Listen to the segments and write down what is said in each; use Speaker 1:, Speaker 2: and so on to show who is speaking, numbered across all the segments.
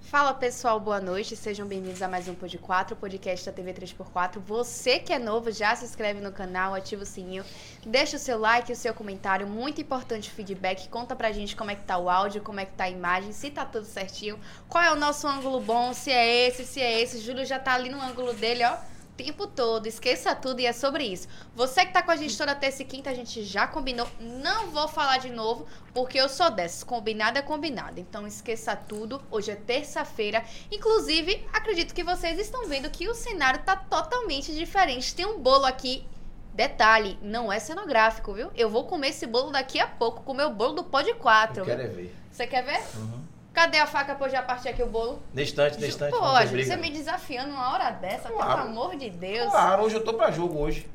Speaker 1: Fala pessoal, boa noite. Sejam bem-vindos a mais um Pod 4, podcast da TV 3x4. Você que é novo, já se inscreve no canal, ativa o sininho, deixa o seu like, o seu comentário, muito importante o feedback. Conta pra gente como é que tá o áudio, como é que tá a imagem, se tá tudo certinho, qual é o nosso ângulo bom, se é esse, se é esse. Júlio já tá ali no ângulo dele, ó. o Tempo todo, esqueça tudo e é sobre isso. Você que tá com a gente toda terça e quinta, a gente já combinou. Não vou falar de novo, porque eu sou dessas. Combinado é combinado. Então esqueça tudo. Hoje é terça-feira. Inclusive, acredito que vocês estão vendo que o cenário tá totalmente diferente. Tem um bolo aqui. Detalhe, não é cenográfico, viu? Eu vou comer esse bolo daqui a pouco, comer o bolo do pó de quatro.
Speaker 2: Eu quero é ver.
Speaker 1: Você quer ver?
Speaker 2: Uhum.
Speaker 1: Cadê a faca pra eu já partir aqui o bolo?
Speaker 2: Na estante, na
Speaker 1: Ju-
Speaker 2: estante.
Speaker 1: Pô,
Speaker 2: vamos ter
Speaker 1: Ju,
Speaker 2: briga.
Speaker 1: você me desafiando uma hora dessa,
Speaker 2: Claro.
Speaker 1: pelo amor de Deus.
Speaker 2: Claro, hoje eu tô pra jogo hoje.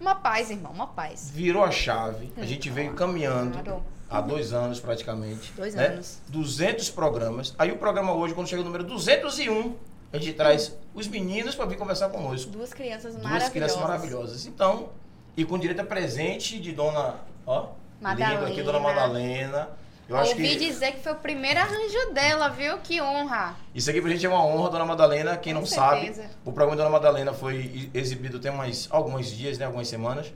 Speaker 1: Uma paz, irmão, uma paz.
Speaker 2: Virou a chave. A gente veio caminhando
Speaker 1: Claro.
Speaker 2: há dois anos praticamente.
Speaker 1: Dois
Speaker 2: né?
Speaker 1: anos.
Speaker 2: 200 programas. Aí o programa hoje, quando chega o número 201, a gente traz os meninos pra vir conversar conosco.
Speaker 1: Duas crianças
Speaker 2: Duas
Speaker 1: maravilhosas.
Speaker 2: crianças maravilhosas. Então, e com direito a presente de dona, ó,
Speaker 1: Madalena.
Speaker 2: linda aqui, dona Madalena. Eu acho
Speaker 1: Ouvi
Speaker 2: que
Speaker 1: dizer que foi o primeiro arranjo dela, viu? Que honra.
Speaker 2: isso aqui pra gente é uma honra, dona Madalena. Quem
Speaker 1: Com
Speaker 2: não sabe,
Speaker 1: certeza.
Speaker 2: O programa Dona Madalena foi exibido tem umas, alguns dias, né, algumas semanas.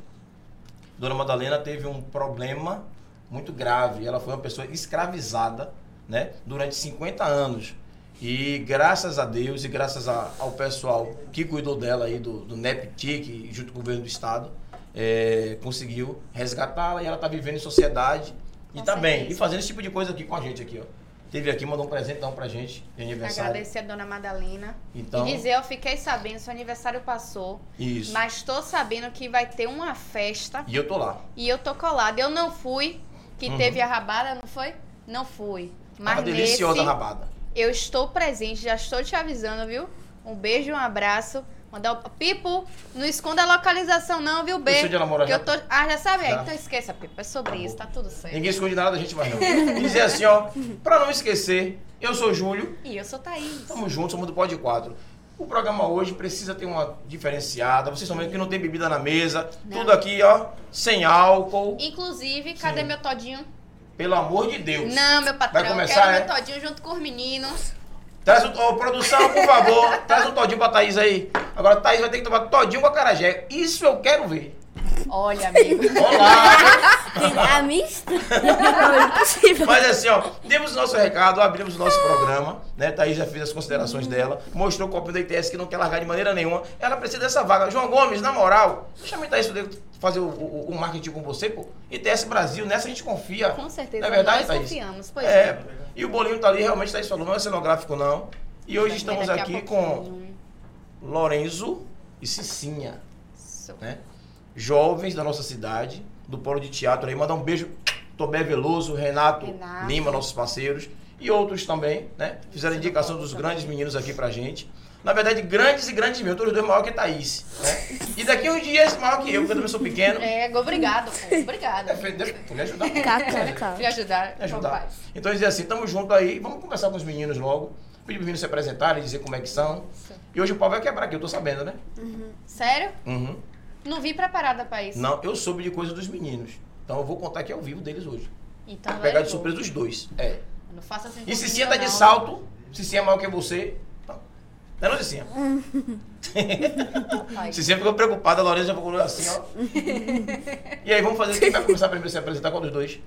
Speaker 2: Dona Madalena teve um problema muito grave. Ela foi uma pessoa escravizada né, durante 50 anos. E graças a Deus e graças a- ao pessoal que cuidou dela aí, do, do NEPTIC, junto com o governo do estado, é, conseguiu resgatá-la e ela está vivendo em sociedade e
Speaker 1: Com
Speaker 2: está bem.
Speaker 1: certeza.
Speaker 2: E fazendo esse tipo de coisa aqui com a gente aqui, ó. Teve aqui, mandou um presentão pra gente de aniversário.
Speaker 1: Agradecer a dona Madalena.
Speaker 2: Então,
Speaker 1: E dizer, eu fiquei sabendo, seu aniversário passou,
Speaker 2: isso.
Speaker 1: mas tô sabendo que vai ter uma festa
Speaker 2: E eu tô lá.
Speaker 1: e eu tô colada. Eu não fui, que
Speaker 2: Uhum.
Speaker 1: teve a rabada, não foi? Não fui. Mas
Speaker 2: Tava deliciosa
Speaker 1: nesse,
Speaker 2: a rabada.
Speaker 1: eu estou presente, já estou te avisando, viu? Um beijo, um abraço. Mandar o... Pipo, não esconda a localização não, viu, B?
Speaker 2: Eu sou de Alamora
Speaker 1: que
Speaker 2: já.
Speaker 1: eu tô... Ah, já sabe?
Speaker 2: Já.
Speaker 1: Então esqueça, Pipo, é sobre isso, tá tudo certo.
Speaker 2: Ninguém esconde nada da gente mais não. E dizer assim, ó, pra não esquecer, eu sou Júlio,
Speaker 1: E eu sou Thaís.
Speaker 2: tamo junto, somos do Pod 4. O programa hoje precisa ter uma diferenciada. Vocês estão vendo que não tem bebida na mesa.
Speaker 1: Não.
Speaker 2: Tudo aqui, ó, sem álcool.
Speaker 1: Inclusive, cadê
Speaker 2: Sim.
Speaker 1: meu todinho?
Speaker 2: Pelo amor de Deus.
Speaker 1: Não, meu patrão,
Speaker 2: Vai
Speaker 1: eu
Speaker 2: começar,
Speaker 1: quero
Speaker 2: é?
Speaker 1: meu todinho junto com os meninos.
Speaker 2: Traz o. Ô, produção, por favor, traz um todinho pra Thaís aí. Agora, Thaís vai ter que tomar todinho com a Carajé. Isso eu quero ver.
Speaker 1: Olha, amigo.
Speaker 2: Olá!
Speaker 3: É A mistura? Não, é impossível.
Speaker 2: Mas assim, ó, demos o nosso recado, abrimos o nosso programa, né? Thaís já fez as considerações dela, mostrou o copinho da ITS que não quer largar de maneira nenhuma. Ela precisa dessa vaga. João Gomes, na moral, chama Thaís pra poder fazer o, o- o marketing com você, pô. ITS Brasil, nessa a gente confia.
Speaker 1: Com certeza,
Speaker 2: Não é verdade,
Speaker 1: nós
Speaker 2: Thaís?
Speaker 1: confiamos, pois é.
Speaker 2: É, e o bolinho tá ali, realmente Thaís falou, não é cenográfico, não. E hoje estamos
Speaker 1: Daqui a
Speaker 2: aqui com
Speaker 1: pouquinho.
Speaker 2: Lorenzo e Cicinha,
Speaker 1: Isso.
Speaker 2: né? Jovens da nossa cidade, do Polo de Teatro aí. Mandar um beijo, Tobé Veloso, Renato,
Speaker 1: Renato.
Speaker 2: Lima, nossos parceiros. E outros também, né? Fizeram
Speaker 1: Isso,
Speaker 2: indicação
Speaker 1: do
Speaker 2: dos
Speaker 1: Polo
Speaker 2: grandes meninos aqui pra gente. Na verdade, grandes e grandes mesmo. Todos os dois maior que Thaís, né? E daqui uns dias, maior que eu, porque eu também sou pequeno.
Speaker 1: É, obrigado, pô. Obrigada.
Speaker 2: É, Deixa deixa eu lhe ajudar.
Speaker 4: Tá,
Speaker 3: KKK.
Speaker 1: Me ajudar,
Speaker 2: Me ajudar.
Speaker 1: papai.
Speaker 2: Então dizer assim, tamo junto aí, vamos conversar com os meninos logo. Pedir pros meninos se apresentarem, dizer como é que são. E hoje o pau vai quebrar aqui, eu tô sabendo, né?
Speaker 1: Sério?
Speaker 2: Uhum.
Speaker 1: Não vim preparada pra isso.
Speaker 2: Não, eu soube de coisa dos meninos. Então eu vou contar aqui ao vivo deles hoje.
Speaker 1: Então,
Speaker 2: Vou
Speaker 1: vai,
Speaker 2: pegar de
Speaker 1: eu
Speaker 2: surpresa os dois. É.
Speaker 1: vou. Não faça assim.
Speaker 2: E
Speaker 1: comigo,
Speaker 2: Cicinha tá de
Speaker 1: não.
Speaker 2: salto. Cicinha é maior que você. Não. Não é não, Cicinha?
Speaker 1: Papai.
Speaker 2: Cicinha ficou preocupada, a Lorena já ficou assim, ó. E aí, vamos fazer. Quem vai começar primeiro a se apresentar? Qual dos dois?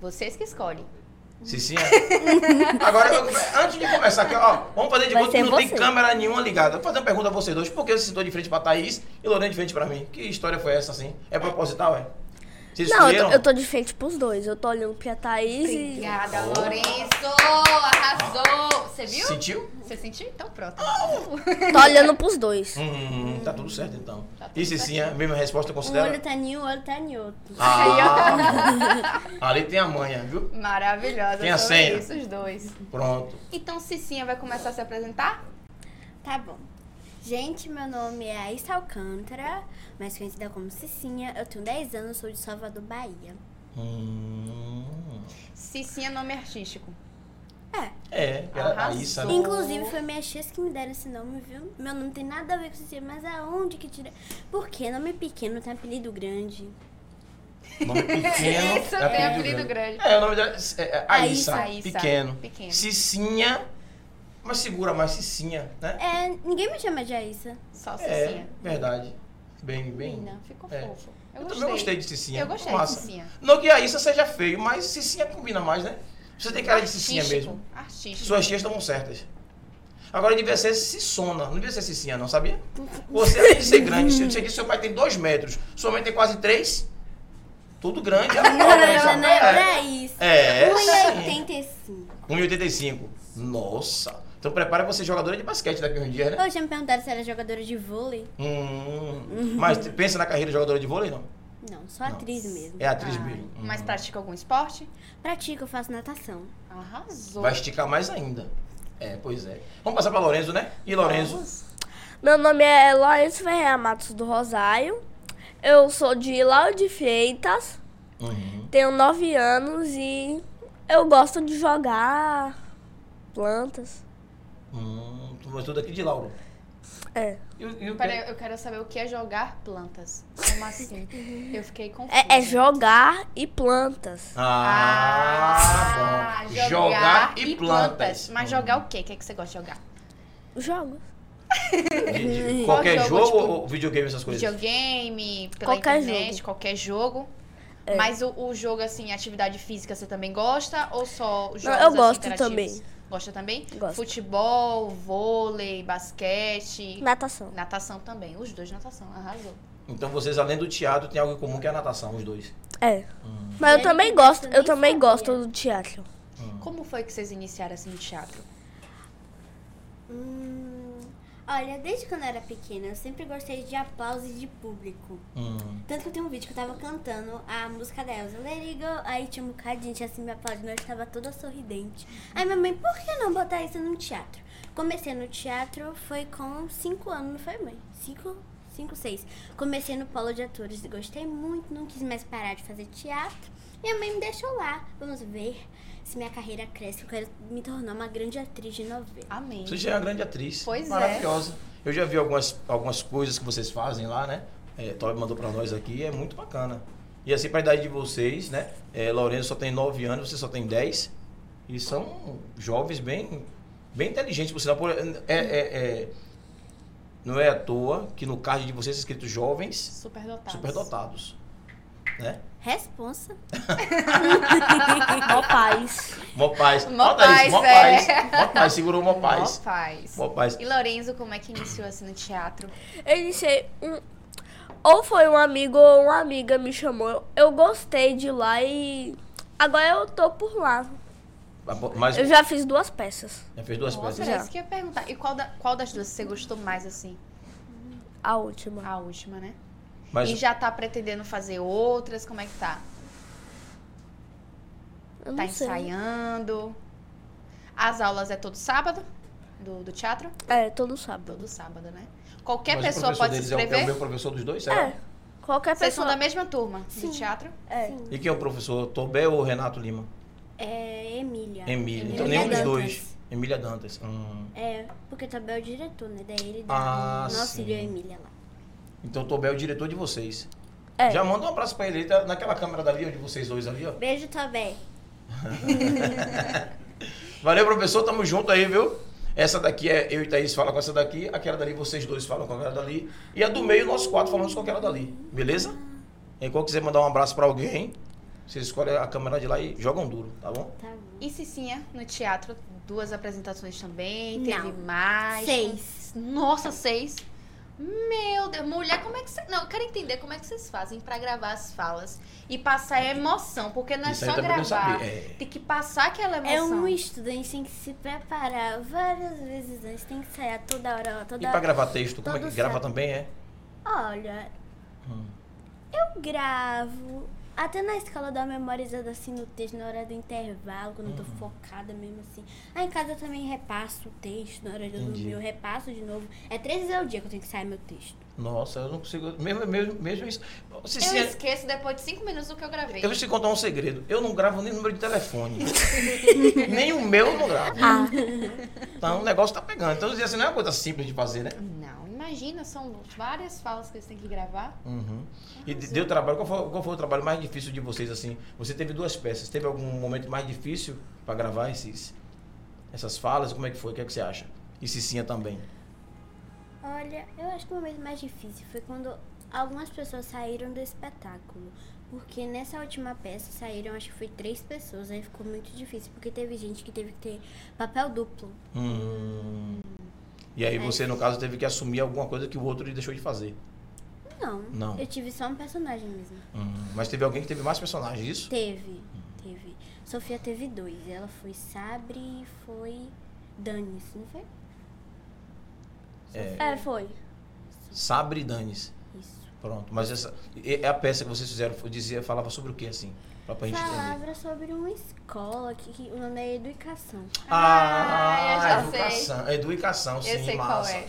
Speaker 1: Vocês que escolhem.
Speaker 2: Cicinha. Agora, eu- antes de começar aqui, ó, vamos fazer de
Speaker 3: Vai
Speaker 2: conta que
Speaker 3: ser
Speaker 2: não tem
Speaker 3: você.
Speaker 2: câmera nenhuma ligada. Vou fazer uma pergunta a vocês dois. Por que você sentou de frente pra Thaís e Lorena de frente pra mim? Que história foi essa, assim? É proposital, é? Vocês
Speaker 3: Não, eu
Speaker 2: escolheram?
Speaker 3: tô, eu tô de frente pros dois. Eu tô olhando pra Thaís e.
Speaker 1: Obrigada,
Speaker 2: Oh.
Speaker 1: Lourenço. Arrasou. Você viu?
Speaker 2: Sentiu?
Speaker 1: Você sentiu? Então pronto.
Speaker 2: Oh.
Speaker 3: Tô olhando pros dois.
Speaker 2: Hum, tá tudo certo então.
Speaker 1: Tá tudo
Speaker 2: E Cicinha, mesma resposta
Speaker 3: Um
Speaker 2: considera?
Speaker 3: olho tá em um, o olho tá em outro.
Speaker 2: Ah, ali tem a manha, viu?
Speaker 1: Maravilhosa.
Speaker 2: Tem a
Speaker 1: sobre
Speaker 2: senha.
Speaker 1: Isso, os dois.
Speaker 2: Pronto.
Speaker 1: Então, Cicinha vai começar a se apresentar?
Speaker 4: Tá bom. Gente, meu nome é Aissa Alcântara, mais conhecida como Cicinha. Eu tenho 10 anos, sou de Salvador, Bahia.
Speaker 2: Hum,
Speaker 1: Cicinha, nome artístico.
Speaker 2: é, era a
Speaker 1: Arrasou.
Speaker 4: Oh.
Speaker 2: Issa, né?
Speaker 4: Inclusive, foi minhas tias que me deram esse nome, viu? Meu nome tem nada a ver com Cicinha, mas aonde que tira? Por que nome pequeno tem apelido grande?
Speaker 2: é Nome pequeno.
Speaker 1: Isso, tem apelido grande.
Speaker 2: É, o nome dela é, é, a
Speaker 1: Aissa,
Speaker 2: Issa,
Speaker 1: Aissa,
Speaker 2: pequeno.
Speaker 1: pequeno.
Speaker 2: Cicinha Mas segura mais Cicinha, né?
Speaker 4: É, ninguém me chama de Aissa.
Speaker 1: Só
Speaker 2: É,
Speaker 1: Cicinha.
Speaker 2: verdade. Bem, bem.
Speaker 1: Menina, ficou
Speaker 2: É.
Speaker 1: fofo. Eu,
Speaker 2: Eu também gostei de Cicinha.
Speaker 1: Eu gostei
Speaker 2: Massa.
Speaker 1: de Cicinha.
Speaker 2: Não que a Issa seja feio, mas Cicinha combina mais, né? Você tem cara de Cicinha
Speaker 1: Artístico,
Speaker 2: mesmo.
Speaker 1: Artístico.
Speaker 2: Suas tias estavam certas. Agora devia ser Cissona, não devia ser Cicinha, não sabia? Você além de ser grande, você disse que seu pai tem dois metros, sua mãe tem quase três. Tudo grande, ela
Speaker 4: Não, ela não
Speaker 1: Né,
Speaker 4: é
Speaker 2: é.
Speaker 4: pra Um isso.
Speaker 2: É, sim. 1,85.
Speaker 4: 1,85.
Speaker 2: Nossa. Então prepara pra ser jogadora de basquete daqui a uns dias, né?
Speaker 4: Hoje me perguntaram se era jogadora de vôlei.
Speaker 1: Uhum.
Speaker 2: Hum. Mas pensa na carreira de jogadora de vôlei, não?
Speaker 4: Não, sou atriz mesmo.
Speaker 2: É atriz
Speaker 1: Ah,
Speaker 2: mesmo. Hum.
Speaker 1: Mas pratica algum esporte?
Speaker 4: Pratico, eu faço natação.
Speaker 1: Arrasou.
Speaker 2: Vai esticar mais ainda. É, pois é. Vamos passar pra Lorenzo, né? E Lorenzo?
Speaker 3: Meu nome é Lourenço Ferreira Matos do Rosário. Eu sou de Lauro de Freitas.
Speaker 2: Uhum.
Speaker 3: Tenho 9 anos e eu gosto de jogar plantas.
Speaker 2: Hum, tu gostou daqui de Lauro.
Speaker 3: É.
Speaker 2: E, o- e o
Speaker 1: Peraí, eu quero saber o que é jogar plantas. Como assim? Eu fiquei confusa.
Speaker 3: É, é jogar e plantas.
Speaker 2: Ah, bom. Jogar, e plantas. Hum.
Speaker 1: Mas jogar o quê? O que, é que você gosta de jogar?
Speaker 3: Jogo.
Speaker 2: Entendi. Qualquer
Speaker 1: Qual
Speaker 2: jogo,
Speaker 1: jogo, tipo,
Speaker 2: ou videogame, essas coisas?
Speaker 1: Videogame, pela
Speaker 3: Qualquer É.
Speaker 1: internet, qualquer jogo. Mas o, o jogo, assim, atividade física você também gosta? Ou só jogos
Speaker 3: eu
Speaker 1: assim,
Speaker 3: gosto
Speaker 1: interativos?
Speaker 3: também.
Speaker 1: Gosta também?
Speaker 3: Gosto.
Speaker 1: Futebol, vôlei, basquete,
Speaker 3: Natação.
Speaker 1: natação também. Os dois natação, arrasou.
Speaker 2: Então vocês, além do teatro, tem algo em comum que é a natação, os dois.
Speaker 3: É. Mas eu
Speaker 4: Ele
Speaker 3: também
Speaker 4: que
Speaker 3: gosto,
Speaker 4: gosta,
Speaker 3: eu
Speaker 4: nem
Speaker 3: também
Speaker 4: sabia.
Speaker 3: gosto do teatro.
Speaker 2: Hum.
Speaker 1: Como foi que vocês iniciaram, assim, no teatro?
Speaker 4: Hum, olha, desde quando eu era pequena, eu sempre gostei de aplausos e de público.
Speaker 2: Hum.
Speaker 4: Tanto que eu tenho um vídeo que eu tava cantando a música da Elsa, Let It Go, aí tinha um bocado de gente assim me aplaudindo, eu estava toda sorridente. Aí minha mãe, por que não botar isso no teatro? Comecei no teatro, foi com 5 anos, não foi mãe? 5, 5, 6. Comecei no polo de atores, gostei muito, não quis mais parar de fazer teatro. Minha mãe me deixou lá, vamos ver se minha carreira cresce, eu quero me tornar uma grande atriz de novela.
Speaker 1: Amém.
Speaker 2: Você já é uma grande atriz.
Speaker 1: Pois é.
Speaker 2: Maravilhosa. Eu já vi algumas, algumas coisas que vocês fazem lá, né? É, Toby mandou pra nós aqui, é muito bacana. E assim, pra idade de vocês, né? É, Lourenço só tem 9 anos, você só tem 10. E são jovens bem, bem inteligentes, por sinal. Por- É, é- é- não é à toa que no card de vocês é escrito jovens
Speaker 1: Superdotados.
Speaker 2: superdotados. Né?
Speaker 4: Responsa.
Speaker 3: Mó paz.
Speaker 2: Mó paz.
Speaker 1: Mó
Speaker 2: Olha aí,
Speaker 1: paz,
Speaker 2: Mó paz. Mó paz. Segurou mó
Speaker 1: Mó
Speaker 2: paz.
Speaker 1: paz.
Speaker 2: Mó paz.
Speaker 1: E Lorenzo, como é que iniciou, assim, no teatro?
Speaker 3: Eu iniciei um. Ou foi um amigo ou uma amiga me chamou. Eu, eu gostei de lá e. Agora eu tô por lá.
Speaker 2: Mas
Speaker 3: Eu já fiz duas peças.
Speaker 2: já fez duas
Speaker 1: Nossa,
Speaker 2: peças.
Speaker 1: era
Speaker 3: Já.
Speaker 1: isso que eu ia perguntar. E qual, da- qual das duas você gostou mais, assim?
Speaker 3: A última.
Speaker 1: A última, né?
Speaker 2: Mas
Speaker 1: E já tá pretendendo fazer outras? Como é que tá?
Speaker 3: Eu
Speaker 1: Tá
Speaker 3: não sei.
Speaker 1: ensaiando? As aulas é todo sábado? Do, do teatro?
Speaker 3: É, todo sábado.
Speaker 1: Todo sábado, né? Qualquer
Speaker 2: mas o
Speaker 1: pessoa
Speaker 2: professor
Speaker 1: pode se
Speaker 2: deles é o- É o
Speaker 1: inscrever?
Speaker 2: meu professor dos dois, será?
Speaker 3: É. Qualquer
Speaker 1: Vocês são
Speaker 3: pessoa.
Speaker 1: da mesma turma de teatro?
Speaker 3: É.
Speaker 2: E quem é o professor? Tobé ou Renato Lima?
Speaker 4: É Emília.
Speaker 2: Emília. Então
Speaker 4: Emília
Speaker 2: nenhum dos
Speaker 4: Dantas.
Speaker 2: dois. Emília Dantas. Hum.
Speaker 4: É, porque o Tabel é o diretor, né? Daí ele
Speaker 2: Ah,
Speaker 4: dá um
Speaker 2: sim.
Speaker 4: auxílio a Emília lá.
Speaker 2: Então Tobé é o diretor de vocês.
Speaker 3: É.
Speaker 2: Já manda um abraço pra ele. Ele tá naquela câmera dali, ó, de vocês dois ali, ó.
Speaker 4: Beijo, Tabel.
Speaker 2: Valeu, professor. Tamo junto aí, viu? Essa daqui é eu e Thaís fala com essa daqui, aquela dali vocês dois falam com aquela dali. E a do meio, nós quatro falamos com aquela dali. Beleza? E qual quiser mandar um abraço pra alguém, vocês escolhem a câmera de lá e jogam duro, tá bom?
Speaker 4: Tá bom.
Speaker 1: E Cicinha, no teatro, duas apresentações também? Teve
Speaker 4: Não.
Speaker 1: mais?
Speaker 4: Seis.
Speaker 1: Nossa, seis? Meu Deus, mulher, como é que você. Não, eu quero entender como é que vocês fazem pra gravar as falas e passar a emoção, porque não é
Speaker 2: Isso aí
Speaker 1: só
Speaker 2: eu também não
Speaker 1: gravar.
Speaker 2: sabia. É.
Speaker 1: Tem que passar aquela emoção.
Speaker 4: É um estudante, tem que se preparar várias vezes antes, tem que ensaiar toda hora,
Speaker 2: E
Speaker 4: toda
Speaker 2: pra
Speaker 4: hora.
Speaker 2: gravar texto, como é que
Speaker 4: Todo
Speaker 2: grava
Speaker 4: sábado.
Speaker 2: também, é?
Speaker 4: Olha,
Speaker 2: Hum.
Speaker 4: eu gravo. Até na escola eu dou uma memorizada assim no texto, na hora do intervalo, quando
Speaker 2: Uhum.
Speaker 4: eu tô focada mesmo assim. Aí em casa eu também repasso o texto, na hora de eu
Speaker 2: Entendi.
Speaker 4: dormir eu repasso de novo. É três vezes ao dia que eu tenho que sair meu texto.
Speaker 2: Nossa, eu não consigo. Mesmo, mesmo, mesmo isso.
Speaker 1: Eu
Speaker 2: Cicinha,
Speaker 1: esqueço depois de cinco minutos do que eu gravei.
Speaker 2: eu vou te contar um segredo. Eu não gravo nem número de telefone. nem o meu eu não gravo.
Speaker 3: Ah.
Speaker 2: Então o negócio tá pegando. Então assim, não é uma coisa simples de fazer, né?
Speaker 1: Não, imagina, são várias falas que eles têm que gravar.
Speaker 2: Uhum. E de- deu trabalho. Qual foi, qual foi o trabalho mais difícil de vocês, assim? Você teve duas peças. Teve algum momento mais difícil pra gravar esses? essas falas? Como é que foi? O que, é que você acha? E Cicinha também.
Speaker 4: Olha, eu acho que o momento mais difícil foi quando algumas pessoas saíram do espetáculo. Porque nessa última peça saíram, acho que foi três pessoas, aí ficou muito difícil, porque teve gente que teve que ter papel duplo.
Speaker 2: Hum. E aí você, no caso, teve que assumir alguma coisa que o outro deixou de fazer.
Speaker 4: Não.
Speaker 2: Não.
Speaker 4: Eu tive só um personagem mesmo.
Speaker 2: Hum. Mas teve alguém que teve mais personagens, isso?
Speaker 4: Teve, teve. Sofia teve dois. Ela foi Sabre e foi Danis, não foi?
Speaker 3: É, foi.
Speaker 2: Sabre e Danis.
Speaker 4: Isso.
Speaker 2: Pronto. Mas essa, e- e a peça que vocês fizeram foi- dizia, falava sobre o que, assim? Pra, pra gente entender.
Speaker 4: Palavra sobre uma escola, que, que o nome é Educação.
Speaker 1: Ah, eu já
Speaker 2: educação. é Educação, sim,
Speaker 1: Eu sei qual
Speaker 2: massa.
Speaker 1: é.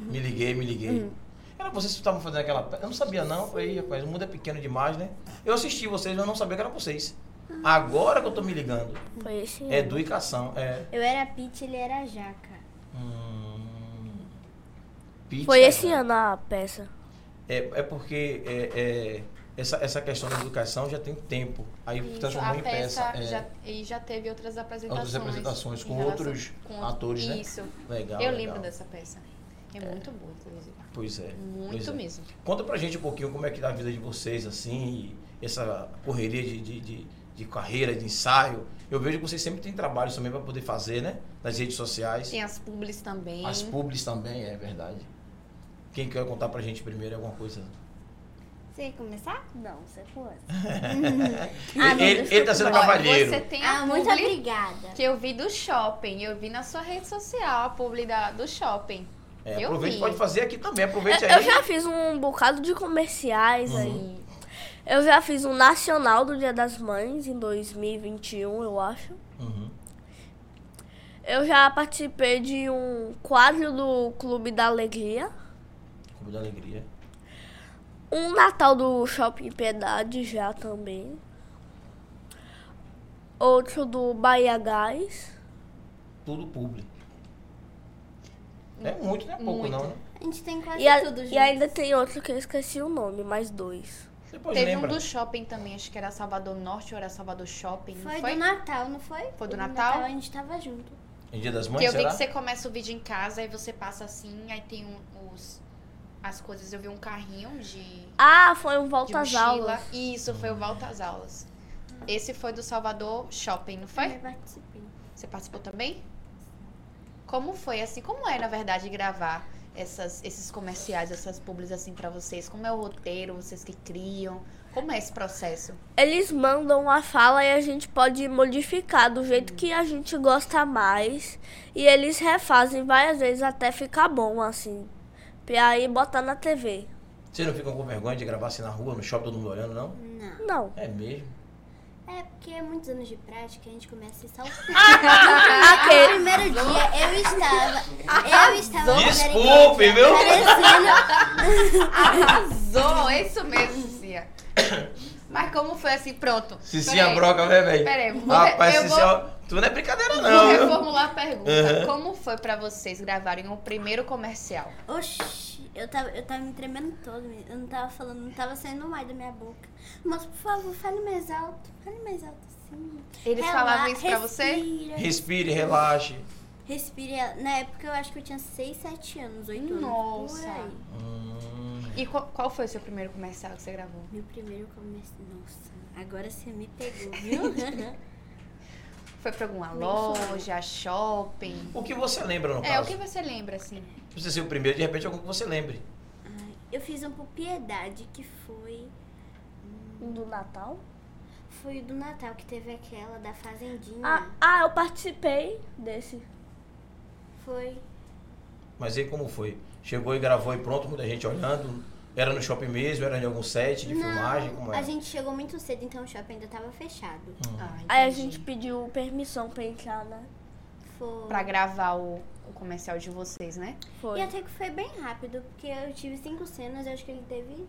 Speaker 1: Uhum.
Speaker 2: Me liguei, me liguei. Era vocês que estavam fazendo aquela peça. Eu não sabia, não. Ei, rapaz, o mundo é pequeno demais, né? Eu assisti vocês, mas eu não sabia que era vocês.
Speaker 1: Ah.
Speaker 2: Agora que eu tô me ligando.
Speaker 3: Foi esse.
Speaker 2: É educação, é.
Speaker 4: Eu era a Pete, ele era a Jaca.
Speaker 2: Hum, pizza. né?
Speaker 3: Foi esse ano a peça.
Speaker 2: É, é porque é, é, essa, essa questão da educação já tem tempo. Aí
Speaker 1: E
Speaker 2: transformou
Speaker 1: a
Speaker 2: em peça.
Speaker 1: peça
Speaker 2: é,
Speaker 1: já, e já teve outras apresentações.
Speaker 2: outras apresentações
Speaker 1: em
Speaker 2: com
Speaker 1: relação-
Speaker 2: outros
Speaker 1: com-
Speaker 2: atores, né?
Speaker 1: Isso.
Speaker 2: Legal.
Speaker 1: Eu
Speaker 2: legal.
Speaker 1: lembro dessa peça. É, muito boa, inclusive.
Speaker 2: Pois é. pois
Speaker 1: Muito
Speaker 2: é.
Speaker 1: mesmo.
Speaker 2: Conta pra gente um pouquinho como é que tá a vida de vocês, assim, e essa correria de, de, de, de carreira, de ensaio. Eu vejo que vocês sempre têm trabalhos também pra poder fazer, né? Nas redes sociais.
Speaker 1: Tem as publis também.
Speaker 2: As publis também, é verdade. Quem quer contar pra gente primeiro alguma coisa?
Speaker 4: Você ia começar? Não, você é foi.
Speaker 2: ele,
Speaker 4: não,
Speaker 2: ele, ele tá sendo
Speaker 1: Olha,
Speaker 2: cavalheiro.
Speaker 1: Ah, Você tem a
Speaker 4: Ah,
Speaker 1: publi
Speaker 4: muito obrigada.
Speaker 1: que eu vi do shopping. Eu vi na sua rede social a publi da- do shopping.
Speaker 2: É,
Speaker 1: eu
Speaker 2: aproveite,
Speaker 1: vi.
Speaker 2: pode fazer aqui também. Aproveite aí. Uhum.
Speaker 3: Eu já fiz um bocado de comerciais aí. Eu já fiz um nacional do Dia das Mães em 2021, eu acho.
Speaker 2: Uhum.
Speaker 3: Eu já participei de um quadro do Clube da Alegria.
Speaker 2: Como da alegria.
Speaker 3: Um Natal do Shopping Piedade já também. Outro do Bahia Gás.
Speaker 2: Tudo publi. É muito, não é pouco,
Speaker 1: Hum, Muito.
Speaker 2: não, né?
Speaker 4: A gente tem quase
Speaker 3: E, a-
Speaker 4: tudo, gente.
Speaker 3: e ainda tem outro que eu esqueci o nome, mais dois.
Speaker 2: Depois
Speaker 1: Teve
Speaker 2: lembra.
Speaker 1: um do shopping também, acho que era Salvador Norte ou era Salvador Shopping. não
Speaker 4: Foi, do Natal, não foi?
Speaker 1: Foi do
Speaker 4: No
Speaker 1: Natal?
Speaker 4: A gente tava junto.
Speaker 2: Em Dia das
Speaker 1: Que
Speaker 2: Mães,
Speaker 1: eu vi
Speaker 2: será?
Speaker 1: que você começa o vídeo em casa, aí você passa assim, aí tem um- os, as coisas. Eu vi um carrinho de,
Speaker 3: Ah, foi um
Speaker 1: de
Speaker 3: Volta às
Speaker 1: mochila.
Speaker 3: Aulas.
Speaker 1: Isso, foi o Volta às Aulas. Esse foi do Salvador Shopping, não foi?
Speaker 4: Eu participei.
Speaker 1: Você participou também? Como foi, assim, como é, na verdade, gravar essas, esses comerciais, essas publis, assim, pra vocês? Como é o roteiro, vocês que criam? Como é esse processo?
Speaker 3: Eles mandam a fala e a gente pode modificar do jeito que a gente gosta mais. E eles refazem várias vezes até ficar bom, assim. E aí botar na TV.
Speaker 2: Vocês não ficam com vergonha de gravar assim na rua, no shopping, todo mundo olhando, não?
Speaker 4: Não.
Speaker 3: Não.
Speaker 2: É mesmo.
Speaker 4: É porque é muitos anos de prática, a gente começa a se saltar.
Speaker 3: Aquele-
Speaker 4: No primeiro dia eu estava. Eu estava
Speaker 2: Desculpe, viu?
Speaker 4: parecendo.
Speaker 1: Arrasou! É isso mesmo, Cia. Mas como foi, assim, pronto.
Speaker 2: Cicinha
Speaker 1: Peraí.
Speaker 2: broca, né,
Speaker 1: Pera aí, eu
Speaker 2: velho?
Speaker 1: vou-
Speaker 2: Rapaz,
Speaker 1: eu
Speaker 2: Cicinha, ó, tu não é brincadeira,
Speaker 1: Vou
Speaker 2: não. viu?
Speaker 1: reformular a pergunta.
Speaker 2: Uhum.
Speaker 1: Como foi pra vocês gravarem o primeiro comercial?
Speaker 4: Oxi, eu tava, eu tava me tremendo todo, menina. eu não tava falando, não tava saindo mais da minha boca. Mas, por favor, fale mais alto, fale mais alto assim.
Speaker 1: Eles
Speaker 4: Relaxa,
Speaker 1: falavam isso pra você?
Speaker 4: Respira,
Speaker 2: Respire, relaxe.
Speaker 4: respira. Na época eu acho que eu tinha 6, 7 anos, 8 anos. por
Speaker 1: Nossa.
Speaker 4: aí.
Speaker 2: Hum,
Speaker 1: E qual, qual foi o seu primeiro comercial que você gravou?
Speaker 4: Meu primeiro começo. Nossa, agora você me pegou, viu?
Speaker 1: Foi pra alguma
Speaker 4: Nem fui.
Speaker 1: loja, shopping?
Speaker 2: o que você lembra, no
Speaker 1: É, o
Speaker 2: caso?
Speaker 1: que você lembra, assim?
Speaker 2: Não precisa ser o primeiro, de repente, algum que você lembre.
Speaker 4: Ai, eu fiz um por piedade que foi.
Speaker 3: Do Natal?
Speaker 4: Foi o do Natal que teve aquela da Fazendinha.
Speaker 3: Ah, ah, eu participei desse.
Speaker 4: Foi.
Speaker 2: Mas aí como foi? Chegou e gravou e pronto, muita gente olhando. Era no shopping mesmo, era em algum set de
Speaker 4: Não,
Speaker 2: filmagem, como é? Hum.
Speaker 4: A
Speaker 2: era?
Speaker 4: gente chegou muito cedo, então o shopping ainda tava fechado.
Speaker 1: Ah,
Speaker 3: Aí a
Speaker 1: entendi.
Speaker 3: gente pediu permissão pra entrar, né?
Speaker 4: Foi.
Speaker 1: Pra gravar o, o comercial de vocês, né?
Speaker 3: Foi.
Speaker 4: E até que foi bem rápido, porque eu tive cinco cenas, eu acho que ele teve.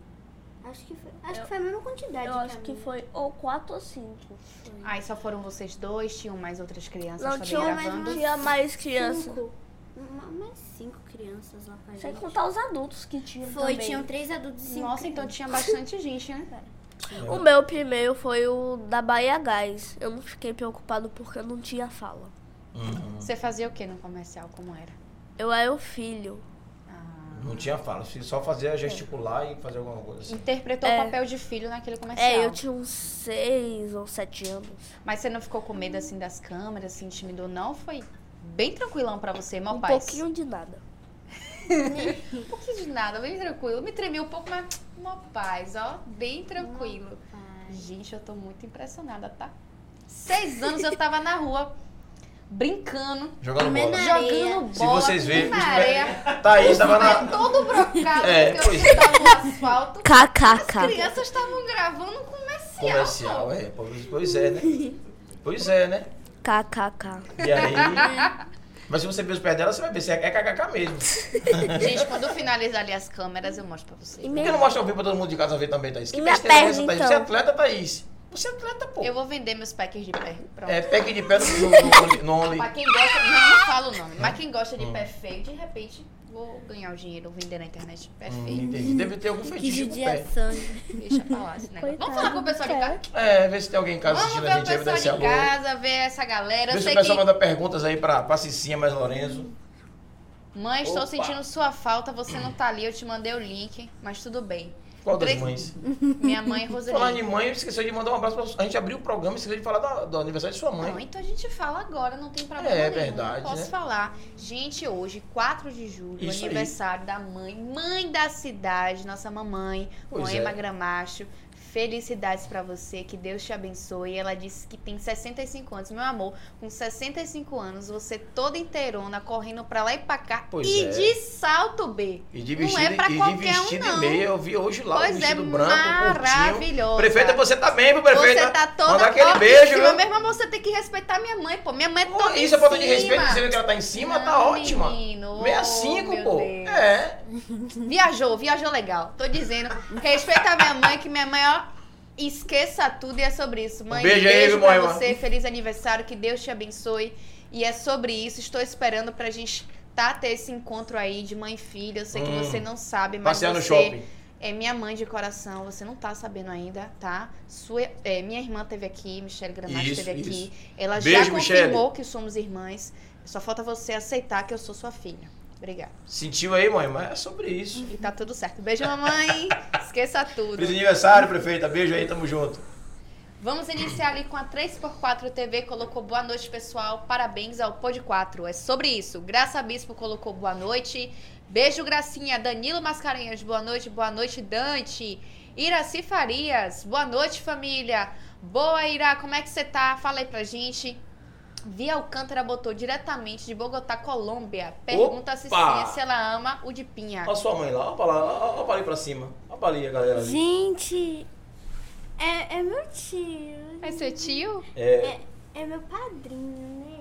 Speaker 4: Acho que foi. Acho que foi a mesma quantidade.
Speaker 3: Eu
Speaker 4: pra
Speaker 3: acho que
Speaker 4: mim.
Speaker 3: foi ou quatro ou cinco.
Speaker 1: Aí só foram vocês dois, tinham mais outras crianças
Speaker 3: Não
Speaker 1: também
Speaker 3: tinha mais,
Speaker 1: gravando.
Speaker 3: tinha mais criança.
Speaker 4: Cinco. Ma- Mais cinco crianças lá com a
Speaker 3: Sem
Speaker 4: gente.
Speaker 3: contar os adultos que tinham
Speaker 4: Foi,
Speaker 3: também.
Speaker 4: tinham três adultos e cinco.
Speaker 1: Nossa, então tinha bastante gente, né?
Speaker 2: É.
Speaker 3: O meu primeiro foi o da Bahia Gás. Eu não fiquei preocupado porque eu não tinha fala.
Speaker 2: Uhum.
Speaker 1: Você fazia o que no comercial? Como era?
Speaker 3: Eu era o filho.
Speaker 1: Ah,
Speaker 2: Não tinha fala, se só fazia gesticular e fazer alguma coisa assim.
Speaker 1: interpretou
Speaker 3: É.
Speaker 1: o papel de filho naquele comercial.
Speaker 3: É, eu tinha uns seis ou sete anos.
Speaker 1: Mas você não ficou com medo assim das câmeras, se intimidou, não? Foi bem tranquilão pra você, mal
Speaker 3: um
Speaker 1: paz.
Speaker 3: pouquinho de nada.
Speaker 1: Um pouquinho de nada, bem tranquilo. Me tremi um pouco, mas mó paz, ó. Bem tranquilo. Gente, eu tô muito impressionada, tá? Seis anos eu tava na rua, brincando,
Speaker 2: Jogando
Speaker 4: Também
Speaker 2: bola.
Speaker 4: não. areia.
Speaker 3: é.
Speaker 1: jogando bola.
Speaker 2: Se vocês verem,
Speaker 1: na
Speaker 2: os
Speaker 1: areia.
Speaker 2: pé- Thaís tava
Speaker 1: Mas
Speaker 2: na.
Speaker 1: todo brocado,
Speaker 2: É,
Speaker 1: porque eu
Speaker 2: pois.
Speaker 1: sentava no asfalto. As
Speaker 3: KKK.
Speaker 1: crianças estavam gravando um comercial.
Speaker 2: Comercial, é. Pois, pois é, né? Pois é, né?
Speaker 3: KKK.
Speaker 2: E aí. Mas se você ver os pés dela, você vai ver se é é kkk mesmo. é.
Speaker 1: Gente, quando eu finalizar ali as câmeras, eu mostro pra vocês.
Speaker 3: E
Speaker 2: Por que não mostra o vídeo pra todo mundo de casa ver também, Thaís? Que
Speaker 3: E minha
Speaker 2: besteira é essa,
Speaker 3: perna,
Speaker 2: Thaís?
Speaker 3: então?
Speaker 2: Você é atleta, Thaís? Você é atleta, pô.
Speaker 1: Eu vou vender meus packs de pé. Pronto.
Speaker 2: É, pegue de pé no, no, no, no Only.
Speaker 1: Pra quem gosta, não, não falo o nome,
Speaker 2: Hum.
Speaker 1: mas quem gosta de pé feio, de repente, vou ganhar o dinheiro, vou vender na internet. Pé
Speaker 2: Hum,
Speaker 1: feio.
Speaker 2: entendi. Deve ter algum
Speaker 4: Que
Speaker 2: feitiço com o pé.
Speaker 4: judiação.
Speaker 1: Deixa pra lá esse negócio. Vamos
Speaker 3: Coitado
Speaker 1: falar com o pessoal de
Speaker 3: do
Speaker 1: casa?
Speaker 2: É, vê se tem alguém em casa
Speaker 1: Vamos
Speaker 2: assistindo
Speaker 1: ver
Speaker 2: a
Speaker 1: o
Speaker 2: gente aí,
Speaker 1: pessoal
Speaker 2: deve
Speaker 1: de
Speaker 2: ser alô.
Speaker 1: casa, ver essa galera. Eu
Speaker 2: Deixa
Speaker 1: sei
Speaker 2: o pessoal
Speaker 1: que.
Speaker 2: mandar perguntas aí pra, pra Cicinha mais Lorenzo.
Speaker 1: Mãe, estou
Speaker 2: Opa.
Speaker 1: sentindo sua falta, você não tá ali, eu te mandei o link, mas tudo bem.
Speaker 2: Qual das
Speaker 1: Três-
Speaker 2: mães?
Speaker 1: Minha mãe,
Speaker 2: Falando de
Speaker 1: Roseli.
Speaker 2: mãe, esqueceu de mandar um abraço pra sua- A gente abriu o programa e esqueceu de falar da- do aniversário de sua
Speaker 1: Não,
Speaker 2: mãe.
Speaker 1: então a gente fala agora, não tem problema.
Speaker 2: É
Speaker 1: nenhum,
Speaker 2: verdade,
Speaker 1: Posso
Speaker 2: né?
Speaker 1: falar. Gente, hoje, 4 de julho,
Speaker 2: Isso aí.
Speaker 1: aniversário da mãe, mãe da cidade, nossa mamãe,
Speaker 2: Pois
Speaker 1: Moema
Speaker 2: é.
Speaker 1: Gramacho. Felicidades pra você, que Deus te abençoe. Ela disse que tem 65 anos. Meu amor, com 65 anos, você toda inteirona, correndo pra lá e pra cá.
Speaker 2: Pois
Speaker 1: e
Speaker 2: é.
Speaker 1: de salto, B.
Speaker 2: E de
Speaker 1: Não é
Speaker 2: vestido,
Speaker 1: pra
Speaker 2: e, de
Speaker 1: qualquer
Speaker 2: vestido
Speaker 1: um, não.
Speaker 2: e meia, eu vi hoje lá o
Speaker 1: pois é,
Speaker 2: vestido branco, curtinho.
Speaker 1: maravilhosa.
Speaker 2: Prefeita, você tá bem, viu, prefeita?
Speaker 1: Você tá toda
Speaker 2: Manda aquele
Speaker 1: top
Speaker 2: beijo,
Speaker 1: em cima.
Speaker 2: viu?
Speaker 1: Mesmo amor, você tem que respeitar minha mãe, pô. Minha mãe é
Speaker 2: Pô,
Speaker 1: toda
Speaker 2: Isso
Speaker 1: em
Speaker 2: é falta de
Speaker 1: cima.
Speaker 2: respeito, dizendo que ela tá em cima,
Speaker 1: Não,
Speaker 2: tá ótima.
Speaker 1: menino, oh,
Speaker 2: 65,
Speaker 1: meu
Speaker 2: pô.
Speaker 1: Deus.
Speaker 2: É.
Speaker 1: Viajou, viajou legal. Tô dizendo, respeita a minha mãe, que minha mãe, ó, esqueça tudo e é sobre isso. Mãe,
Speaker 2: Um beijo aí, viu,
Speaker 1: pra
Speaker 2: Moema?
Speaker 1: você, feliz aniversário, que Deus te abençoe. E é sobre isso, estou esperando pra gente tá ter esse encontro aí de mãe e filha. Eu sei que
Speaker 2: Hum.
Speaker 1: você não sabe, mas
Speaker 2: Passear no
Speaker 1: você
Speaker 2: shopping.
Speaker 1: é minha mãe de coração, você não tá sabendo ainda, tá? Sua, é, minha irmã teve aqui, Michelle Gramacho
Speaker 2: Isso,
Speaker 1: teve aqui. Ela já
Speaker 2: Beijo,
Speaker 1: confirmou
Speaker 2: Michele.
Speaker 1: que somos irmãs. Só falta você aceitar que eu sou sua filha. Obrigada.
Speaker 2: Sentiu aí, mãe? Mas é sobre isso.
Speaker 1: E tá tudo certo. Beijo, mamãe. Esqueça tudo.
Speaker 2: Feliz aniversário, prefeita. Beijo aí, tamo junto.
Speaker 1: Vamos iniciar ali com a 3x4 TV. Colocou boa noite, pessoal. Parabéns ao Pod 4. É sobre isso. Graça Bispo colocou boa noite. Beijo, Gracinha. Danilo Mascarenhas, boa noite. Boa noite, Dante. Iraci Farias, boa noite, família. Boa, Ira. Como é que você tá? Fala aí pra gente. Via Alcântara botou diretamente de Bogotá, Colômbia. Pergunta a Cicinha se ela ama o de pinha.
Speaker 2: Olha sua mãe lá, olha pra lá, olha- olha pra ali pra cima. Olha pra ali a galera ali.
Speaker 4: Gente, é, é meu tio.
Speaker 1: É seu tio?
Speaker 2: É,
Speaker 4: É meu padrinho, né,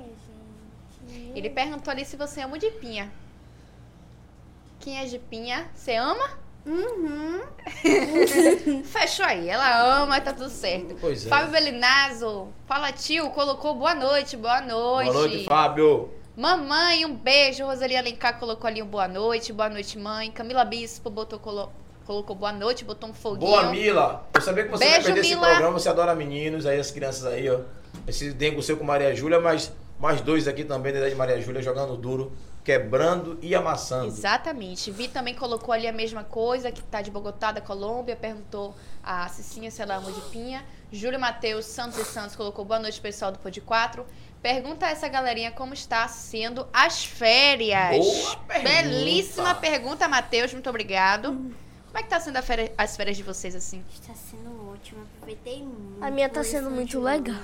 Speaker 4: gente?
Speaker 1: Ele perguntou ali se você ama o de pinha. Quem é de pinha? Você ama?
Speaker 4: Uhum.
Speaker 1: Fechou aí. Ela ama, tá tudo certo.
Speaker 2: pois é.
Speaker 1: Fábio Belinazzo, fala tio, colocou boa noite, boa noite.
Speaker 2: Boa noite, Fábio.
Speaker 1: Mamãe, um beijo. Rosalia Alencar colocou ali um boa noite, boa noite, mãe. Camila Bispo botou, colo- colocou boa noite, botou um foguinho.
Speaker 2: Boa, Mila. Eu sabia que você
Speaker 1: Beijo,
Speaker 2: vai perder
Speaker 1: Mila.
Speaker 2: esse programa, você adora meninos, aí as crianças aí, ó. Esse dengo seu com Maria Júlia, mas mais dois aqui também, da idade de Maria Júlia, jogando duro, quebrando e amassando.
Speaker 1: Exatamente. Vi também colocou ali a mesma coisa, que tá de Bogotá, da Colômbia, perguntou a Cicinha se ela ama de pinha. Júlio Matheus Santos e Santos colocou boa noite, pessoal do Pod 4. Pergunta a essa galerinha como está sendo as férias.
Speaker 2: Boa pergunta.
Speaker 1: Belíssima pergunta, Matheus. Muito obrigado. Como é que tá sendo a féri- as férias de vocês assim?
Speaker 4: Está Tá sendo ótimo, aproveitei muito.
Speaker 3: A minha tá
Speaker 4: esse
Speaker 3: sendo muito
Speaker 4: último
Speaker 3: legal.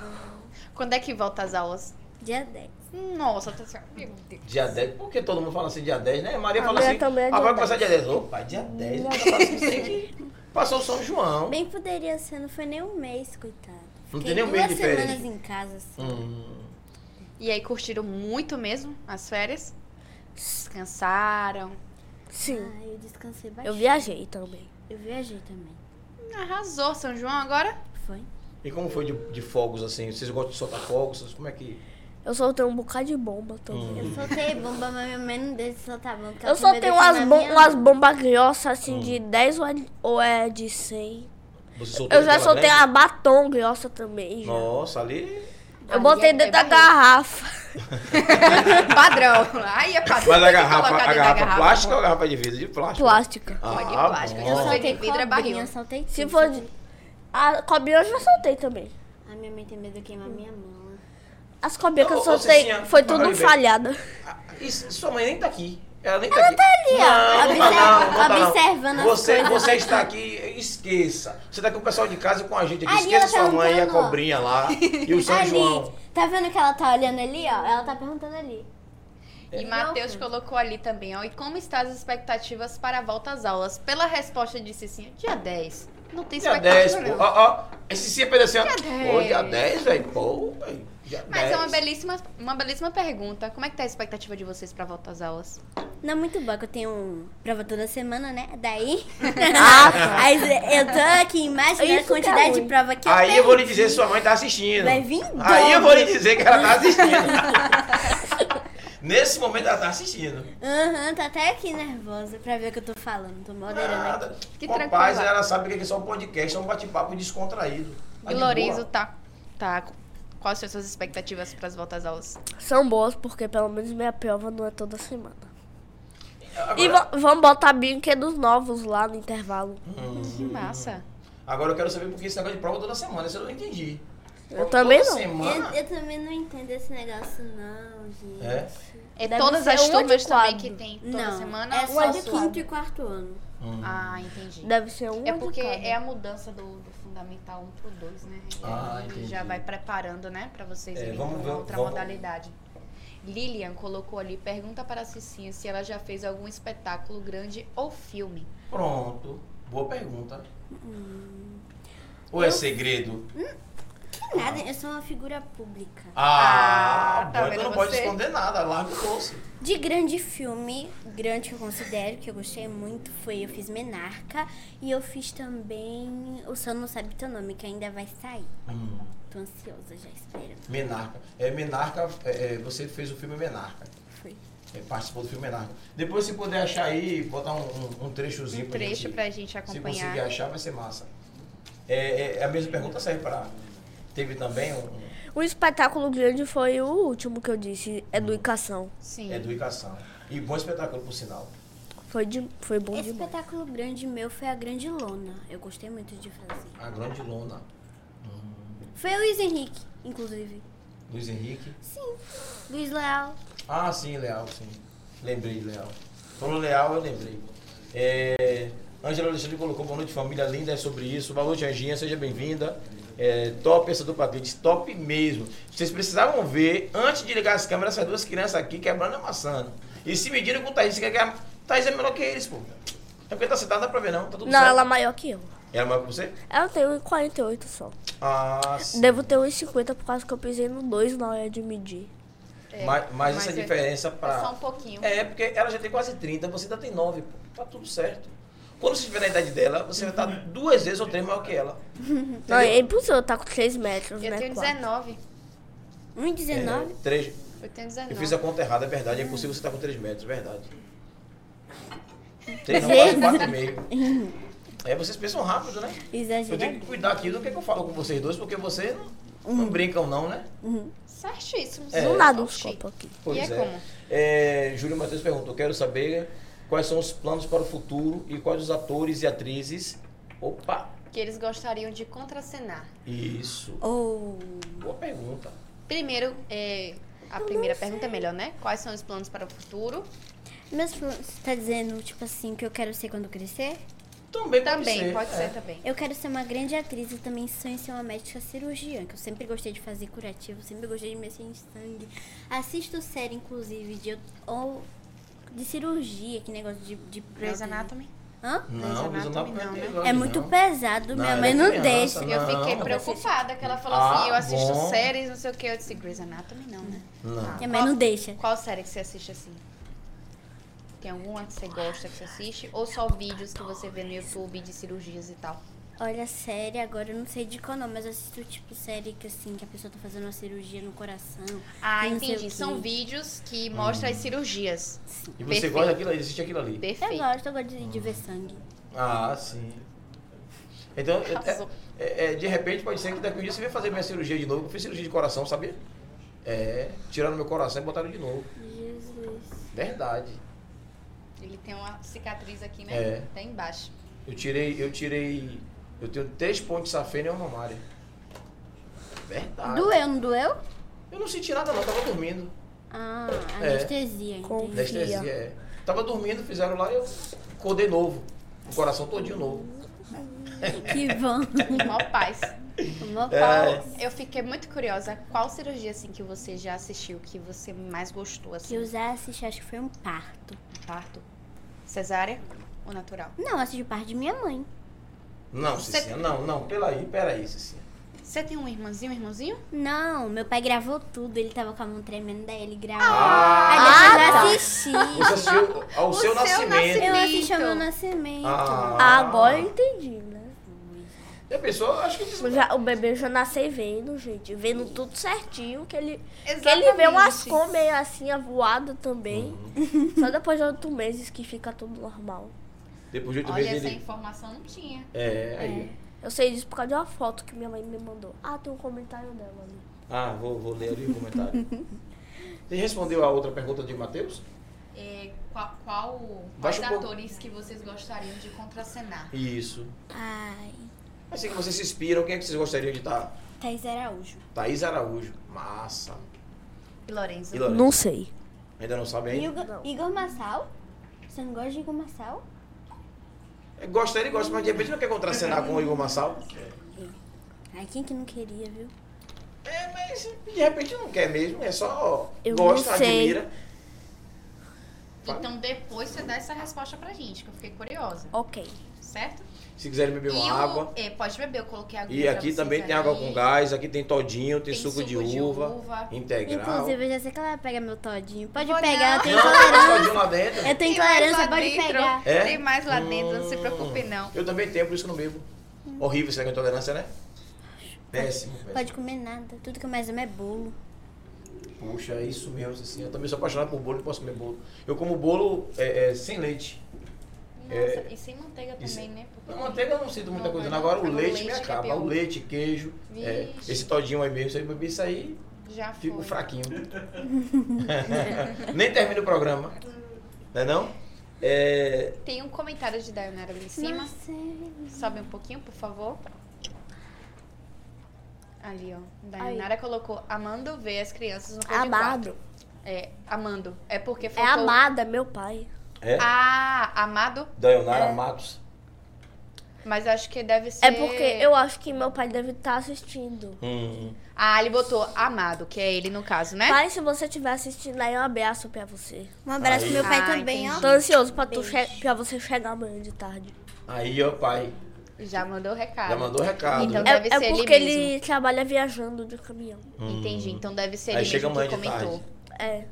Speaker 1: Quando é que volta as aulas?
Speaker 4: Dia 10.
Speaker 1: Nossa, tá certo. Meu Deus.
Speaker 2: Dia 10, por que todo mundo fala assim dia 10, né? Maria
Speaker 3: A
Speaker 2: fala
Speaker 3: minha
Speaker 2: assim,
Speaker 3: também é
Speaker 2: ah,
Speaker 3: dia
Speaker 2: vai
Speaker 3: 10.
Speaker 2: começar dia 10. Opa, dia 10, ela fala assim, sei que passou São João.
Speaker 4: Bem poderia ser, não foi nem um mês, coitado.
Speaker 2: Não tem
Speaker 4: Fiquei
Speaker 2: nem um mês
Speaker 4: duas
Speaker 2: de
Speaker 4: semanas
Speaker 2: férias.
Speaker 4: em casa, assim.
Speaker 2: Hum,
Speaker 1: E aí, curtiram muito mesmo as férias? Descansaram?
Speaker 3: Sim.
Speaker 4: Ah, eu descansei bastante.
Speaker 3: Eu viajei também.
Speaker 4: Eu viajei também.
Speaker 1: Arrasou, São João agora?
Speaker 4: Foi?
Speaker 2: E como foi de, de fogos assim? Vocês gostam de soltar fogos? Vocês- Como é que.
Speaker 3: Eu soltei um bocado de bomba também.
Speaker 4: Eu soltei bomba, mas minha mãe não deixa soltar bomba. porque
Speaker 3: Eu
Speaker 4: ela tem medo
Speaker 3: soltei
Speaker 4: de
Speaker 3: umas,
Speaker 4: queimar
Speaker 3: bom,
Speaker 4: minha
Speaker 3: umas
Speaker 4: mão.
Speaker 3: bombas grossas,
Speaker 2: Hum.
Speaker 3: assim, de 10 ou é, ou é de 100.
Speaker 2: Você soltou
Speaker 3: Eu já
Speaker 2: aquela
Speaker 3: soltei
Speaker 2: grande?
Speaker 3: a batom grossa também. já.
Speaker 2: Nossa, ali.
Speaker 3: Eu botei dentro
Speaker 1: é
Speaker 3: da garrafa.
Speaker 1: Padrão. Aí é padrão.
Speaker 2: Mas
Speaker 1: Tem
Speaker 2: a
Speaker 1: que
Speaker 2: garrafa,
Speaker 1: colocar
Speaker 2: a
Speaker 1: dentro da
Speaker 2: garrafa plástica ou a garrafa de vidro? De plástico.
Speaker 3: Plástica.
Speaker 1: Pode de
Speaker 2: Ah,
Speaker 1: plástico.
Speaker 2: bom.
Speaker 4: Eu
Speaker 1: Se você
Speaker 4: soltei
Speaker 1: de vidro, é
Speaker 4: cobrinha,
Speaker 1: barril.
Speaker 4: soltei
Speaker 3: Se
Speaker 4: tudo,
Speaker 3: for.
Speaker 4: soltei
Speaker 3: A cobrinha eu já soltei também.
Speaker 4: A minha mãe tem medo de queimar minha mão.
Speaker 3: As cobrinhas que
Speaker 2: Ô,
Speaker 3: eu
Speaker 2: ô,
Speaker 3: soltei
Speaker 2: Cecinha,
Speaker 3: foi tudo
Speaker 2: olha bem.
Speaker 3: falhada.
Speaker 2: Ah, Isso, sua mãe nem tá aqui. Ela nem tá aqui. Ela
Speaker 4: ó. Observa- observando as
Speaker 2: Você,
Speaker 4: coisas.
Speaker 2: você está aqui, esqueça. Você tá com o pessoal de casa com a gente aqui.
Speaker 4: Ali
Speaker 2: Esqueça
Speaker 4: ela
Speaker 2: sua mãe e a
Speaker 4: perguntando, ó.
Speaker 2: cobrinha lá. E o São
Speaker 4: ali,
Speaker 2: João.
Speaker 4: tá vendo que ela tá olhando ali, ó? Ela tá perguntando ali.
Speaker 1: E Matheus colocou ali também, ó. E como estão as expectativas para a volta às aulas? Pela resposta de Cicinha, dia 10. Não tem
Speaker 2: Dia
Speaker 1: expectativa.
Speaker 2: 10, pô.
Speaker 1: não.
Speaker 2: Ó, ó. Esse sim é pedacinho.
Speaker 1: Dia
Speaker 2: Pô, dia
Speaker 1: 10.
Speaker 2: 10, velho. Pô, velho. Dia
Speaker 1: Mas
Speaker 2: 10.
Speaker 1: é uma belíssima, uma belíssima pergunta. Como é que tá a expectativa de vocês pra volta às aulas?
Speaker 4: Não é muito bom, que eu tenho um prova toda semana, né? Daí.
Speaker 3: Ah, tá.
Speaker 4: Aí eu tô aqui imaginando a
Speaker 3: Isso que é
Speaker 4: quantidade de
Speaker 3: ruim.
Speaker 4: prova que eu
Speaker 2: Aí
Speaker 4: perdi.
Speaker 2: eu vou lhe dizer que sua mãe tá assistindo.
Speaker 4: Vai vir em
Speaker 2: Aí eu
Speaker 4: dobro.
Speaker 2: vou lhe dizer que ela tá assistindo. Nesse momento ela tá assistindo.
Speaker 4: Aham, tô até aqui nervosa pra ver o que eu tô falando. Tô moderando aqui.
Speaker 2: Nada.
Speaker 1: Que
Speaker 2: Com
Speaker 1: tranquila.
Speaker 2: paz, ela sabe que é só um podcast, é um bate-papo descontraído. Tá de
Speaker 1: Glorizo
Speaker 2: boa.
Speaker 1: tá, tá. Quais são as suas expectativas para as voltas às aulas?
Speaker 3: São boas porque pelo menos minha prova não é toda semana.
Speaker 2: Agora,
Speaker 3: E vão vão botar brinquedos novos lá no intervalo.
Speaker 1: Que massa.
Speaker 2: Hum. agora eu quero saber por que esse negócio de prova toda semana, isso eu não entendi. Prova
Speaker 3: também
Speaker 2: toda
Speaker 3: não.
Speaker 2: Semana?
Speaker 4: Eu, eu também não entendo esse negócio, não, gente.
Speaker 2: É?
Speaker 1: É
Speaker 3: Deve
Speaker 1: todas
Speaker 3: ser
Speaker 1: as
Speaker 3: uma de
Speaker 1: turmas também
Speaker 3: quadro.
Speaker 1: que tem toda
Speaker 4: Não,
Speaker 1: semana?
Speaker 4: é
Speaker 1: ou
Speaker 4: só de
Speaker 1: sua?
Speaker 4: quinto e quarto ano.
Speaker 2: Hum.
Speaker 1: Ah, entendi.
Speaker 3: Deve ser um.
Speaker 1: É
Speaker 3: de
Speaker 1: porque
Speaker 3: cada.
Speaker 1: é a mudança do, do fundamental 1 pro 2, né?
Speaker 2: Ah,
Speaker 1: Ele
Speaker 2: entendi.
Speaker 1: já vai preparando, né, para vocês
Speaker 2: É,
Speaker 1: irem
Speaker 2: vamos
Speaker 1: pra
Speaker 2: ver-
Speaker 1: outra
Speaker 2: vamos-
Speaker 1: modalidade. Lilian colocou ali, pergunta para a Cicinha se ela já fez algum espetáculo grande ou filme.
Speaker 2: Pronto. Boa pergunta.
Speaker 1: Hum.
Speaker 2: Ou é segredo?
Speaker 4: Que nada, eu sou uma figura pública.
Speaker 1: Ah,
Speaker 2: Ah,
Speaker 1: tá
Speaker 2: bom, então
Speaker 1: vendo
Speaker 2: não pode
Speaker 1: você?
Speaker 2: esconder nada, larga o doce.
Speaker 4: De grande filme, grande que eu considero, que eu gostei muito, foi eu fiz Menarca e eu fiz também O Só Não Sabe Teu Nome, que ainda vai sair.
Speaker 2: Hum.
Speaker 4: Tô ansiosa, já espero.
Speaker 2: Menarca. É, Menarca, é, é, você fez o filme Menarca.
Speaker 4: Foi.
Speaker 2: É, participou do filme Menarca. Depois, se puder achar aí, botar um, um- um trechozinho
Speaker 1: Um
Speaker 2: pra
Speaker 1: trecho
Speaker 2: gente.
Speaker 1: pra gente
Speaker 2: Se conseguir
Speaker 1: acompanhar.
Speaker 2: achar, vai ser massa. É, é, a mesma pergunta serve pra. Teve também um,
Speaker 3: O espetáculo grande foi o último que eu disse, educação.
Speaker 1: Sim.
Speaker 2: um educação. E bom espetáculo, por sinal.
Speaker 3: Foi, de, foi bom
Speaker 4: Esse
Speaker 3: demais.
Speaker 4: espetáculo grande meu foi a Grande Lona. Eu gostei muito de fazer.
Speaker 2: A grande lona.
Speaker 4: Foi o Luiz Henrique, inclusive.
Speaker 2: Luiz Henrique.
Speaker 4: Sim. Luiz Leal.
Speaker 2: Ah, sim, Leal, sim. Lembrei, Leal. Falou Leal, eu lembrei. É, Angela Alexandre colocou boa noite, família linda, é sobre isso. Boa noite, Anginha, seja bem-vinda. É, top essa dupla Cleide, top mesmo. Vocês precisavam ver, antes de ligar as câmeras, essas duas crianças aqui quebrando a maçã. E se mediram com o Thaís, que a Thaís é menor que eles, pô. É porque tá sentada, dá pra ver, não? Tá tudo
Speaker 3: Não,
Speaker 2: certo.
Speaker 3: ela é maior que eu.
Speaker 2: Ela é maior que você?
Speaker 3: Ela tem 1,48 só.
Speaker 2: Ah, sim.
Speaker 3: Devo ter 1,50 por causa que eu pisei no 2 na hora de medir.
Speaker 1: É,
Speaker 2: mas, mas essa
Speaker 1: é-
Speaker 2: diferença
Speaker 1: É
Speaker 2: pra.
Speaker 1: só um pouquinho.
Speaker 2: É, porque ela já tem quase 30, você ainda tem 9, pô. Tá tudo certo. Quando você estiver na idade dela, você vai estar duas vezes ou três maior que ela.
Speaker 3: Não, é impossível, eu tá com 3 metros,
Speaker 1: Eu
Speaker 3: né?
Speaker 1: tenho
Speaker 3: quatro.
Speaker 1: 19.
Speaker 4: 1,19.
Speaker 2: É, três.
Speaker 1: Eu tenho
Speaker 2: Eu fiz a
Speaker 1: 19.
Speaker 2: conta errada, é verdade. É possível você estar com 3 metros, é verdade. 3 não, quase 4,5. É, vocês pensam rápido, né? Eu tenho
Speaker 4: Exagerado.
Speaker 2: que cuidar aqui do que, que eu falo com vocês dois, porque vocês não,
Speaker 1: Hum.
Speaker 2: não brincam não, né?
Speaker 1: Certíssimo.
Speaker 2: É.
Speaker 3: Do nada uns
Speaker 1: Oxi.
Speaker 3: copos aqui.
Speaker 1: E é como?
Speaker 2: É, Júlio Matheus perguntou, quero saber quais são os planos para o futuro e quais os atores e atrizes... Opa!
Speaker 1: Que eles gostariam de contracenar.
Speaker 2: Isso.
Speaker 4: Ou.
Speaker 2: Boa pergunta.
Speaker 1: Primeiro, é, a primeira pergunta é melhor, né? Quais são os planos para o futuro?
Speaker 4: Meus planos. Você tá dizendo, tipo assim, que eu quero ser quando crescer?
Speaker 2: Também,
Speaker 1: Também, pode
Speaker 2: é.
Speaker 1: ser também.
Speaker 4: Eu quero ser uma grande atriz e também sonho em ser uma médica cirurgiã, que eu sempre gostei de fazer curativo, sempre gostei de mexer em sangue. Assisto série, inclusive, de, ou, de cirurgia, que negócio de... de
Speaker 1: Grey's Anatomy?
Speaker 4: Hã?
Speaker 1: Grey's
Speaker 2: Não, Grey's Anatomy
Speaker 1: Anatomy não, né?
Speaker 2: episódio,
Speaker 4: É muito
Speaker 2: não.
Speaker 4: pesado, minha
Speaker 2: Não,
Speaker 4: mãe
Speaker 2: é
Speaker 4: não
Speaker 2: criança,
Speaker 4: deixa.
Speaker 2: né?
Speaker 1: Eu fiquei
Speaker 2: Não.
Speaker 1: preocupada que ela falou
Speaker 2: Ah,
Speaker 1: assim, eu assisto
Speaker 2: bom.
Speaker 1: séries, não sei o que. Eu disse Grey's Anatomy não, né?
Speaker 2: Não.
Speaker 1: Ah,
Speaker 4: Minha mãe não deixa.
Speaker 1: Qual série que você assiste assim? Tem alguma que você gosta que você assiste? Ou só vídeos que você vê no YouTube de cirurgias e tal?
Speaker 4: Olha, série, agora eu não sei de qual não, mas eu assisto, tipo, série que, assim, que a pessoa tá fazendo uma cirurgia no coração.
Speaker 1: Ah,
Speaker 4: não sei o
Speaker 1: entendi.
Speaker 4: quê.
Speaker 1: São vídeos que mostram as cirurgias.
Speaker 2: E você
Speaker 1: Perfeito. É
Speaker 2: gosta daquilo ali, existe aquilo ali.
Speaker 4: Eu
Speaker 1: Perfeito.
Speaker 4: gosto, eu gosto de, de ver sangue.
Speaker 2: Ah, sim. Ah, Então, é-
Speaker 1: Arrasou.
Speaker 2: é- é, de repente, pode ser que daqui a um dia você venha fazer minha cirurgia de novo. Eu fiz cirurgia de coração, sabia? É, tiraram meu coração e botaram de novo.
Speaker 4: Jesus.
Speaker 2: Verdade.
Speaker 1: Ele tem uma cicatriz aqui, né?
Speaker 2: É.
Speaker 1: Até embaixo.
Speaker 2: Eu tirei, eu tirei, eu tenho três pontos safena e uma mamária. Verdade.
Speaker 4: Doeu, não doeu?
Speaker 2: Eu não senti nada não, tava dormindo.
Speaker 4: Ah,
Speaker 2: É.
Speaker 4: anestesia,
Speaker 3: Com-
Speaker 4: entendi.
Speaker 2: Anestesia, é. Tava dormindo, fizeram lá e eu acordei novo. O coração todinho novo.
Speaker 4: Que bom.
Speaker 1: Mó paz.
Speaker 4: Uma
Speaker 2: É.
Speaker 1: Qual-
Speaker 4: pau.
Speaker 1: eu fiquei muito curiosa. Qual cirurgia assim que você já assistiu que você mais gostou assim?
Speaker 4: Que eu já assisti, acho que foi um parto.
Speaker 1: Parto? Cesárea ou natural?
Speaker 4: Não, eu assisti o parto de minha mãe.
Speaker 2: Não,
Speaker 1: Você-
Speaker 2: Cicinha, não, não, peraí, peraí, Cicinha.
Speaker 1: Você tem um irmãozinho, um irmãozinho?
Speaker 4: Não, meu pai gravou tudo, ele tava com a mão tremendo, daí ele gravou.
Speaker 2: Ah,
Speaker 4: Aí depois eu assisti.
Speaker 2: você assistiu ao seu,
Speaker 1: seu
Speaker 2: nascimento.
Speaker 1: nascimento.
Speaker 4: Eu assisti ao meu
Speaker 1: Bonito.
Speaker 4: nascimento.
Speaker 2: Ah.
Speaker 3: É. Agora eu entendi, né? Tipo,
Speaker 2: E a pessoa, acho que disse,
Speaker 4: é.
Speaker 3: Já- o bebê já nasceu vendo, gente. Vendo tudo certinho. Que ele, que ele vê umas
Speaker 1: Exatamente.
Speaker 3: cores meio assim, avoada também.
Speaker 4: Uhum.
Speaker 3: Só depois de oito meses que fica tudo normal.
Speaker 2: depois de oito
Speaker 1: Olha, assim.
Speaker 2: meses
Speaker 1: essa
Speaker 2: ele...
Speaker 1: informação não tinha.
Speaker 2: É, aí.
Speaker 3: Eu sei disso por causa de uma foto que minha mãe me mandou. Ah, tem um comentário dela ali.
Speaker 2: Ah, vou, vou ler ali o comentário. Você respondeu a outra pergunta de Matheus?
Speaker 1: É, qual, qual-
Speaker 2: Baixa
Speaker 1: quais
Speaker 2: um pouco.
Speaker 1: atores que vocês gostariam de contracenar?
Speaker 2: Isso.
Speaker 4: Ai,
Speaker 2: Assim que vocês se inspiram, quem é que vocês gostariam de estar?
Speaker 4: Thaís Araújo.
Speaker 2: Thaís Araújo. Massa.
Speaker 1: E Lorenzo?
Speaker 2: E Lorenzo?
Speaker 3: Não sei.
Speaker 2: Ainda não sabe
Speaker 4: E
Speaker 2: ainda?
Speaker 4: o Go- Igor Massal? Você não gosta de Igor Massal?
Speaker 2: É, Gosta, ele gosta, mas de repente não quer contracenar com o Igor Massal.
Speaker 4: Ai, quem que não queria, viu?
Speaker 2: É, mas de repente não quer mesmo, é só
Speaker 3: Eu
Speaker 2: gosta,
Speaker 3: não sei.
Speaker 2: admira. Fala.
Speaker 1: Então depois você dá essa resposta pra gente, que eu fiquei curiosa,
Speaker 3: Ok.
Speaker 1: certo?
Speaker 2: Se quiserem beber
Speaker 1: E
Speaker 2: uma
Speaker 1: o-
Speaker 2: água.
Speaker 1: é, pode beber, eu coloquei agulha
Speaker 2: E
Speaker 1: pra
Speaker 2: aqui
Speaker 1: vocês
Speaker 2: também tem
Speaker 1: ali.
Speaker 2: água com gás, aqui tem todinho, tem,
Speaker 1: Tem
Speaker 2: suco, de,
Speaker 1: suco de
Speaker 2: uva,
Speaker 1: uva.
Speaker 2: integral.
Speaker 4: Inclusive, eu já sei que ela vai pegar meu todinho. Pode
Speaker 1: Vou
Speaker 4: pegar,
Speaker 1: não.
Speaker 4: eu
Speaker 2: não,
Speaker 4: tenho
Speaker 2: tem
Speaker 4: intolerância.
Speaker 2: todinho lá dentro.
Speaker 4: Eu tenho
Speaker 1: Tem mais
Speaker 4: intolerância,
Speaker 1: lá
Speaker 4: pode
Speaker 1: dentro.
Speaker 4: pegar.
Speaker 2: É?
Speaker 1: Tem mais lá dentro, não se
Speaker 2: Hum.
Speaker 1: preocupe não.
Speaker 2: Eu também tenho, por isso que eu não bebo. Horrível essa intolerância, né? Péssimo, péssimo.
Speaker 4: Pode comer nada. Tudo que eu mais amo é bolo.
Speaker 2: Puxa, é isso mesmo, assim. Eu também sou apaixonado por bolo, não posso comer bolo. Eu como bolo é, é, sem leite.
Speaker 1: Nossa, e sem manteiga
Speaker 2: É. e
Speaker 1: também,
Speaker 2: sem-
Speaker 1: né? Porque
Speaker 2: Na manteiga eu não sinto muita
Speaker 1: Não, mas
Speaker 2: coisa. não. Agora o
Speaker 1: agora o
Speaker 2: leite me
Speaker 1: leite que é
Speaker 2: acaba.
Speaker 1: pior.
Speaker 2: O leite, queijo, é,
Speaker 1: Vixe.
Speaker 2: esse todinho aí mesmo. Se eu beber isso aí,
Speaker 1: já foi.
Speaker 2: fico fraquinho. Nem termina o programa. Não é não? É,
Speaker 1: Tem um comentário de Dayanara ali em cima.
Speaker 4: Nossa.
Speaker 1: Sobe um pouquinho, por favor. Ali, ó. Dayanara colocou Amando ver as crianças no pódio
Speaker 3: Amado.
Speaker 1: É, amando. É porque
Speaker 3: É
Speaker 1: faltou...
Speaker 3: amada, meu pai.
Speaker 2: é.
Speaker 1: Ah, É. amado.
Speaker 2: Daionara Matos.
Speaker 1: Mas acho que deve ser...
Speaker 3: É porque eu acho que meu pai deve estar assistindo.
Speaker 2: Hum.
Speaker 1: Ah, ele botou amado, que é ele no caso, né?
Speaker 3: Pai, se você estiver assistindo aí, um abraço pra você.
Speaker 4: Um abraço
Speaker 2: Aí.
Speaker 4: pro meu pai
Speaker 1: Ah,
Speaker 4: também,
Speaker 1: entendi.
Speaker 3: Tô
Speaker 4: ó.
Speaker 3: ansioso pra, tu che- pra você chegar amanhã de tarde.
Speaker 2: Aí, ó, pai.
Speaker 1: Já mandou o recado.
Speaker 2: Já mandou o recado.
Speaker 1: Então
Speaker 3: É,
Speaker 1: deve
Speaker 3: é
Speaker 1: ser ele
Speaker 3: porque ele,
Speaker 1: mesmo.
Speaker 3: trabalha viajando de caminhão.
Speaker 2: Hum.
Speaker 1: Entendi. Então deve ser
Speaker 2: Aí
Speaker 1: ele
Speaker 2: chega
Speaker 1: mesmo que
Speaker 2: amanhã de
Speaker 1: comentou.
Speaker 2: tarde.
Speaker 3: É.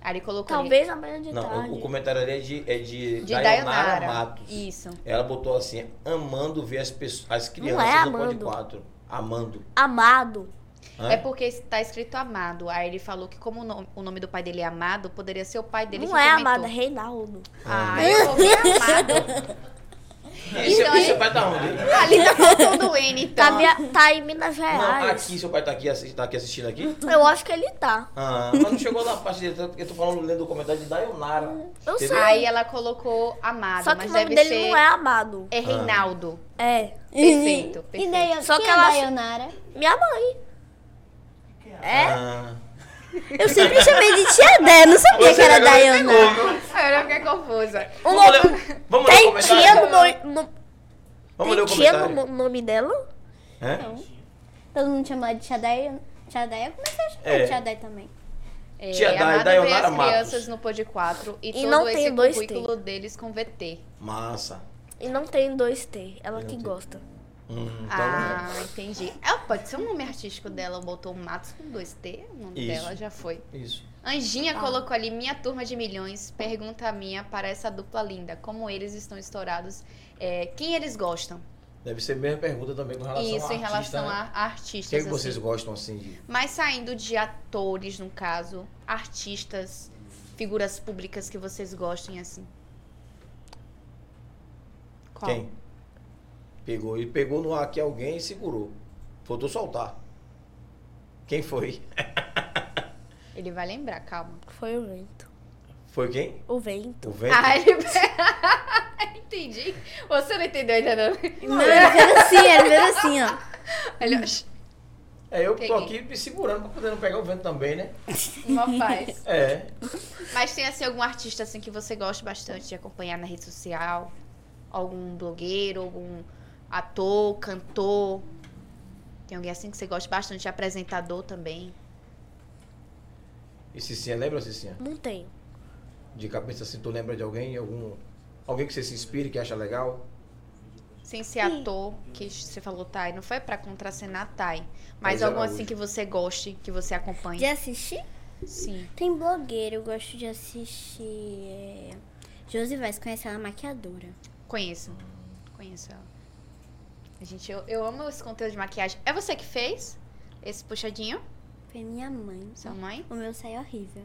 Speaker 1: Aí ele colocou tá ali,
Speaker 3: Talvez amanhã de tarde.
Speaker 2: Não, o, o comentário ali é de, é de,
Speaker 1: de
Speaker 2: Daionara
Speaker 1: Dayanara.
Speaker 2: Matos.
Speaker 1: Isso.
Speaker 2: Ela botou assim, amando ver as, pessoas, as crianças
Speaker 3: é
Speaker 2: do Pode
Speaker 3: amando.
Speaker 2: 4. Amando.
Speaker 3: Amado.
Speaker 2: Hã?
Speaker 1: É porque está escrito Amado. Aí ele falou que como o nome, o nome do pai dele é Amado, poderia ser o pai dele
Speaker 3: não
Speaker 1: que
Speaker 3: é
Speaker 1: comentou.
Speaker 3: amado, é Reinaldo.
Speaker 1: Ah, eu ouvi Amado.
Speaker 2: E Hum. seu,
Speaker 1: Então,
Speaker 2: e
Speaker 1: é-
Speaker 2: seu pai tá onde?
Speaker 1: Ali tá faltando o N,
Speaker 3: Tá,
Speaker 1: então.
Speaker 3: via- tá em Minas
Speaker 2: Não,
Speaker 3: Gerais.
Speaker 2: aqui, seu pai tá aqui, assi- tá aqui assistindo aqui?
Speaker 3: Eu acho que ele tá.
Speaker 2: Ah, mas não chegou na parte dele, tá? porque eu tô falando lendo o comentário de Daionara.
Speaker 3: Eu
Speaker 2: Entendeu?
Speaker 3: sei.
Speaker 1: Aí ela colocou Amado,
Speaker 3: Só que
Speaker 1: mas
Speaker 3: o
Speaker 1: deve
Speaker 3: nome dele
Speaker 1: ser...
Speaker 3: não é amado.
Speaker 1: É Reinaldo.
Speaker 2: Ah.
Speaker 3: É.
Speaker 1: Perfeito,
Speaker 4: E
Speaker 1: perfeito.
Speaker 4: daí,
Speaker 3: Só
Speaker 4: quem
Speaker 3: que
Speaker 4: é
Speaker 3: ela
Speaker 4: a
Speaker 3: acha-
Speaker 4: Dayanara?
Speaker 3: Minha mãe. É?
Speaker 2: Ah.
Speaker 3: Eu sempre chamei de tia Dé, não sabia que era
Speaker 2: agora me
Speaker 3: Dayana.
Speaker 2: pegou, viu?
Speaker 1: Eu fiquei confusa.
Speaker 3: O
Speaker 2: Vamos
Speaker 3: nome-
Speaker 2: ler, vamos ler o
Speaker 3: Um Tem tia
Speaker 2: comentário?
Speaker 3: no, no, no-
Speaker 2: Vamos ler
Speaker 3: tem
Speaker 2: o
Speaker 3: tia no
Speaker 2: comentário? É?
Speaker 3: mo- nome dela?
Speaker 2: Hã?
Speaker 4: Todo mundo chama de Tia Day. Tia Day, eu comecei a chamar
Speaker 2: É.
Speaker 4: de Tia Day também.
Speaker 1: É,
Speaker 2: Tia Dai,
Speaker 1: Amado vê
Speaker 2: Dayanara
Speaker 1: as
Speaker 2: Matos.
Speaker 1: crianças no Pod 4 e,
Speaker 3: E
Speaker 1: todo
Speaker 3: não tem
Speaker 1: esse
Speaker 3: dois
Speaker 1: currículo deles com VT.
Speaker 2: Massa.
Speaker 3: E não tem dois T, ela
Speaker 2: Eu
Speaker 3: que
Speaker 2: não tenho.
Speaker 3: gosta.
Speaker 2: Hum, então,
Speaker 1: Ah, entendi. Ela pode ser um nome artístico dela, botou Matos com 2T, o nome
Speaker 2: Isso.
Speaker 1: dela já foi.
Speaker 2: então, Isso.
Speaker 1: Anjinha
Speaker 3: Ah.
Speaker 1: colocou ali minha turma de milhões. Pergunta minha para essa dupla linda: como eles estão estourados? é, quem eles gostam?
Speaker 2: Deve ser a mesma pergunta também com relação
Speaker 1: Isso
Speaker 2: a
Speaker 1: em relação
Speaker 2: artista, né?
Speaker 1: a
Speaker 2: O
Speaker 1: artistas.
Speaker 2: que, é que
Speaker 1: assim.
Speaker 2: vocês gostam assim de.
Speaker 1: Mas saindo de atores, no caso, artistas, figuras públicas que vocês gostem assim. Qual?
Speaker 2: Quem? Pegou. E pegou no ar aqui alguém e segurou. Faltou soltar. Quem foi?
Speaker 1: Ele vai lembrar, calma.
Speaker 3: Foi o vento.
Speaker 2: Foi quem?
Speaker 3: O vento.
Speaker 2: O vento?
Speaker 1: Ah, ele. Entendi. Você não entendeu ainda, não.
Speaker 3: Não, ele fez assim, ele fez assim, ó.
Speaker 1: Olha,
Speaker 2: É, eu que tô
Speaker 1: Peguei.
Speaker 2: aqui me segurando pra poder não pegar o vento também, né?
Speaker 1: mó paz.
Speaker 2: É.
Speaker 1: Mas tem assim algum artista assim que você gosta bastante de acompanhar na rede social? Algum blogueiro, algum ator, cantor? Tem alguém assim que você gosta bastante, apresentador também?
Speaker 2: E Cicinha, lembra, Cicinha?
Speaker 3: Não tem.
Speaker 2: De cabeça, assim, tu lembra de alguém? Algum, alguém que você se inspire, que acha legal?
Speaker 1: Sem ser ator, que você falou Thay, não foi pra contracenar Thay, mas
Speaker 2: Mas
Speaker 1: algum
Speaker 2: Araújo.
Speaker 1: assim que você goste, que você acompanhe.
Speaker 4: De assistir?
Speaker 1: Sim.
Speaker 4: Tem blogueiro, eu gosto de assistir. É... Josi Vaz, conhece ela maquiadora.
Speaker 1: Conheço. Conheço ela. Gente, eu, eu amo esse conteúdo de maquiagem. É você que fez esse puxadinho?
Speaker 4: Foi minha mãe.
Speaker 1: Sua mãe?
Speaker 4: O meu sai horrível.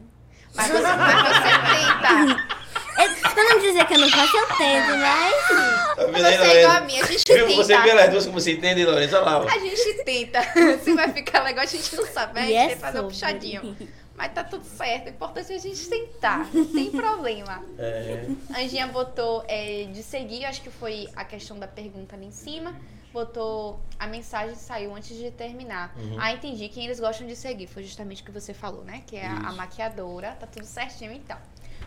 Speaker 1: Mas você, mas você tenta.
Speaker 4: Eu, É, pra não dizer que eu não faço, eu tento, mas.
Speaker 2: Tá vendo
Speaker 1: Você é igual a mim, a gente tenta.
Speaker 2: as duas como você entende, Lourenço? Olha lá, ó.
Speaker 1: A gente tenta. Se vai ficar legal, a gente não sabe. né? A gente
Speaker 4: E é
Speaker 1: tem que fazer um
Speaker 4: sobre.
Speaker 1: puxadinho. Mas tá tudo certo. O importante é a gente tentar. Não tem problema.
Speaker 2: É.
Speaker 1: Anjinha botou é, de seguir, acho que foi a questão da pergunta ali em cima. Botou a mensagem saiu antes de terminar.
Speaker 2: Uhum.
Speaker 1: Ah, entendi. Quem eles gostam de seguir foi justamente o que você falou, né? Que é a, a
Speaker 2: Isso.
Speaker 1: maquiadora. Tá tudo certinho então.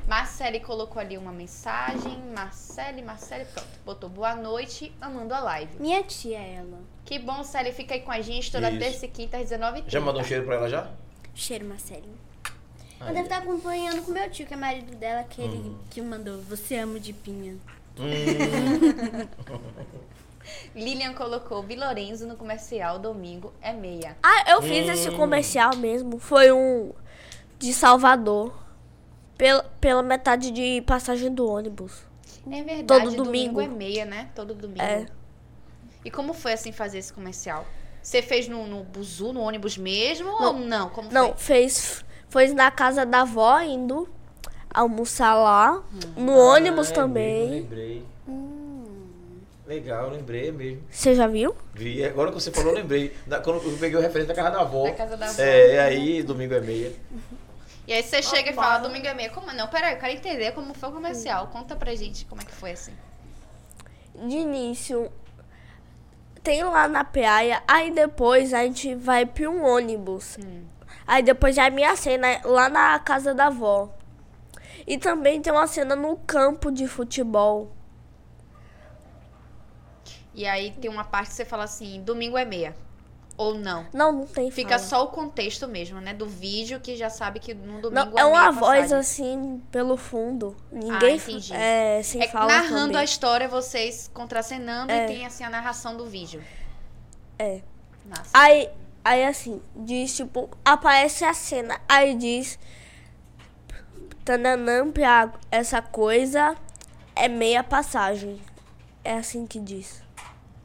Speaker 1: Marcele colocou ali uma mensagem. Marcele, Marcele, pronto. Botou boa noite, amando a live.
Speaker 4: Minha tia, ela.
Speaker 1: Que bom, Célia. Fica aí com a gente toda
Speaker 2: Isso.
Speaker 1: terça e quinta, às 19h30.
Speaker 2: Já mandou um cheiro pra ela já?
Speaker 4: Cheiro, Marcelinho.
Speaker 2: Aí.
Speaker 4: Eu
Speaker 1: tá
Speaker 4: devo estar acompanhando com meu tio, que é marido dela, aquele que mandou Você amo de pinha.
Speaker 2: Hum,
Speaker 1: Lilian colocou Bi Lorenzo no comercial, domingo é meia.
Speaker 3: Ah, eu fiz esse
Speaker 2: Hum.
Speaker 3: comercial mesmo. Foi um de Salvador. Pela, pela metade de passagem do ônibus.
Speaker 1: É verdade,
Speaker 3: Todo domingo.
Speaker 1: é meia, né? Todo domingo.
Speaker 3: É.
Speaker 1: E como foi assim fazer esse comercial? Você fez no, no buzu, no ônibus mesmo ou não? Como
Speaker 3: Não,
Speaker 1: foi?
Speaker 3: fez. Foi na casa da avó indo almoçar lá. No
Speaker 1: Ah,
Speaker 3: ônibus
Speaker 2: é mesmo,
Speaker 3: também.
Speaker 2: lembrei. Hum. Legal, lembrei mesmo.
Speaker 3: Você já viu?
Speaker 2: Vi, agora que você falou, eu lembrei. Da, quando eu peguei o referente da casa da avó.
Speaker 1: Da casa da avó. né?
Speaker 2: É, e aí domingo é meia.
Speaker 1: E aí você chega e fala, domingo é meia. Como? Não, peraí, eu quero entender como foi o comercial. Conta pra gente como é que foi assim.
Speaker 3: de início tem lá na praia, aí depois a gente vai pra um ônibus.
Speaker 1: Hum.
Speaker 3: Aí depois já é minha cena lá na casa da avó. E também tem uma cena no campo de futebol.
Speaker 1: E aí tem uma parte que você fala assim, domingo é meia. Ou não.
Speaker 3: Não, não tem
Speaker 1: Fica
Speaker 3: fala.
Speaker 1: só o contexto mesmo, né? Do vídeo que já sabe que no domingo
Speaker 3: não,
Speaker 1: é
Speaker 3: é uma
Speaker 1: meia
Speaker 3: voz
Speaker 1: passagem. Ah,
Speaker 3: assim pelo fundo. Ninguém fa-
Speaker 1: entendi.
Speaker 3: é sem
Speaker 1: É,
Speaker 3: fala
Speaker 1: narrando
Speaker 3: também.
Speaker 1: a história, vocês contracenando e tem assim a narração do vídeo.
Speaker 3: É.
Speaker 1: Massa.
Speaker 3: Aí, aí assim, diz tipo, aparece a cena, aí diz tananã pra essa coisa é meia passagem. É assim que diz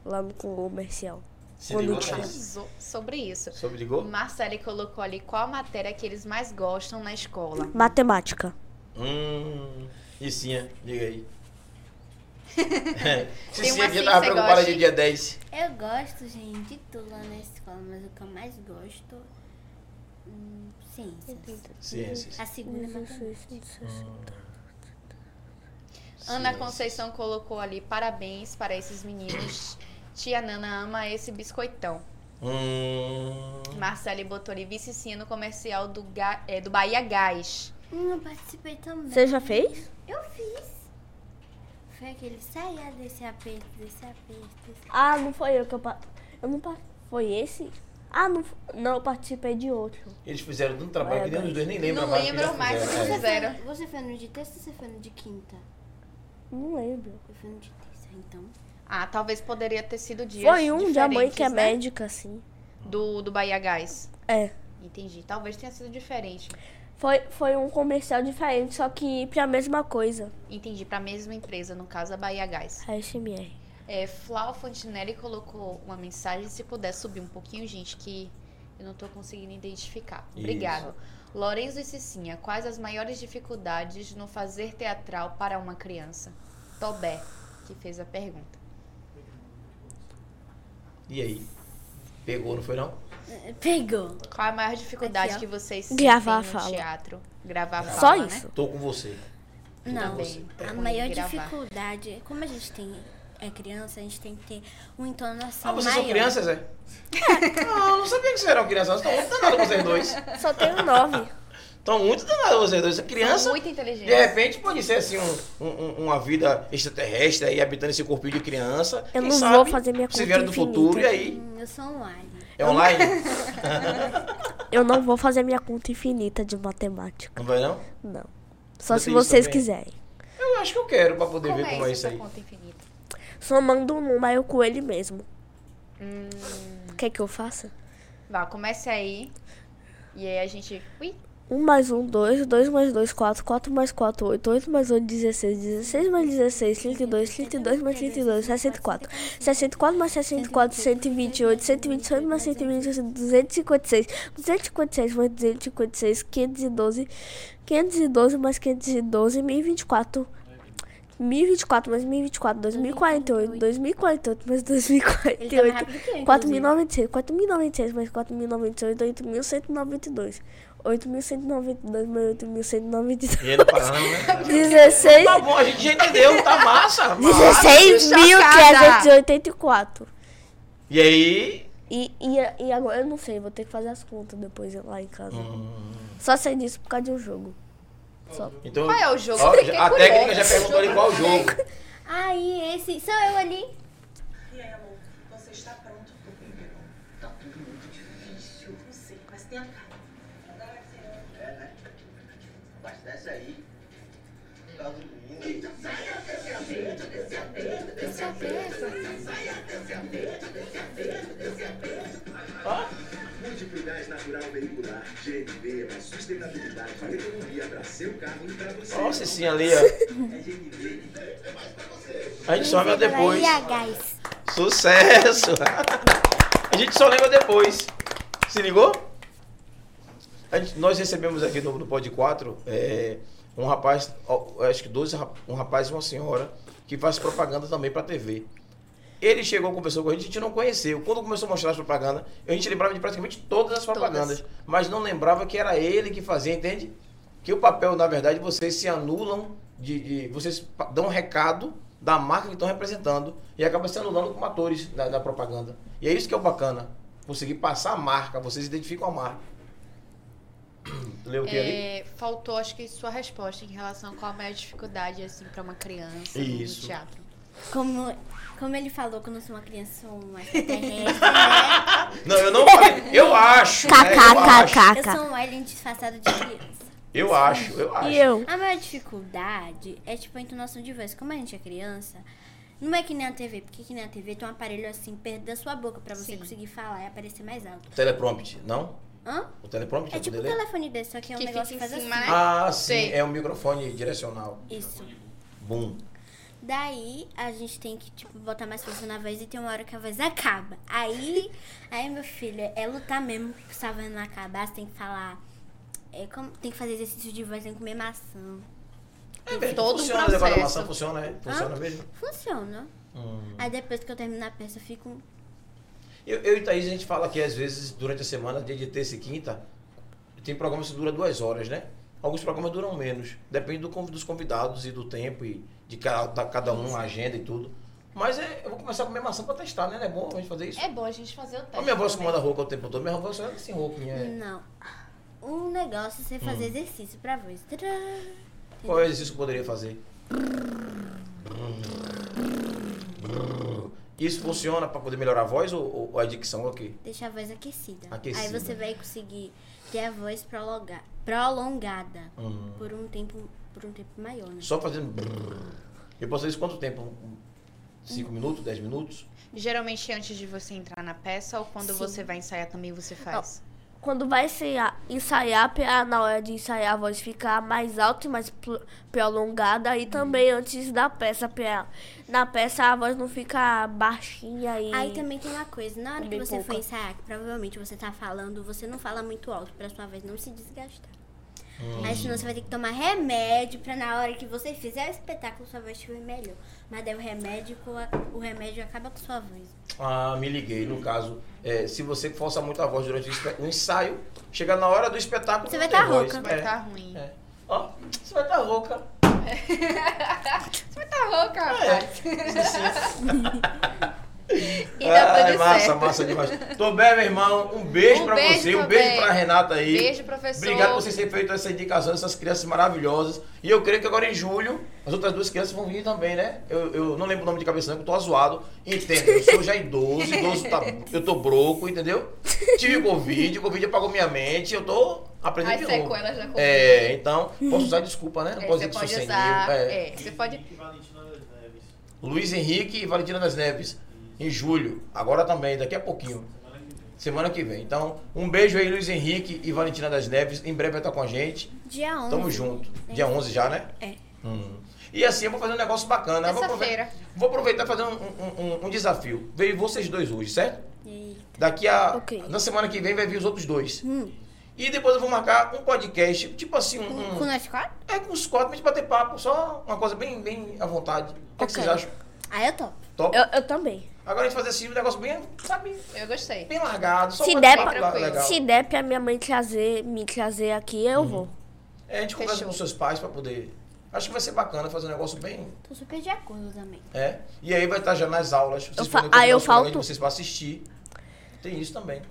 Speaker 3: lá no comercial.
Speaker 2: Se
Speaker 3: Ô,
Speaker 2: ligou,
Speaker 3: Lutinha.
Speaker 2: Thaís?
Speaker 1: Arrasou sobre isso.
Speaker 2: Sobre ligou?
Speaker 1: Marcele colocou ali qual a matéria que eles mais gostam na escola.
Speaker 3: Matemática.
Speaker 2: Hum. E sim, é. diga aí.
Speaker 1: Tem uma
Speaker 2: Cicinha
Speaker 1: sim
Speaker 2: aqui
Speaker 1: que
Speaker 2: tava
Speaker 1: você
Speaker 2: preocupada
Speaker 1: gosta,
Speaker 2: de
Speaker 1: hein?
Speaker 2: dia 10.
Speaker 4: Eu gosto, gente, de tudo lá na escola, mas o que eu mais gosto. Hum, ciências.
Speaker 2: Ciências.
Speaker 4: A segunda é matemática.
Speaker 1: Ana
Speaker 2: Ciências.
Speaker 1: Conceição colocou ali parabéns para esses meninos. Tia Nana ama esse biscoitão.
Speaker 2: Hum.
Speaker 1: Marcele botou ali vice é no comercial do, Ga- é, do Bahia Gás.
Speaker 4: Hum, eu participei também.
Speaker 3: Você já fez?
Speaker 4: Eu fiz. Foi aquele saia desse aperto, desse aperto. desse-
Speaker 3: Ah, não foi eu que eu pa- eu não pa- foi esse? Ah, não, f- não eu participei de outro.
Speaker 2: Eles fizeram tanto
Speaker 3: É,
Speaker 2: trabalho que nem os dois nem lembram
Speaker 1: Não
Speaker 2: mais. o que já
Speaker 1: lembram mais o que
Speaker 2: fizeram,
Speaker 1: fizeram.
Speaker 2: né?
Speaker 1: Zero.
Speaker 4: foi- Você foi no de terça ou você foi no de quinta?
Speaker 3: Não lembro.
Speaker 4: Eu fui no de terça, então.
Speaker 1: Ah, talvez poderia ter sido dias
Speaker 3: Foi um de a mãe que é
Speaker 1: diferentes, né?
Speaker 3: médica assim.
Speaker 1: Do, do Bahia Gás.
Speaker 3: É.
Speaker 1: Entendi. Talvez tenha sido diferente.
Speaker 3: Foi, foi um comercial diferente, só que pra mesma coisa.
Speaker 1: Entendi. Para a mesma empresa, no caso, a Bahia Gás.
Speaker 3: A SMR.
Speaker 1: É, Flau Fontinelli colocou uma mensagem, se puder subir um pouquinho, gente, que eu não tô conseguindo identificar.
Speaker 2: Isso.
Speaker 1: Obrigado. Lorenzo e Cicinha, quais as maiores dificuldades no fazer teatral para uma criança? Tobé, que fez a pergunta.
Speaker 2: E aí? Pegou, não foi não?
Speaker 4: Pegou.
Speaker 1: Qual a maior dificuldade
Speaker 4: Aqui, ó.
Speaker 1: que vocês
Speaker 3: Gravar
Speaker 1: sentem
Speaker 3: a
Speaker 1: no
Speaker 3: fala.
Speaker 1: teatro? Gravar
Speaker 3: Só
Speaker 1: fala,
Speaker 3: isso.
Speaker 1: Né?
Speaker 2: Tô com você. Tô
Speaker 4: Não,
Speaker 2: com você.
Speaker 1: Pra
Speaker 4: a
Speaker 1: poder
Speaker 4: maior
Speaker 1: gravar.
Speaker 4: dificuldade, como a gente tem é criança, a gente tem que ter uma entonação
Speaker 2: Ah, vocês
Speaker 4: maior.
Speaker 2: são crianças, é? Ah, eu não sabia que vocês eram crianças. Estão muito danados vocês dois.
Speaker 3: Só tenho nove.
Speaker 2: Estão muito danados vocês dois. Essa criança,
Speaker 1: São muito
Speaker 2: de
Speaker 1: inteligentes.
Speaker 2: repente, pode ser assim, um- um- um- uma vida extraterrestre aí, habitando esse corpinho de criança.
Speaker 3: Eu
Speaker 2: Quem
Speaker 3: não
Speaker 2: sabe,
Speaker 3: vou fazer minha
Speaker 2: Se
Speaker 3: conta
Speaker 2: vieram do
Speaker 3: infinita.
Speaker 2: futuro e aí?
Speaker 4: Hum, Eu sou um alien.
Speaker 2: É online?
Speaker 3: Eu não vou fazer minha conta infinita de matemática.
Speaker 2: não vai não?
Speaker 3: Não. Só
Speaker 2: Você
Speaker 3: se
Speaker 2: tem isso
Speaker 3: vocês
Speaker 2: também?
Speaker 3: quiserem.
Speaker 2: Eu acho que eu quero pra poder
Speaker 1: Como
Speaker 2: ver como é isso
Speaker 1: essa
Speaker 2: aí.
Speaker 1: conta infinita?
Speaker 3: Somando um número com ele mesmo.
Speaker 1: Hum,
Speaker 3: Quer que eu faça?
Speaker 1: vá, comece aí. E aí a gente... Ui,
Speaker 3: 1 mais 1, 2, 2 mais 2, 4, 4 mais 4, 8, 8 mais 8, 16, 16 mais 16, 32, 32 mais 32, 64, 64 mais 64, 128, 128 mais 128, 256, 256 mais 256, 512, 512 mais 512, 1024, 1024 mais 1024, 2048, 2048 mais
Speaker 4: Ele tá mais rápido
Speaker 3: 2048,
Speaker 4: que eu, inclusive.
Speaker 3: 4096, 4096 mais 4098, 8192. 8.192 mais 8.192.
Speaker 2: E aí, não parando, né?
Speaker 3: 16.
Speaker 2: Tá bom, a gente já entendeu, tá massa. massa.
Speaker 3: 16.384.
Speaker 2: E aí?
Speaker 3: E, e, e agora eu não sei, vou ter que fazer as contas depois lá em casa.
Speaker 2: Ah.
Speaker 3: Só sei disso por causa de um jogo. Só.
Speaker 2: Então,
Speaker 1: Qual é o jogo?
Speaker 2: ó,
Speaker 1: Eu fiquei
Speaker 2: a
Speaker 1: curiosa.
Speaker 2: técnica já perguntou ali qual o jogo.
Speaker 4: Aí, esse, sou eu ali.
Speaker 5: Yellow, você está pronto pro primeiro. Tá tudo muito difícil, eu sei, mas tenha calma.
Speaker 6: Mas desce aí. Por causa do menino. Multiplicais natural veicular, GNV é mais sustentabilidade para economia para seu carro e para você.
Speaker 2: Nossa, sim, ali, ó. A gente só lembra depois.
Speaker 4: E a gás.
Speaker 2: Sucesso! A gente só lembra depois. Se ligou? A gente- nós recebemos aqui no, no Pod 4 é, um rapaz, ó, acho que dois, rap- um rapaz e uma senhora, que faz propaganda também pra TV. Ele chegou, conversou com a gente, a gente não conheceu. Quando começou a mostrar as propagandas, a gente lembrava de praticamente todas as propagandas, mas não lembrava que era ele que fazia, entende? Que o papel, na verdade, vocês se anulam, de, de- vocês pa- dão um recado da marca que estão representando e acaba se anulando como atores da, da propaganda. E é isso que é o bacana, conseguir passar a marca, vocês identificam a marca. Leu o que ali?
Speaker 1: É, faltou, acho que, sua resposta em relação a qual a maior dificuldade, assim, pra uma criança
Speaker 2: Isso.
Speaker 1: no teatro.
Speaker 4: Como, como ele falou que eu não sou uma criança, sou um uma extraterrestre, né?
Speaker 2: Não, eu não falei. Eu acho. né? Eu acho.
Speaker 4: Eu
Speaker 3: KKKK.
Speaker 4: sou um alien disfarçado de criança.
Speaker 2: Eu acho, eu acho.
Speaker 3: E eu?
Speaker 4: A maior dificuldade é tipo a entonação de voz. Como a gente é criança, não é que nem a TV, porque que nem a TV tem um aparelho assim perto da sua boca pra você
Speaker 1: Sim.
Speaker 4: conseguir falar e aparecer mais alto.
Speaker 2: Teleprompt, não?
Speaker 4: Hã?
Speaker 2: O teleprompt
Speaker 4: É
Speaker 2: é,
Speaker 4: tipo um
Speaker 2: poder ler?
Speaker 4: telefone desse, só que é um
Speaker 1: Que fica
Speaker 4: negócio
Speaker 1: em
Speaker 4: que faz assim.
Speaker 1: cima, né?
Speaker 2: Ah, sim,
Speaker 1: Sei.
Speaker 2: é um microfone direcional.
Speaker 4: Isso.
Speaker 2: Bum.
Speaker 4: Daí a gente tem que tipo botar mais força na voz e tem uma hora que a voz acaba. Aí, aí meu filho, é lutar mesmo, porque sua voz não acabar, você tem que falar. é, como- tem que fazer exercício de voz, tem que comer maçã.
Speaker 2: É mesmo,
Speaker 1: todo um
Speaker 2: funciona, levar da
Speaker 1: processo.
Speaker 2: maçã funciona, é? Funciona mesmo? Hum.
Speaker 4: Funciona. Aí depois que eu termino a peça, eu fico
Speaker 2: Eu, eu e Thaís, a gente fala que às vezes durante a semana, dia de terça e quinta, tem programas que duram duas horas, né? Alguns programas duram menos. Depende do conv- dos convidados e do tempo e de cada, da- cada um, a agenda e tudo. Mas é, eu vou começar a comer maçã pra testar, né? Não é bom a gente fazer isso?
Speaker 1: É bom a gente fazer o teste.
Speaker 2: Olha minha voz que
Speaker 1: também.
Speaker 2: manda rouca o tempo todo. Minha voz é assim, rouquinha. é. Hum.
Speaker 4: Não. Um negócio é você fazer exercício pra voz. Tcharam.
Speaker 2: Qual é o exercício que eu poderia fazer? Isso funciona para poder melhorar a voz ou, ou a dicção? Ok.
Speaker 4: Deixa a voz aquecida. Aí
Speaker 2: Aquecida.
Speaker 4: você vai conseguir ter a voz prologa- prolongada
Speaker 2: Hum.
Speaker 4: por um tempo por um tempo maior, né?
Speaker 2: Só fazendo. Eu posso fazer isso quanto tempo? 5 minutos? 10 minutos?
Speaker 1: Geralmente antes de você entrar na peça ou quando você vai ensaiar também você faz?
Speaker 3: Quando vai ensaiar, ensaiar, pra- na hora de ensaiar a voz ficar mais alta e mais pl- prolongada. E também
Speaker 1: Uhum.
Speaker 3: antes da peça, pra, na peça a voz não fica baixinha e...
Speaker 4: Aí também tem uma coisa, na hora que
Speaker 3: Bem
Speaker 4: você for
Speaker 3: pouca.
Speaker 4: ensaiar, que provavelmente você tá falando, você não fala muito alto pra sua voz não se desgastar.
Speaker 2: Hum.
Speaker 4: Aí senão você vai ter que tomar remédio pra na hora que você fizer o espetáculo sua voz estiver melhor. Mas daí o remédio, co- o remédio acaba com sua voz.
Speaker 2: Ah, me liguei. No caso, é, se você força muito a voz durante o espe- o ensaio, chega na hora do espetáculo.
Speaker 4: Você
Speaker 2: não
Speaker 4: vai
Speaker 2: tem
Speaker 4: tá
Speaker 2: voz.
Speaker 4: rouca.
Speaker 1: Vai
Speaker 2: É,
Speaker 1: tá ruim.
Speaker 2: é. Ó, você vai estar tá rouca.
Speaker 1: Tá rouca,
Speaker 2: É.
Speaker 1: rapaz. e dá
Speaker 2: Ai,
Speaker 1: tudo
Speaker 2: massa,
Speaker 1: certo.
Speaker 2: massa demais. Tobé, meu irmão, um beijo
Speaker 1: Um
Speaker 2: pra
Speaker 1: beijo,
Speaker 2: você, um
Speaker 1: Tobé.
Speaker 2: beijo pra Renata aí.
Speaker 1: Beijo, professor.
Speaker 2: Obrigado por vocês terem feito essa indicação, essas crianças maravilhosas. E eu creio que agora em julho, as outras duas crianças vão vir também, né? Eu, eu não lembro o nome de cabeça, não, que eu tô zoado. Entendo, eu sou já idoso, idoso tá, eu tô broco, entendeu? Tive Covid, Covid apagou minha mente, eu tô aprendendo
Speaker 1: As
Speaker 2: de novo.
Speaker 1: sequelas da Covid.
Speaker 2: É, então, posso usar desculpa, né? Não
Speaker 1: É,
Speaker 2: posso
Speaker 1: você
Speaker 2: dizer que sou
Speaker 1: pode
Speaker 2: senil.
Speaker 1: usar.
Speaker 2: é.
Speaker 1: é, você pode.
Speaker 7: Henrique Valentina das Neves.
Speaker 2: Luiz Henrique e Valentina das Neves, em julho. Agora também, daqui a pouquinho. Semana que vem. Então, um beijo aí, Luiz Henrique e Valentina das Neves. Em breve vai estar com a gente.
Speaker 4: Dia 11.
Speaker 2: Tamo junto. Dia 11 já, né?
Speaker 4: É.
Speaker 2: Hum. E assim, eu vou fazer um negócio bacana. Eu Vou aproveitar,
Speaker 1: Terça-feira.
Speaker 2: vou aproveitar e fazer um, um- um- um desafio. Veio vocês dois hoje, certo?
Speaker 4: E
Speaker 2: Daqui a...
Speaker 3: Ok. Hum.
Speaker 2: Na semana que vem vai vir os outros dois. E depois eu vou marcar um podcast, tipo assim, um... um-
Speaker 4: com nós quatro?
Speaker 2: É com os quatro, pra gente bater papo. Só uma coisa bem, bem à vontade. O que, é que
Speaker 3: Ok.
Speaker 2: vocês acham?
Speaker 4: Aí eu topo.
Speaker 2: Top?
Speaker 3: Eu, eu também.
Speaker 2: Agora a gente fazer assim, um negócio bem, sabe,
Speaker 1: Eu gostei.
Speaker 2: bem largado. Só
Speaker 3: Se
Speaker 2: um
Speaker 3: der,
Speaker 2: bate-papo
Speaker 1: pra-
Speaker 2: legal.
Speaker 3: Se der pra minha mãe trazer, me trazer aqui, eu vou.
Speaker 2: É, a gente conversa
Speaker 1: Fechou.
Speaker 2: com seus pais pra poder... Acho que vai ser bacana fazer um negócio bem...
Speaker 4: Tô super de acordo também.
Speaker 2: É. E aí vai estar já nas aulas. Vocês
Speaker 3: Eu fa-
Speaker 2: podem convidar
Speaker 3: aí eu
Speaker 2: os colegas de
Speaker 3: falto.
Speaker 2: Vocês para assistir. Tem isso também.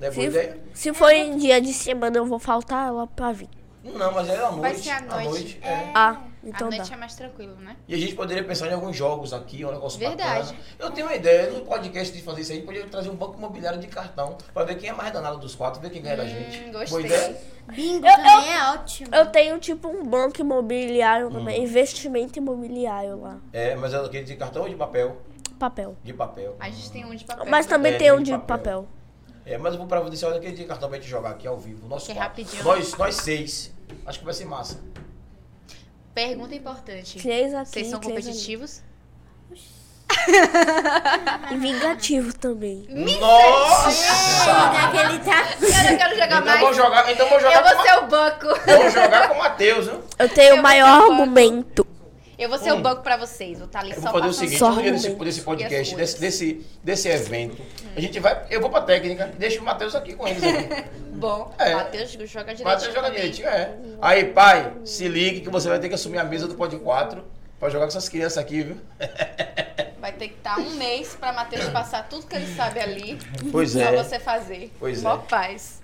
Speaker 2: Não é boa ideia?
Speaker 3: Se, se for em dia de semana, eu vou faltar ela pra vir.
Speaker 2: Não, mas é à noite.
Speaker 1: Vai ser à noite.
Speaker 2: é.
Speaker 3: Ah,
Speaker 1: A
Speaker 3: então dá.
Speaker 1: noite é mais tranquilo, né?
Speaker 2: E a gente poderia pensar em alguns jogos aqui, um negócio
Speaker 1: Verdade.
Speaker 2: bacana. Eu tenho uma ideia, no podcast de fazer isso aí, poderia trazer um banco imobiliário de cartão pra ver quem é mais danado dos quatro, ver quem ganha da gente.
Speaker 1: Hum, gostei.
Speaker 2: Boa ideia?
Speaker 4: Bingo
Speaker 3: Eu-
Speaker 4: também é ótimo.
Speaker 3: Eu tenho tipo um banco imobiliário
Speaker 2: Uhum.
Speaker 3: também, investimento imobiliário lá.
Speaker 2: É, mas é aquele de cartão ou de papel?
Speaker 3: Papel.
Speaker 2: De papel.
Speaker 1: A gente tem um de papel.
Speaker 3: Mas também
Speaker 2: É,
Speaker 3: tem um
Speaker 2: de
Speaker 3: de
Speaker 2: papel.
Speaker 3: papel.
Speaker 2: É, mas eu vou pra você, olha aquele de cartão pra gente jogar aqui ao vivo. Nós
Speaker 1: Que
Speaker 2: quatro.
Speaker 1: rapidinho.
Speaker 2: Nós, nós seis. Acho que vai ser massa.
Speaker 1: Pergunta importante.
Speaker 3: Três aqui,
Speaker 1: Vocês são
Speaker 3: três ali.
Speaker 1: competitivos?
Speaker 3: E vingativo também.
Speaker 2: Nossa!
Speaker 4: Aquele tá.
Speaker 1: Eu não quero jogar
Speaker 2: Então
Speaker 1: mais.
Speaker 2: vou jogar, então vou
Speaker 1: Eu
Speaker 2: jogar
Speaker 1: vou
Speaker 2: com
Speaker 1: ser o banco.
Speaker 2: Vamos jogar com o Matheus, viu?
Speaker 3: Eu tenho
Speaker 1: Eu
Speaker 3: o maior
Speaker 1: vou ter
Speaker 3: argumento.
Speaker 1: Eu vou ser
Speaker 2: Hum.
Speaker 1: o banco pra vocês. Vou estar ali
Speaker 2: Eu
Speaker 1: só
Speaker 2: vou fazer o
Speaker 1: passando.
Speaker 2: seguinte,
Speaker 3: Só
Speaker 2: no dia desse,
Speaker 3: argumento.
Speaker 2: desse
Speaker 1: E
Speaker 2: podcast,
Speaker 1: as
Speaker 2: desse, desse, desse evento, a gente vai, eu vou pra técnica e deixo o Matheus aqui com eles. aqui.
Speaker 1: Bom,
Speaker 2: É.
Speaker 1: Matheus joga direito.
Speaker 2: Matheus joga direitinho, é. Aí, pai, se ligue que você vai ter que assumir a mesa do Pod 4 pra jogar com essas crianças aqui, viu?
Speaker 1: Vai ter que estar um mês pra Matheus passar tudo que ele sabe ali.
Speaker 2: Pois
Speaker 1: pra
Speaker 2: é.
Speaker 1: você fazer.
Speaker 2: Pois
Speaker 1: Mó
Speaker 2: é.
Speaker 1: paz.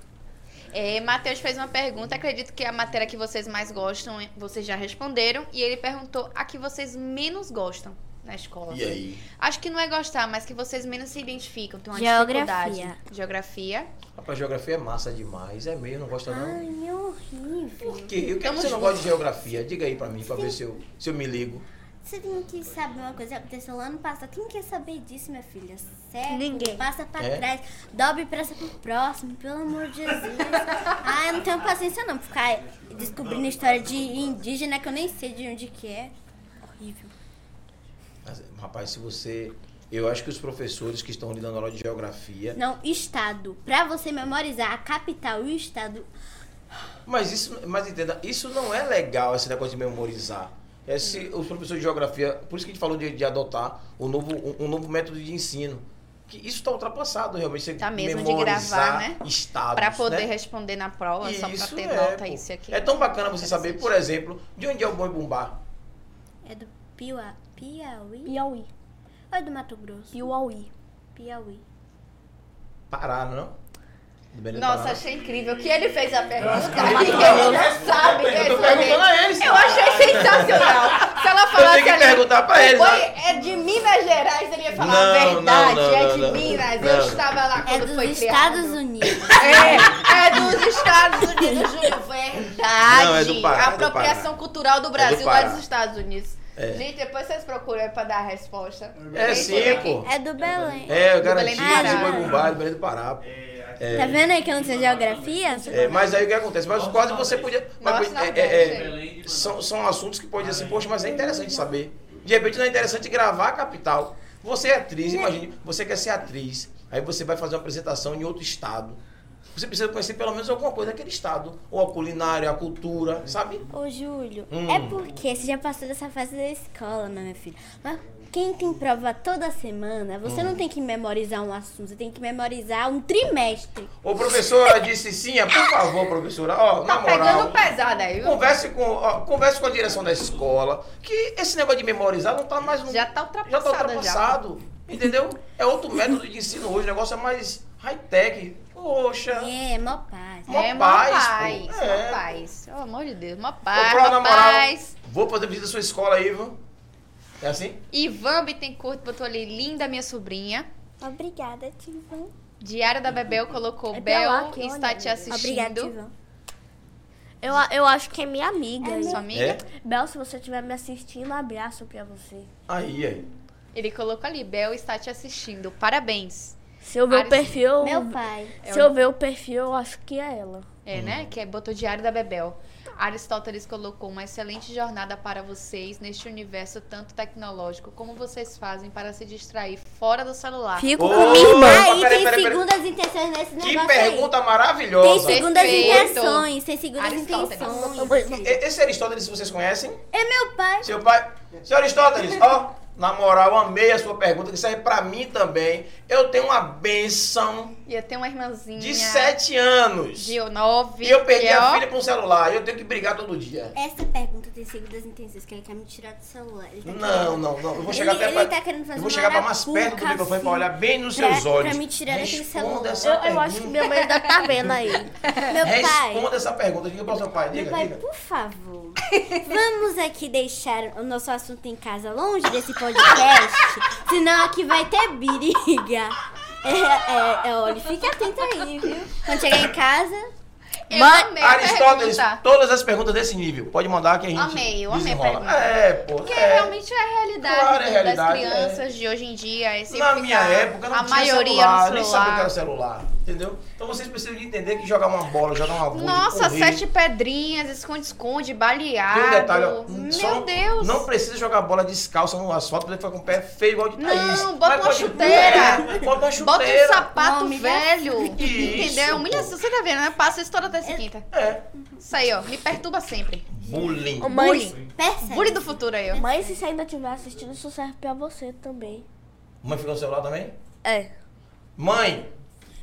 Speaker 1: É, Matheus fez uma pergunta, acredito que é a matéria que vocês mais gostam, vocês já responderam, e ele perguntou a que vocês menos gostam na escola.
Speaker 2: E aí?
Speaker 1: Acho que não é gostar, mas que vocês menos se identificam, tem uma
Speaker 4: Geografia.
Speaker 1: dificuldade. Geografia.
Speaker 2: Rapaz, geografia é massa demais, é mesmo, não gosta não?
Speaker 4: Ai, é horrível.
Speaker 2: Por quê? O que é que você não gosta de geografia? Diga aí pra mim, pra ver se eu, se eu me ligo.
Speaker 4: Você tem que saber uma coisa que aconteceu lá no passado. Quem quer saber disso, minha filha? Sério?
Speaker 3: Ninguém.
Speaker 4: Passa pra
Speaker 2: É?
Speaker 4: trás. Dobre pressa pro próximo, pelo amor de Jesus. ah, eu não tenho paciência não. pra Ficar descobrindo história de indígena que eu nem sei de onde que é. Horrível.
Speaker 2: Mas, Rapaz, se você... Eu acho que os professores que estão lidando na aula de geografia,
Speaker 4: Não, estado. Pra você memorizar a capital e o estado.
Speaker 2: Mas isso, mas entenda, isso não é legal, esse negócio de memorizar. É se os professores de geografia, por isso que a gente falou de, de adotar um novo, um, um novo método de ensino. Que isso está ultrapassado realmente. Você
Speaker 1: Tá mesmo, de
Speaker 2: memorizar
Speaker 1: gravar, né?
Speaker 2: Estados,
Speaker 1: Pra poder
Speaker 2: né?
Speaker 1: responder na prova, só pra ter
Speaker 2: pô.
Speaker 1: nota, isso e aquilo.
Speaker 2: É tão bacana você saber,
Speaker 1: Interessante.
Speaker 2: por exemplo, de onde é o boi bumbá.
Speaker 4: É do Piua... Piauí?
Speaker 3: Piauí.
Speaker 4: Ou é do Mato Grosso?
Speaker 3: Piauí.
Speaker 4: Piauí.
Speaker 2: Pará, não? é não? Do Belém do
Speaker 1: Nossa,
Speaker 2: Pará.
Speaker 1: achei incrível que ele fez a pergunta e ele não sabe
Speaker 2: eu tô perguntando
Speaker 1: responder.
Speaker 2: a eles.
Speaker 1: é Eu achei sensacional. Se ela
Speaker 2: Eu
Speaker 1: falasse
Speaker 2: tenho que
Speaker 1: ali,
Speaker 2: perguntar pra eles.
Speaker 1: "Oi,
Speaker 2: né?
Speaker 1: é de Minas Gerais, ele ia falar
Speaker 2: Não,
Speaker 1: a verdade,
Speaker 2: não, não,
Speaker 1: é de
Speaker 2: não, não.
Speaker 1: Minas, eu
Speaker 2: Não.
Speaker 1: estava lá
Speaker 4: É
Speaker 1: quando
Speaker 4: dos
Speaker 1: foi
Speaker 4: Estados
Speaker 1: criado.
Speaker 4: Unidos.
Speaker 1: É, é dos Estados Unidos, Júlio, verdade.
Speaker 2: Não, é do Pará, é do
Speaker 1: Apropriação
Speaker 2: Pará.
Speaker 1: cultural do Brasil
Speaker 2: É do
Speaker 1: não é
Speaker 2: Pará.
Speaker 1: dos Estados Unidos. Gente, depois vocês procuram aí pra dar a resposta.
Speaker 2: É
Speaker 1: Tem tudo
Speaker 2: sim,
Speaker 1: aqui.
Speaker 2: pô.
Speaker 4: É do Belém.
Speaker 2: É,
Speaker 1: Belém
Speaker 2: eu garanti,
Speaker 1: do
Speaker 2: de
Speaker 1: Pará.
Speaker 2: boi bumbá, é do Belém do Pará. pô.
Speaker 7: É,
Speaker 4: Tá vendo aí que eu não sei geografia?
Speaker 2: É, mas aí o que acontece? Mas quase você podia. Mas,
Speaker 1: Nossa,
Speaker 2: é, é, é,
Speaker 7: Belém de
Speaker 2: são, são assuntos que pode dizer assim, poxa, mas é interessante saber. De repente não é interessante gravar a capital. Você é atriz, imagine, você quer ser atriz. Aí você vai fazer uma apresentação em outro estado. Você precisa conhecer pelo menos alguma coisa daquele estado. Ou a culinária, a cultura, sabe?
Speaker 4: Ô, Júlio,
Speaker 2: Hum.
Speaker 4: é porque você já passou dessa fase da escola, né, meu filho? Mas quem tem prova toda semana, você
Speaker 2: Hum.
Speaker 4: não tem que memorizar um assunto, você tem que memorizar um trimestre.
Speaker 2: Ô, professora disse sim, é, por favor, professora, ó, na
Speaker 1: Tá pegando
Speaker 2: moral.
Speaker 1: pesado aí, viu?
Speaker 2: Converse com, ó, converse com a direção da escola, que esse negócio de memorizar não tá mais no.
Speaker 1: Já tá
Speaker 2: já
Speaker 1: ultrapassada já.
Speaker 2: tá ultrapassado. Entendeu? É outro método de ensino hoje, o negócio é mais high-tech. Poxa.
Speaker 4: É, mó paz.
Speaker 2: Mó
Speaker 1: É, mó
Speaker 2: paz, pô.
Speaker 1: paz, mó
Speaker 2: É.
Speaker 1: paz. Pelo amor de Deus, mó
Speaker 2: Ô,
Speaker 1: paz,
Speaker 2: Pro,
Speaker 1: mó
Speaker 2: na moral,
Speaker 1: paz.
Speaker 2: vou fazer visita à sua escola aí, viu? É assim?
Speaker 1: Ivan Bittencourt botou ali, linda minha sobrinha.
Speaker 4: Obrigada, Tivan.
Speaker 1: Diário da Bebel colocou,
Speaker 3: É pra lá
Speaker 1: Bel
Speaker 3: que
Speaker 1: está
Speaker 3: olha,
Speaker 1: te
Speaker 3: amiga.
Speaker 4: Obrigada,
Speaker 1: assistindo.
Speaker 4: Tivan.
Speaker 3: Eu, a- eu acho que é minha amiga.
Speaker 1: É sua amiga?
Speaker 2: É?
Speaker 3: Bel, se você estiver me assistindo, abraço pra você.
Speaker 2: Aí, aí.
Speaker 1: Ele colocou ali, Bel está te assistindo. Parabéns.
Speaker 3: Se eu ver
Speaker 1: Ah,
Speaker 3: o perfil.
Speaker 4: Meu pai.
Speaker 3: Se eu ver o perfil, eu acho que é ela.
Speaker 1: É,
Speaker 2: Hum.
Speaker 1: né? Que é, botou Diário da Bebel. Aristóteles colocou uma excelente jornada para vocês neste universo tanto tecnológico. Como vocês fazem para se distrair fora do celular?
Speaker 3: Fico
Speaker 2: Ô,
Speaker 3: com minha
Speaker 2: Opa,
Speaker 3: irmã.
Speaker 4: Aí
Speaker 2: peraí, peraí,
Speaker 4: tem
Speaker 2: peraí.
Speaker 4: segundas intenções nesse
Speaker 2: Que
Speaker 4: negócio aí.
Speaker 2: pergunta
Speaker 4: Tem
Speaker 2: maravilhosa.
Speaker 4: segundas
Speaker 1: Perfeito.
Speaker 4: intenções, tem segundas
Speaker 1: Aristóteles.
Speaker 4: intenções. É
Speaker 2: E- Esse Aristóteles, vocês conhecem?
Speaker 4: Meu pai.
Speaker 2: Seu pai. Seu Aristóteles, ó, na moral, eu amei a sua pergunta, que serve pra mim também. Eu tenho uma benção
Speaker 1: E eu tenho uma irmãzinha
Speaker 2: de sete anos.
Speaker 1: de nove.
Speaker 2: E eu
Speaker 1: que,
Speaker 2: perdi
Speaker 1: é,
Speaker 2: a
Speaker 1: ó,
Speaker 2: filha pra um celular. Eu tenho que brigar todo dia.
Speaker 4: Essa pergunta tem segundas intenções, que ele quer me tirar do celular. Ele tá
Speaker 2: Não, não, não. Eu vou chegar
Speaker 4: Ele-
Speaker 2: até
Speaker 4: ele
Speaker 2: pra-
Speaker 4: tá querendo fazer
Speaker 2: Eu vou
Speaker 4: uma
Speaker 2: chegar pra mais
Speaker 4: arapuca,
Speaker 2: perto do microfone pra
Speaker 4: assim,
Speaker 2: olhar bem nos
Speaker 4: pra-
Speaker 2: seus
Speaker 4: pra
Speaker 2: olhos.
Speaker 4: me tirar daquele
Speaker 2: Responda
Speaker 4: celular.
Speaker 2: essa
Speaker 3: Eu, eu acho que
Speaker 2: pergunta.
Speaker 3: minha mãe ainda tá vendo aí.
Speaker 4: Meu pai.
Speaker 2: Responda essa pergunta. Diga pra seu pai.
Speaker 4: Meu
Speaker 2: Diga,
Speaker 4: pai,
Speaker 2: diga.
Speaker 4: por favor, vamos aqui deixar o nosso assunto em casa longe desse podcast, senão aqui vai ter briga. É, é, é, olha, fique atento aí, viu? Quando chegar em casa,
Speaker 1: Eu
Speaker 3: Vai,
Speaker 1: amei a
Speaker 2: Aristóteles,
Speaker 1: pergunta.
Speaker 2: todas as perguntas desse nível. Pode mandar que a gente
Speaker 1: Amei, eu amei a
Speaker 2: desenrola.
Speaker 1: pergunta.
Speaker 2: É, pô.
Speaker 1: Porque
Speaker 2: é.
Speaker 1: realmente é a realidade,
Speaker 2: Claro, é
Speaker 1: né, das
Speaker 2: realidade,
Speaker 1: crianças de hoje em dia. É sempre
Speaker 2: Na minha
Speaker 1: ficar
Speaker 2: época não
Speaker 1: a
Speaker 2: tinha
Speaker 1: maioria
Speaker 2: celular,
Speaker 1: no
Speaker 2: nem sabia o que
Speaker 1: celular.
Speaker 2: era celular, entendeu? Então vocês precisam de entender que jogar uma bola, jogar uma bola,
Speaker 1: Nossa,
Speaker 2: correr,
Speaker 1: sete pedrinhas, esconde-esconde, baleado.
Speaker 2: tem um detalhe, ó,
Speaker 1: Meu
Speaker 2: só
Speaker 1: Deus.
Speaker 2: Não precisa jogar bola descalça no asfalto, porque fica com o pé feio igual de
Speaker 1: Não,
Speaker 2: Thaís.
Speaker 1: bota
Speaker 2: Mas
Speaker 1: uma
Speaker 2: pode-
Speaker 1: chuteira.
Speaker 2: É, bota uma
Speaker 1: Bota um
Speaker 2: chuteira.
Speaker 1: sapato
Speaker 4: Não,
Speaker 1: velho.
Speaker 2: Isso,
Speaker 1: Entendeu? Humilhação. Você tá vendo, né? Passa isso toda terça e quinta.
Speaker 2: É,
Speaker 1: Isso aí, ó. Me perturba sempre.
Speaker 2: bullying.
Speaker 3: Ô, mãe,
Speaker 1: Bullying.
Speaker 4: percebe.
Speaker 1: Bullying do futuro aí, ó.
Speaker 3: mãe, se você ainda estiver assistindo, isso serve pra você também.
Speaker 2: Mãe ficou no celular também?
Speaker 3: É.
Speaker 2: Mãe,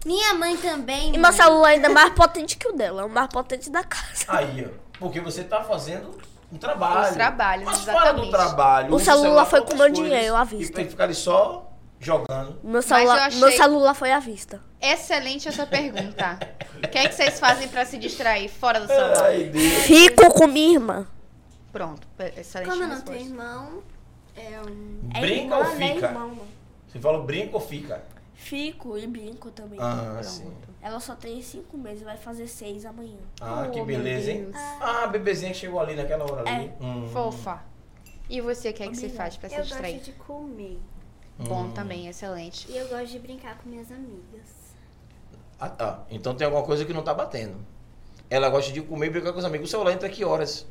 Speaker 4: Minha mãe também.
Speaker 3: E meu
Speaker 4: mãe.
Speaker 3: celular ainda é mais potente que o dela, é o mais potente da casa.
Speaker 2: aí, ó, porque você tá fazendo um trabalho.
Speaker 1: Os trabalhos,
Speaker 2: Mas fora
Speaker 1: exatamente.
Speaker 2: do trabalho.
Speaker 3: O
Speaker 2: usa
Speaker 3: celular foi
Speaker 2: pra
Speaker 3: com
Speaker 2: outras
Speaker 3: meu
Speaker 2: coisas
Speaker 3: dinheiro, à
Speaker 2: E
Speaker 3: vista.
Speaker 2: pra ficar ali só jogando.
Speaker 3: Meu celular,
Speaker 1: eu achei-
Speaker 3: meu celular foi à vista.
Speaker 1: Excelente essa pergunta. O que é que vocês fazem pra se distrair fora do celular?
Speaker 3: é
Speaker 2: Ai, Deus.
Speaker 3: Fico com minha irmã.
Speaker 1: Pronto. Excelente
Speaker 4: Como eu não tenho
Speaker 1: resposta.
Speaker 4: irmão, é um.
Speaker 2: Brinca ou fica? Você fala brinca ou fica?
Speaker 3: Fico e brinco também.
Speaker 2: Ah, sim.
Speaker 3: Ela só tem cinco meses, vai fazer seis amanhã.
Speaker 2: Ah,
Speaker 1: Oh,
Speaker 2: que
Speaker 1: meu
Speaker 2: beleza, hein?
Speaker 1: Deus.
Speaker 2: Ah, a bebezinha que chegou ali naquela hora
Speaker 3: É.
Speaker 2: ali. Hum.
Speaker 1: Fofa. E você, o que é que você faz pra se
Speaker 4: Eu gosto
Speaker 1: distrair?
Speaker 4: de comer.
Speaker 1: Bom
Speaker 2: Hum.
Speaker 1: também, excelente.
Speaker 4: E eu gosto de brincar com minhas amigas.
Speaker 2: Ah, tá. Então tem alguma coisa que não tá batendo. Ela gosta de comer e brincar com os amigos. O celular entra que horas?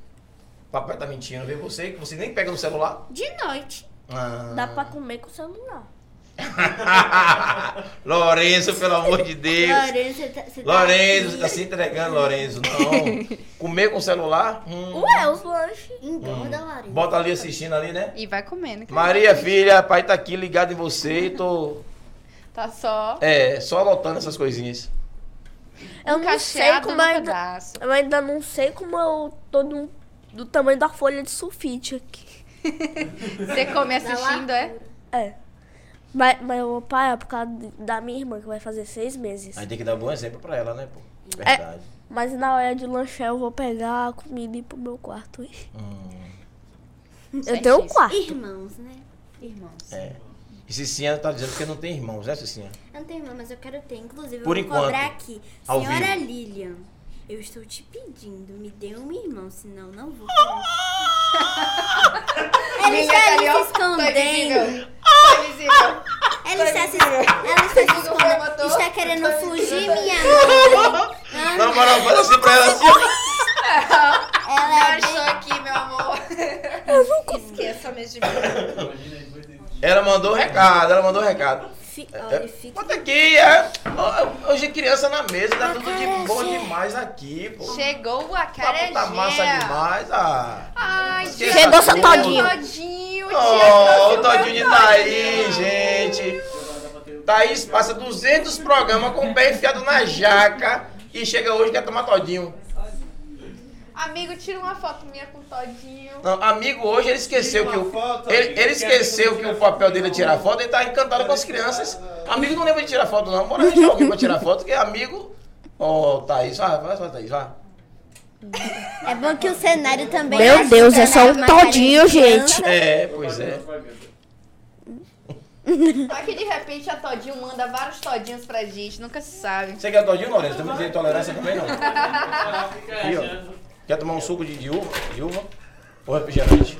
Speaker 2: Papai tá mentindo, vê você, que você nem pega no celular.
Speaker 4: De noite.
Speaker 2: Ah.
Speaker 3: Dá pra comer com o celular.
Speaker 2: Lourenço, pelo amor de Deus.
Speaker 4: Lourenço, você tá. você tá
Speaker 2: Lourenço,
Speaker 4: aqui?
Speaker 2: você tá se entregando, Lourenço. Não. Comer com o celular? Hum.
Speaker 3: Ué, os lanches.
Speaker 4: Engorda, Lourenço.
Speaker 2: Bota ali assistindo ali, né?
Speaker 1: E vai comendo. que
Speaker 2: Maria, filha, pai tá aqui ligado em você e tô
Speaker 1: Tá só
Speaker 2: É, só anotando essas coisinhas.
Speaker 3: Eu
Speaker 1: um
Speaker 3: não sei
Speaker 1: cacheado
Speaker 3: como
Speaker 1: no
Speaker 3: ainda.
Speaker 1: pedaço.
Speaker 3: Eu ainda não sei como eu tô do, do tamanho da folha de sulfite aqui.
Speaker 1: Você come assistindo, é?
Speaker 3: É. Mas, mas eu vou parar por causa de- da minha irmã, que vai fazer seis meses.
Speaker 2: Aí tem que dar um bom exemplo pra ela, né, pô? Verdade.
Speaker 3: Mas na hora de lanchar eu vou pegar a comida e ir pro meu quarto.
Speaker 2: Hum,
Speaker 3: Eu tenho
Speaker 1: Certíssimo.
Speaker 3: um quarto.
Speaker 4: Irmãos, né?
Speaker 1: Irmãos.
Speaker 2: é. E Cicinha tá dizendo que não tem irmãos, né, Cicinha?
Speaker 4: Eu não tenho irmã, mas eu quero ter. Inclusive, eu
Speaker 2: Por
Speaker 4: vou
Speaker 2: enquanto,
Speaker 4: cobrar aqui.
Speaker 2: ao
Speaker 4: Senhora
Speaker 2: vivo.
Speaker 4: Lilian, eu estou te pedindo, me dê um irmão, senão não vou. cobrar.
Speaker 1: Lilian tá ali, ó.
Speaker 4: Ela está ali se
Speaker 1: Tá
Speaker 4: escondendo. Ah!
Speaker 1: invisível. Tá invisível.
Speaker 4: Ela
Speaker 3: Tá
Speaker 4: está se Ela está se
Speaker 1: Google foi,
Speaker 4: escondendo.
Speaker 1: botou.
Speaker 4: Está querendo
Speaker 1: Tá
Speaker 4: fugir,
Speaker 1: invisível.
Speaker 4: minha mãe.
Speaker 2: Na moral, fala assim pra ela assim.
Speaker 4: Ela
Speaker 1: Me
Speaker 4: é bem-
Speaker 1: Tá achou aqui, meu amor. Eu não Esqueça mesmo de mim.
Speaker 2: Ela mandou um recado, ela mandou um recado.
Speaker 4: Fi,
Speaker 2: É,
Speaker 4: olha, fique.
Speaker 2: Bota aqui, é. Ó, Hoje criança na mesa, tá tudo de boa
Speaker 4: Acarajé.
Speaker 2: demais aqui, pô.
Speaker 1: Chegou o
Speaker 2: Papo
Speaker 1: acarajé.
Speaker 2: tá massa demais, ah.
Speaker 1: Ai,
Speaker 2: Chegou
Speaker 1: gente,
Speaker 2: seu
Speaker 3: todinho.
Speaker 1: Todinho, tá
Speaker 2: Oh,
Speaker 1: tia,
Speaker 2: o
Speaker 1: trouxe
Speaker 2: Todinho de
Speaker 1: meu
Speaker 2: Thaís, gente. Thaís passa 200 programas com o pé enfiado na jaca e chega hoje e quer tomar Todinho.
Speaker 1: Amigo, tira uma foto minha com o Todinho.
Speaker 2: Não, amigo, hoje ele esqueceu que o. ele, ele esqueceu que o papel dele é tirar foto, ele tá encantado com as crianças. Amigo não lembra de tirar foto, não. Bora deixar alguém pra tirar foto, que é amigo. Ó, Thaís, vai, vai, vai, Thaís, vai.
Speaker 4: É bom que o cenário também. tá
Speaker 3: Meu Deus, é só um
Speaker 4: uma cara de
Speaker 3: todinho,
Speaker 4: criança.
Speaker 3: gente.
Speaker 2: É, pois é.
Speaker 1: Só que de repente a Todinho manda vários Todinhos pra gente, nunca se sabe.
Speaker 2: Você quer Todinho, Lourenço? Também tem tolerância também, não? Aqui, ó. Quer tomar um suco de, de uva? De uva? Ou refrigerante?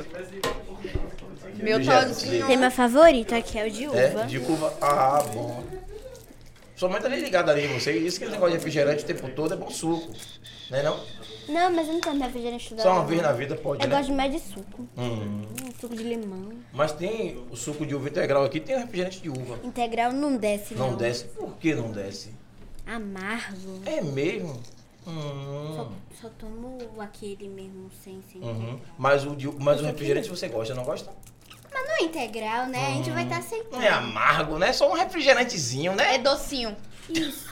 Speaker 1: Meu
Speaker 2: Refrigerante.
Speaker 1: Todinho.
Speaker 4: Tem meu favorito aqui, é o de uva.
Speaker 2: É, de uva. Ah, bom. Sua mãe tá ali ligada ali em você. Isso que ele negócio de refrigerante o tempo todo é bom suco. Né não?
Speaker 4: Não, mas eu não É tomo refrigerante toda
Speaker 2: Só uma
Speaker 4: hora.
Speaker 2: vez na vida pode,
Speaker 4: Eu
Speaker 2: né?
Speaker 4: gosto de mais de suco.
Speaker 2: Hum.
Speaker 4: Hum, suco de limão.
Speaker 2: Mas tem o suco de uva integral aqui, tem refrigerante de uva.
Speaker 4: Integral não desce, não.
Speaker 2: Não desce. Por que não desce?
Speaker 4: Amargo.
Speaker 2: É mesmo? Hum.
Speaker 4: Só tomo aquele mesmo sem, sem.
Speaker 2: Uhum. Mas, o de, u-
Speaker 4: é
Speaker 2: mas o refrigerante você gosta, não gosta?
Speaker 4: Mas não é integral, né? A gente vai estar
Speaker 2: Não
Speaker 4: aceitando.
Speaker 2: é amargo, né? Só um refrigerantezinho,
Speaker 1: É
Speaker 2: né?
Speaker 1: docinho. Isso.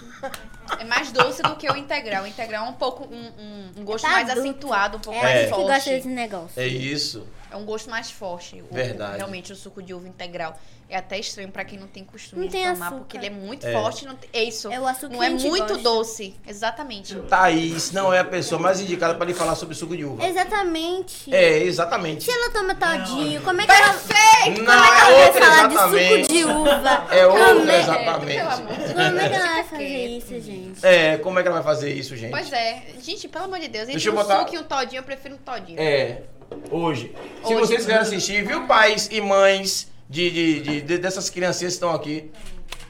Speaker 1: É mais doce do que o integral. O integral é um pouco um, um- um gosto
Speaker 4: Tá
Speaker 1: mais
Speaker 4: adulto.
Speaker 1: acentuado, um pouco
Speaker 4: É, a
Speaker 1: mais
Speaker 4: gente que gosta desse
Speaker 1: forte.
Speaker 4: negócio.
Speaker 2: É isso.
Speaker 1: É um gosto mais forte. O-
Speaker 2: Verdade.
Speaker 1: realmente o suco de uva integral é até estranho pra quem não tem costume
Speaker 4: Não
Speaker 1: de
Speaker 4: tem
Speaker 1: tomar,
Speaker 4: açúcar.
Speaker 1: porque ele é muito
Speaker 2: É.
Speaker 1: forte. Não tem- é isso.
Speaker 4: É o açúcar
Speaker 1: não
Speaker 4: que
Speaker 1: é
Speaker 4: a gente
Speaker 1: muito
Speaker 4: gosta.
Speaker 1: doce. Exatamente.
Speaker 2: Thaís não é a pessoa mais indicada pra lhe falar sobre suco de uva.
Speaker 4: Exatamente.
Speaker 2: É, exatamente.
Speaker 4: Se ela toma todinho, como é que ela, como
Speaker 1: Perfeito!
Speaker 2: Não,
Speaker 4: é que
Speaker 2: é
Speaker 4: ela vai
Speaker 2: outra
Speaker 4: falar de
Speaker 2: exatamente.
Speaker 4: suco de uva?
Speaker 2: É outra
Speaker 1: Pelo
Speaker 4: Como
Speaker 1: amor
Speaker 2: exatamente.
Speaker 1: de
Speaker 4: Como é que ela vai
Speaker 1: Fica
Speaker 4: fazer
Speaker 1: quieto.
Speaker 4: isso, gente?
Speaker 2: É, como é que ela vai fazer isso, gente?
Speaker 1: Pois é. Gente, pelo amor de Deus. Entre
Speaker 2: Deixa eu
Speaker 1: um
Speaker 2: botar-
Speaker 1: suco e um todinho, eu prefiro um todinho.
Speaker 2: É, hoje. Se
Speaker 1: Hoje.
Speaker 2: vocês quiserem assistir, viu, pais e mães de, de- de- de- dessas criancinhas que estão aqui,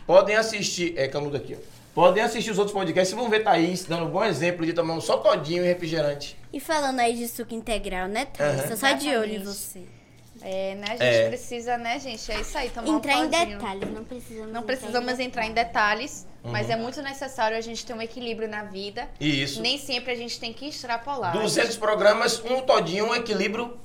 Speaker 2: podem assistir. É, canudo aqui, ó. Podem assistir os outros podcasts e vão ver Thaís dando um bom exemplo de tomar um só todinho e refrigerante.
Speaker 4: E falando aí de suco integral, né, Thaisa? Só de olho em você.
Speaker 1: É, né? A gente
Speaker 2: É.
Speaker 1: precisa, né, gente? É isso aí,
Speaker 3: Tá
Speaker 1: tomar
Speaker 4: Entrar
Speaker 1: um
Speaker 4: em
Speaker 1: todinho.
Speaker 4: detalhes, não precisamos.
Speaker 1: Não precisamos entrar em detalhes, mas
Speaker 2: Uhum.
Speaker 1: é muito necessário a gente ter um equilíbrio na vida.
Speaker 2: E isso.
Speaker 1: Nem sempre a gente tem que extrapolar.
Speaker 2: 200 programas, um todinho, um equilíbrio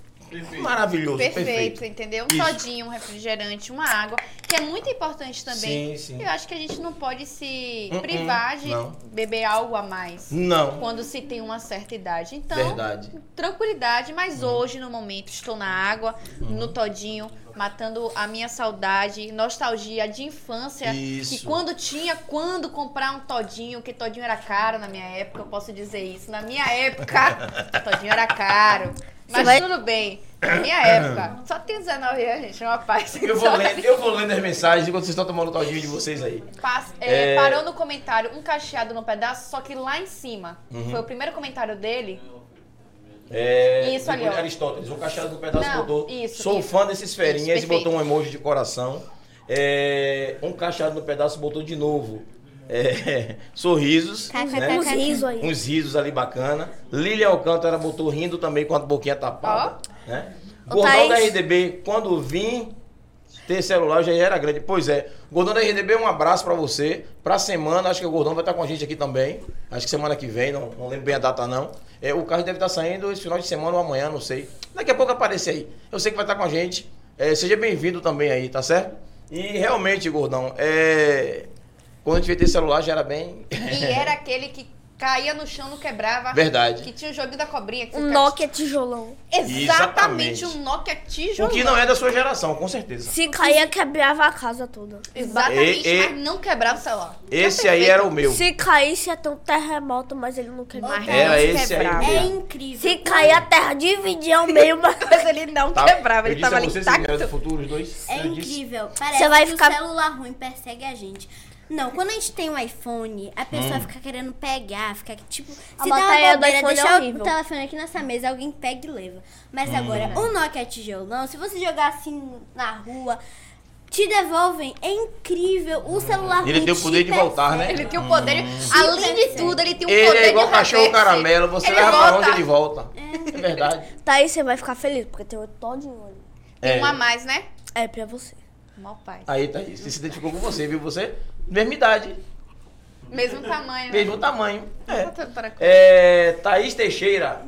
Speaker 2: maravilhoso,
Speaker 1: Perfeito,
Speaker 2: perfeito.
Speaker 1: entendeu? Um
Speaker 2: Isso.
Speaker 1: todinho, um refrigerante, uma água, que é muito importante também.
Speaker 2: Sim, sim.
Speaker 1: Eu acho que a gente não pode se
Speaker 2: Uh-uh,
Speaker 1: privar de
Speaker 2: não.
Speaker 1: beber algo a mais
Speaker 2: Não,
Speaker 1: quando se tem uma certa idade. Então,
Speaker 2: verdade. Uhum.
Speaker 1: tranquilidade, mas hoje, no momento, estou na água, no todinho, matando a minha saudade, nostalgia de infância.
Speaker 2: Isso.
Speaker 1: Que quando tinha, quando comprar um todinho, que todinho era caro na minha época, eu posso dizer isso. Na minha época, todinho era caro. Mas
Speaker 3: vai-
Speaker 1: tudo bem. Na minha época. Só tem 19 anos, gente. É uma paz.
Speaker 2: Eu vou lendo, eu vou lendo as mensagens enquanto vocês estão tomando o todinho de vocês aí.
Speaker 1: Pas- é,
Speaker 2: É.
Speaker 1: Parou no comentário um cacheado no pedaço, só que lá em cima.
Speaker 2: Uhum.
Speaker 1: Foi o primeiro comentário dele.
Speaker 2: É,
Speaker 1: Isso ali, ó.
Speaker 2: Aristóteles, o Cacheado do Pedaço
Speaker 1: Não,
Speaker 2: botou.
Speaker 1: isso,
Speaker 2: sou
Speaker 1: isso.
Speaker 2: fã desses ferinhas
Speaker 1: Isso,
Speaker 2: e botou um emoji de coração. É, um Cacheado no Pedaço botou de novo. é, sorrisos. né?
Speaker 3: Uns risos aí.
Speaker 2: Uns risos ali bacana. Lilian Alcântara botou rindo também com a boquinha tapada. Né?
Speaker 3: Ô,
Speaker 2: Gordão da
Speaker 3: Thaís.
Speaker 2: RDB, quando vim ter celular eu já era grande. Pois é. Gordão da RDB, um abraço pra você. Pra semana, acho que o Gordão vai estar com a gente aqui também. Acho que semana que vem, não, não lembro bem a data não. É, o carro deve estar saindo esse final de semana ou amanhã, não sei. Daqui a pouco aparece aí. Eu sei que vai estar com a gente. É, seja bem-vindo também aí, tá certo? E realmente, Gordão, é... quando a gente veio ter celular já era bem...
Speaker 1: E
Speaker 3: é
Speaker 1: era aquele que caía no chão, não quebrava.
Speaker 2: Verdade.
Speaker 1: Que tinha o joguinho da cobrinha. Que
Speaker 3: Um
Speaker 1: ficava-
Speaker 3: Nokia tijolão.
Speaker 1: Exatamente,
Speaker 2: Exatamente.
Speaker 1: um Nokia
Speaker 2: O
Speaker 1: tijolão.
Speaker 2: que não é da sua geração, com certeza.
Speaker 3: Se caía, quebrava a casa toda.
Speaker 1: Exatamente,
Speaker 2: E- e-
Speaker 1: mas não quebrava o celular.
Speaker 2: Esse aí era o meu.
Speaker 3: Se caísse, ia ter um terremoto, mas ele não quebrava.
Speaker 1: Mas-
Speaker 2: Era esse aí
Speaker 1: Quebrava.
Speaker 4: É
Speaker 2: mesmo.
Speaker 4: incrível.
Speaker 3: Se cair, a terra é dividia ao meio, mas
Speaker 1: É,
Speaker 3: ele não
Speaker 2: Tá?
Speaker 3: quebrava.
Speaker 2: Eu
Speaker 3: Ele
Speaker 2: disse
Speaker 3: tava
Speaker 2: a
Speaker 3: ali
Speaker 2: vocês,
Speaker 3: intacto.
Speaker 2: Guerra do Futuro, os dois.
Speaker 4: É
Speaker 2: Eu disse.
Speaker 4: incrível. Parece
Speaker 3: Você vai
Speaker 4: que
Speaker 3: ficar-
Speaker 4: o celular ruim persegue a gente. Não, quando a gente tem um iPhone, a
Speaker 2: Hum.
Speaker 4: pessoa fica querendo pegar, fica tipo, se dá
Speaker 3: bateria
Speaker 4: uma
Speaker 3: do
Speaker 4: bobeira,
Speaker 3: iPhone é
Speaker 4: deixa o
Speaker 3: horrível.
Speaker 4: telefone aqui nessa mesa, alguém pega e leva. Mas
Speaker 2: Hum.
Speaker 4: agora, o Nokia tijolão, se você jogar assim na rua, te devolvem, é incrível. O celular
Speaker 2: Ele
Speaker 4: ruim
Speaker 2: tem o
Speaker 4: te
Speaker 2: poder de voltar, né?
Speaker 1: Ele tem o poder, além de tudo, ele tem o
Speaker 2: Ele
Speaker 1: poder
Speaker 2: é igual
Speaker 1: de
Speaker 2: cachorro
Speaker 1: reverse.
Speaker 2: caramelo, você
Speaker 1: Ele
Speaker 2: leva pra
Speaker 1: volta.
Speaker 2: onde ele volta. É verdade.
Speaker 3: Tá aí, você vai ficar feliz, porque tem outro todinho ali.
Speaker 1: Tem
Speaker 2: É.
Speaker 1: um a mais, né?
Speaker 3: É pra você.
Speaker 1: Mó pai.
Speaker 2: Aí, Thaís, se identificou com você, viu? Você, mesma idade,
Speaker 1: Mesmo tamanho, né?
Speaker 2: mesmo tamanho.
Speaker 1: Tá tudo para
Speaker 2: É. é Thaís Teixeira.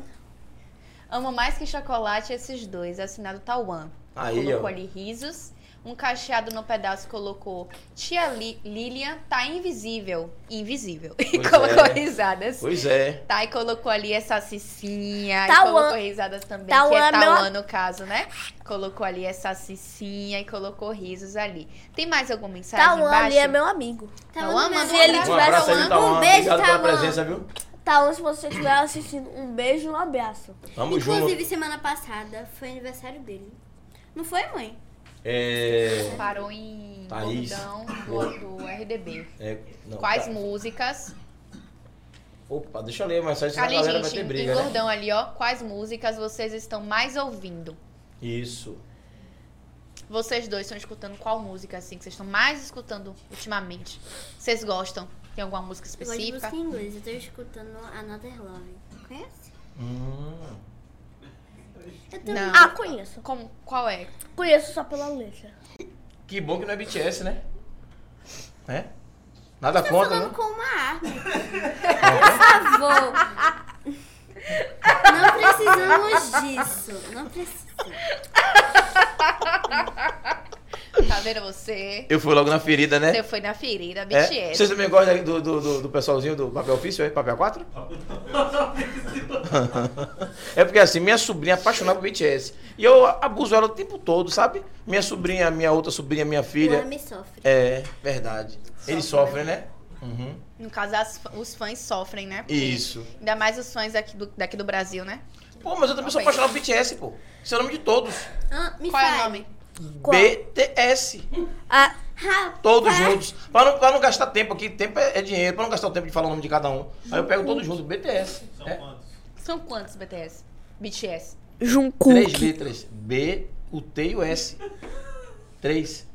Speaker 1: Amo mais que chocolate esses dois. é Assinado Tauan.
Speaker 2: Aí,
Speaker 1: colocou
Speaker 2: ó.
Speaker 1: ali risos. Um cacheado no pedaço colocou Tia Li Lilian tá invisível. Invisível. E
Speaker 2: Pois
Speaker 1: colocou
Speaker 2: é.
Speaker 1: risadas.
Speaker 2: Pois é.
Speaker 1: Tá, e colocou ali essa cicinha. e
Speaker 3: Tauan.
Speaker 1: colocou risadas também, que
Speaker 3: Tauan
Speaker 1: é
Speaker 3: é meu-
Speaker 1: Tauan no caso, né? Colocou ali essa cicinha e colocou risos ali. Tem mais alguma mensagem
Speaker 3: Tauan
Speaker 1: Tá embaixo?
Speaker 3: ali é meu amigo.
Speaker 1: Tauan,
Speaker 4: mandando
Speaker 1: manda
Speaker 3: Se ele
Speaker 1: abraço.
Speaker 2: Um
Speaker 3: tivesse
Speaker 2: abraço aí,
Speaker 3: um-
Speaker 2: Tauan.
Speaker 4: um beijo,
Speaker 2: Obrigado pela
Speaker 4: Tauan.
Speaker 2: presença, viu?
Speaker 3: Tauan, se você estiver assistindo, um beijo e um abraço.
Speaker 2: Tamo
Speaker 4: Inclusive,
Speaker 2: junto.
Speaker 4: semana passada foi aniversário dele. Não foi, mãe?
Speaker 2: É,
Speaker 1: Parou em
Speaker 2: Thaís.
Speaker 1: bordão do, do RDB.
Speaker 2: é, não,
Speaker 1: Quais
Speaker 2: tá.
Speaker 1: músicas?
Speaker 2: Opa, deixa eu ler a mensagem, senão a
Speaker 1: Ali,
Speaker 2: galera vai
Speaker 1: gente,
Speaker 2: ter
Speaker 1: em
Speaker 2: briga, né?
Speaker 1: gordão ali, ó. Quais músicas vocês estão mais ouvindo?
Speaker 2: Isso.
Speaker 1: Vocês dois estão escutando qual música, assim, que vocês estão mais escutando ultimamente? Vocês gostam? Tem alguma música
Speaker 4: Eu gosto de
Speaker 1: específica?
Speaker 4: música em inglês. Eu tô escutando Another Love. Conhece?
Speaker 2: Hum.
Speaker 4: Eu tô...
Speaker 1: Não.
Speaker 3: Ah, conheço.
Speaker 1: Como, qual é?
Speaker 3: Conheço só pela letra.
Speaker 2: Que bom que não é BTS, né? Né? Nada
Speaker 4: Tá
Speaker 2: contra,
Speaker 4: falando
Speaker 2: né?
Speaker 4: com uma arma. Por favor. Não precisamos disso. Não precisa.
Speaker 1: Tá vendo você?
Speaker 2: Eu fui logo na ferida, né?
Speaker 1: Você foi na ferida,
Speaker 2: É?
Speaker 1: BTS.
Speaker 2: Vocês também gostam do, do, do, do pessoalzinho do papel ofício, é? Papel 4? é porque assim, minha sobrinha é apaixonada por BTS. E eu abuso ela o tempo todo, sabe? Minha sobrinha, minha outra sobrinha, minha
Speaker 4: O
Speaker 2: filha.
Speaker 4: homem sofre.
Speaker 2: É, verdade. Eles
Speaker 1: Sofre,
Speaker 2: sofrem, né? Uhum.
Speaker 1: No caso, as- os fãs sofrem, né? Porque-
Speaker 2: Isso.
Speaker 1: Ainda mais os fãs aqui do, daqui do Brasil, né?
Speaker 2: Pô, mas eu também sou apaixonado por BTS, pô. Esse é o nome de todos.
Speaker 4: Ah, me
Speaker 1: qual
Speaker 4: fale.
Speaker 1: é o nome?
Speaker 3: Qual?
Speaker 2: BTS.
Speaker 3: Ah,
Speaker 4: Rapaz,
Speaker 2: Todos juntos. Pra não, pra não gastar tempo aqui, tempo é, é dinheiro. Pra não gastar o tempo de falar o nome de cada um. Aí eu pego todos juntos, BTS.
Speaker 7: São
Speaker 2: É.
Speaker 7: quantos?
Speaker 1: São quantos BTS? BTS.
Speaker 3: Jungkook.
Speaker 2: Três letras. B, o T e o S. Três.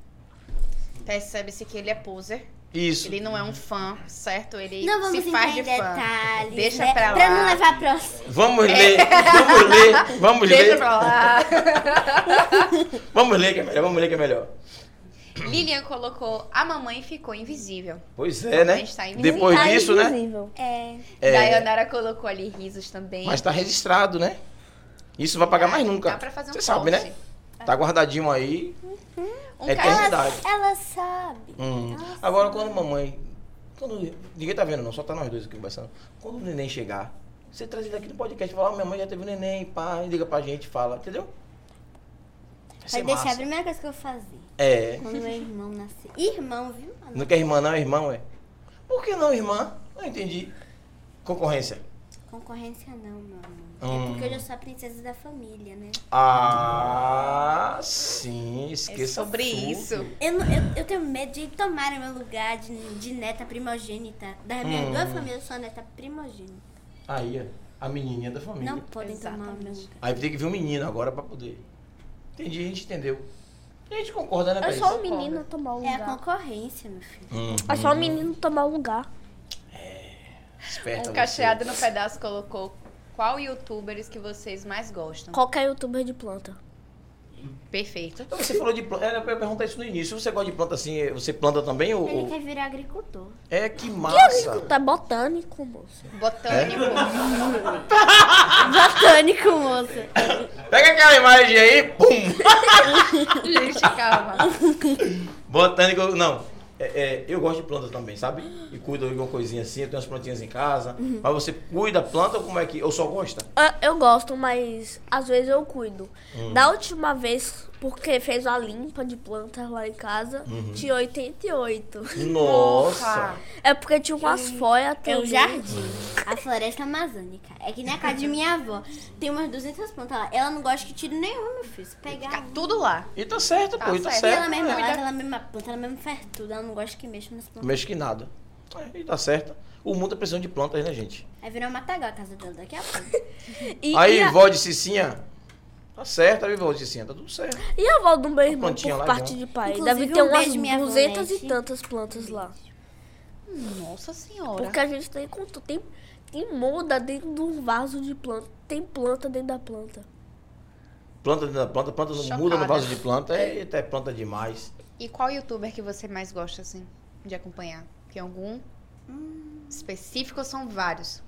Speaker 1: Percebe-se que ele é poser.
Speaker 2: Isso.
Speaker 1: Ele não é um fã, certo? Ele
Speaker 4: não vamos
Speaker 1: se faz
Speaker 4: entrar
Speaker 1: de
Speaker 4: em
Speaker 1: fã.
Speaker 4: detalhes.
Speaker 1: Deixa
Speaker 4: né?
Speaker 1: pra
Speaker 4: Pra
Speaker 1: lá.
Speaker 4: não levar próximo.
Speaker 2: Vamos ler, vamos ler, vamos
Speaker 1: Deixa
Speaker 2: ler.
Speaker 1: pra lá.
Speaker 2: Vamos ler que é melhor, vamos ler que é melhor.
Speaker 1: Lilian colocou, a mamãe ficou invisível.
Speaker 2: Pois é, né?
Speaker 1: Mamãe está invisível.
Speaker 2: Depois
Speaker 3: Tá
Speaker 2: disso, né?
Speaker 3: invisível.
Speaker 4: É.
Speaker 2: É,
Speaker 1: Dayanara colocou ali risos também.
Speaker 2: mas tá registrado, né? Isso vai pagar mais
Speaker 1: Dá
Speaker 2: nunca.
Speaker 1: pra fazer um
Speaker 2: Você sabe,
Speaker 1: corte.
Speaker 2: né? Tá guardadinho aí.
Speaker 1: Um
Speaker 2: É
Speaker 1: cara-
Speaker 2: Ela- Verdade.
Speaker 4: ela sabe.
Speaker 2: Hum.
Speaker 4: Nossa.
Speaker 2: Agora, quando mamãe. Quando, ninguém tá vendo, não, só tá nós dois aqui conversando. Quando o neném chegar, você traz ele aqui no podcast e fala: ah, minha mãe já teve um neném, pá, e liga pra gente, fala, entendeu? Isso
Speaker 4: Vai
Speaker 2: é
Speaker 4: deixar a
Speaker 2: massa.
Speaker 4: primeira coisa que eu vou fazer.
Speaker 2: É.
Speaker 4: Quando meu irmão nascer. Irmão, viu? mano?
Speaker 2: Não quer irmã, não, é irmão, é? Por que não, irmã? Não entendi. Concorrência.
Speaker 4: Concorrência não, meu amor.
Speaker 2: Hum.
Speaker 4: É porque eu já sou a princesa da família, né?
Speaker 2: Ah, sim, esqueça.
Speaker 1: É sobre
Speaker 2: tudo.
Speaker 1: isso.
Speaker 4: Eu, não- eu, eu tenho medo de tomar o meu lugar de, de neta primogênita. Da minha
Speaker 2: Hum.
Speaker 4: duas famílias, eu sou a neta primogênita.
Speaker 2: Aí, ó, a menininha da família.
Speaker 4: Não podem tomar o meu
Speaker 1: Exatamente.
Speaker 4: lugar.
Speaker 2: Aí tem que vir um menino agora pra poder. Entendi, a gente entendeu. A gente concorda, né,
Speaker 3: É
Speaker 2: Thaís?
Speaker 3: só o menino tomar o
Speaker 4: É a
Speaker 3: lugar.
Speaker 4: concorrência, meu filho.
Speaker 2: Uhum,
Speaker 3: É só o menino tomar o lugar.
Speaker 2: esperta
Speaker 1: Um
Speaker 2: Então você.
Speaker 1: cacheado no pedaço colocou, qual youtubers que vocês mais gostam?
Speaker 3: Qualquer youtuber de planta.
Speaker 1: Perfeito.
Speaker 2: Então, Você falou de planta. Era pra eu perguntar isso no início. Você gosta de planta assim? Você planta também? Ou...
Speaker 4: Ele
Speaker 2: ou-
Speaker 4: quer virar agricultor.
Speaker 2: É que
Speaker 3: Isso
Speaker 2: massa.
Speaker 3: tá botânico, moço.
Speaker 2: É?
Speaker 1: Botânico.
Speaker 4: Botânico, moça.
Speaker 2: Pega aquela imagem aí, pum!
Speaker 1: Gente, calma.
Speaker 2: Botânico, não. É, é, eu gosto de planta também, sabe? E cuido de alguma coisinha assim, eu tenho umas plantinhas em casa. Mas você cuida da planta ou como é que. Ou só gosta?
Speaker 3: Ah, Eu gosto, mas às vezes eu cuido.
Speaker 2: Hum.
Speaker 3: Da última vez, porque fez a limpa de plantas lá em casa,
Speaker 2: Uhum.
Speaker 3: tinha 88.
Speaker 2: Nossa!
Speaker 3: É porque tinha umas folhas
Speaker 4: É o
Speaker 3: também.
Speaker 4: jardim, a floresta amazônica. É que nem a casa de minha avó. Tem umas 200 plantas lá. Ela não gosta de tiro nenhum, meu filho. Se pegar.
Speaker 1: Fica tudo lá.
Speaker 2: E tá certo,
Speaker 1: Tá
Speaker 2: pô, e tá
Speaker 1: certo.
Speaker 4: E
Speaker 2: certo.
Speaker 4: ela mesma
Speaker 2: né?
Speaker 4: lava, ela mesma planta, ela mesma faz tudo. Ela não gosta que mexa nas plantas.
Speaker 2: Mexe que nada. É, e tá certo. O mundo tá precisando de plantas, né, gente?
Speaker 4: Aí virou um matagal a casa dela daqui a pouco.
Speaker 3: E,
Speaker 2: aí,
Speaker 3: e a,
Speaker 2: vó de Cicinha. Tá certo, aí, vó de Cicinha, tá tudo certo.
Speaker 3: e a avó do meu irmão,
Speaker 2: plantinha lá,
Speaker 3: por parte
Speaker 2: já.
Speaker 3: de pai,
Speaker 4: Inclusive,
Speaker 3: deve ter
Speaker 4: um
Speaker 3: umas
Speaker 4: beijo, minha avó
Speaker 3: 200
Speaker 4: Nete.
Speaker 3: e tantas plantas lá.
Speaker 1: Nossa senhora.
Speaker 3: Porque a gente tem conta, tem, tem muda dentro de um vaso de planta, tem planta dentro da planta.
Speaker 2: Planta dentro da planta, planta não
Speaker 1: Chocada.
Speaker 2: muda no vaso de planta. Eita, é planta demais.
Speaker 1: E qual youtuber que você mais gosta, assim, de acompanhar? Tem algum Hum. específico ou são vários?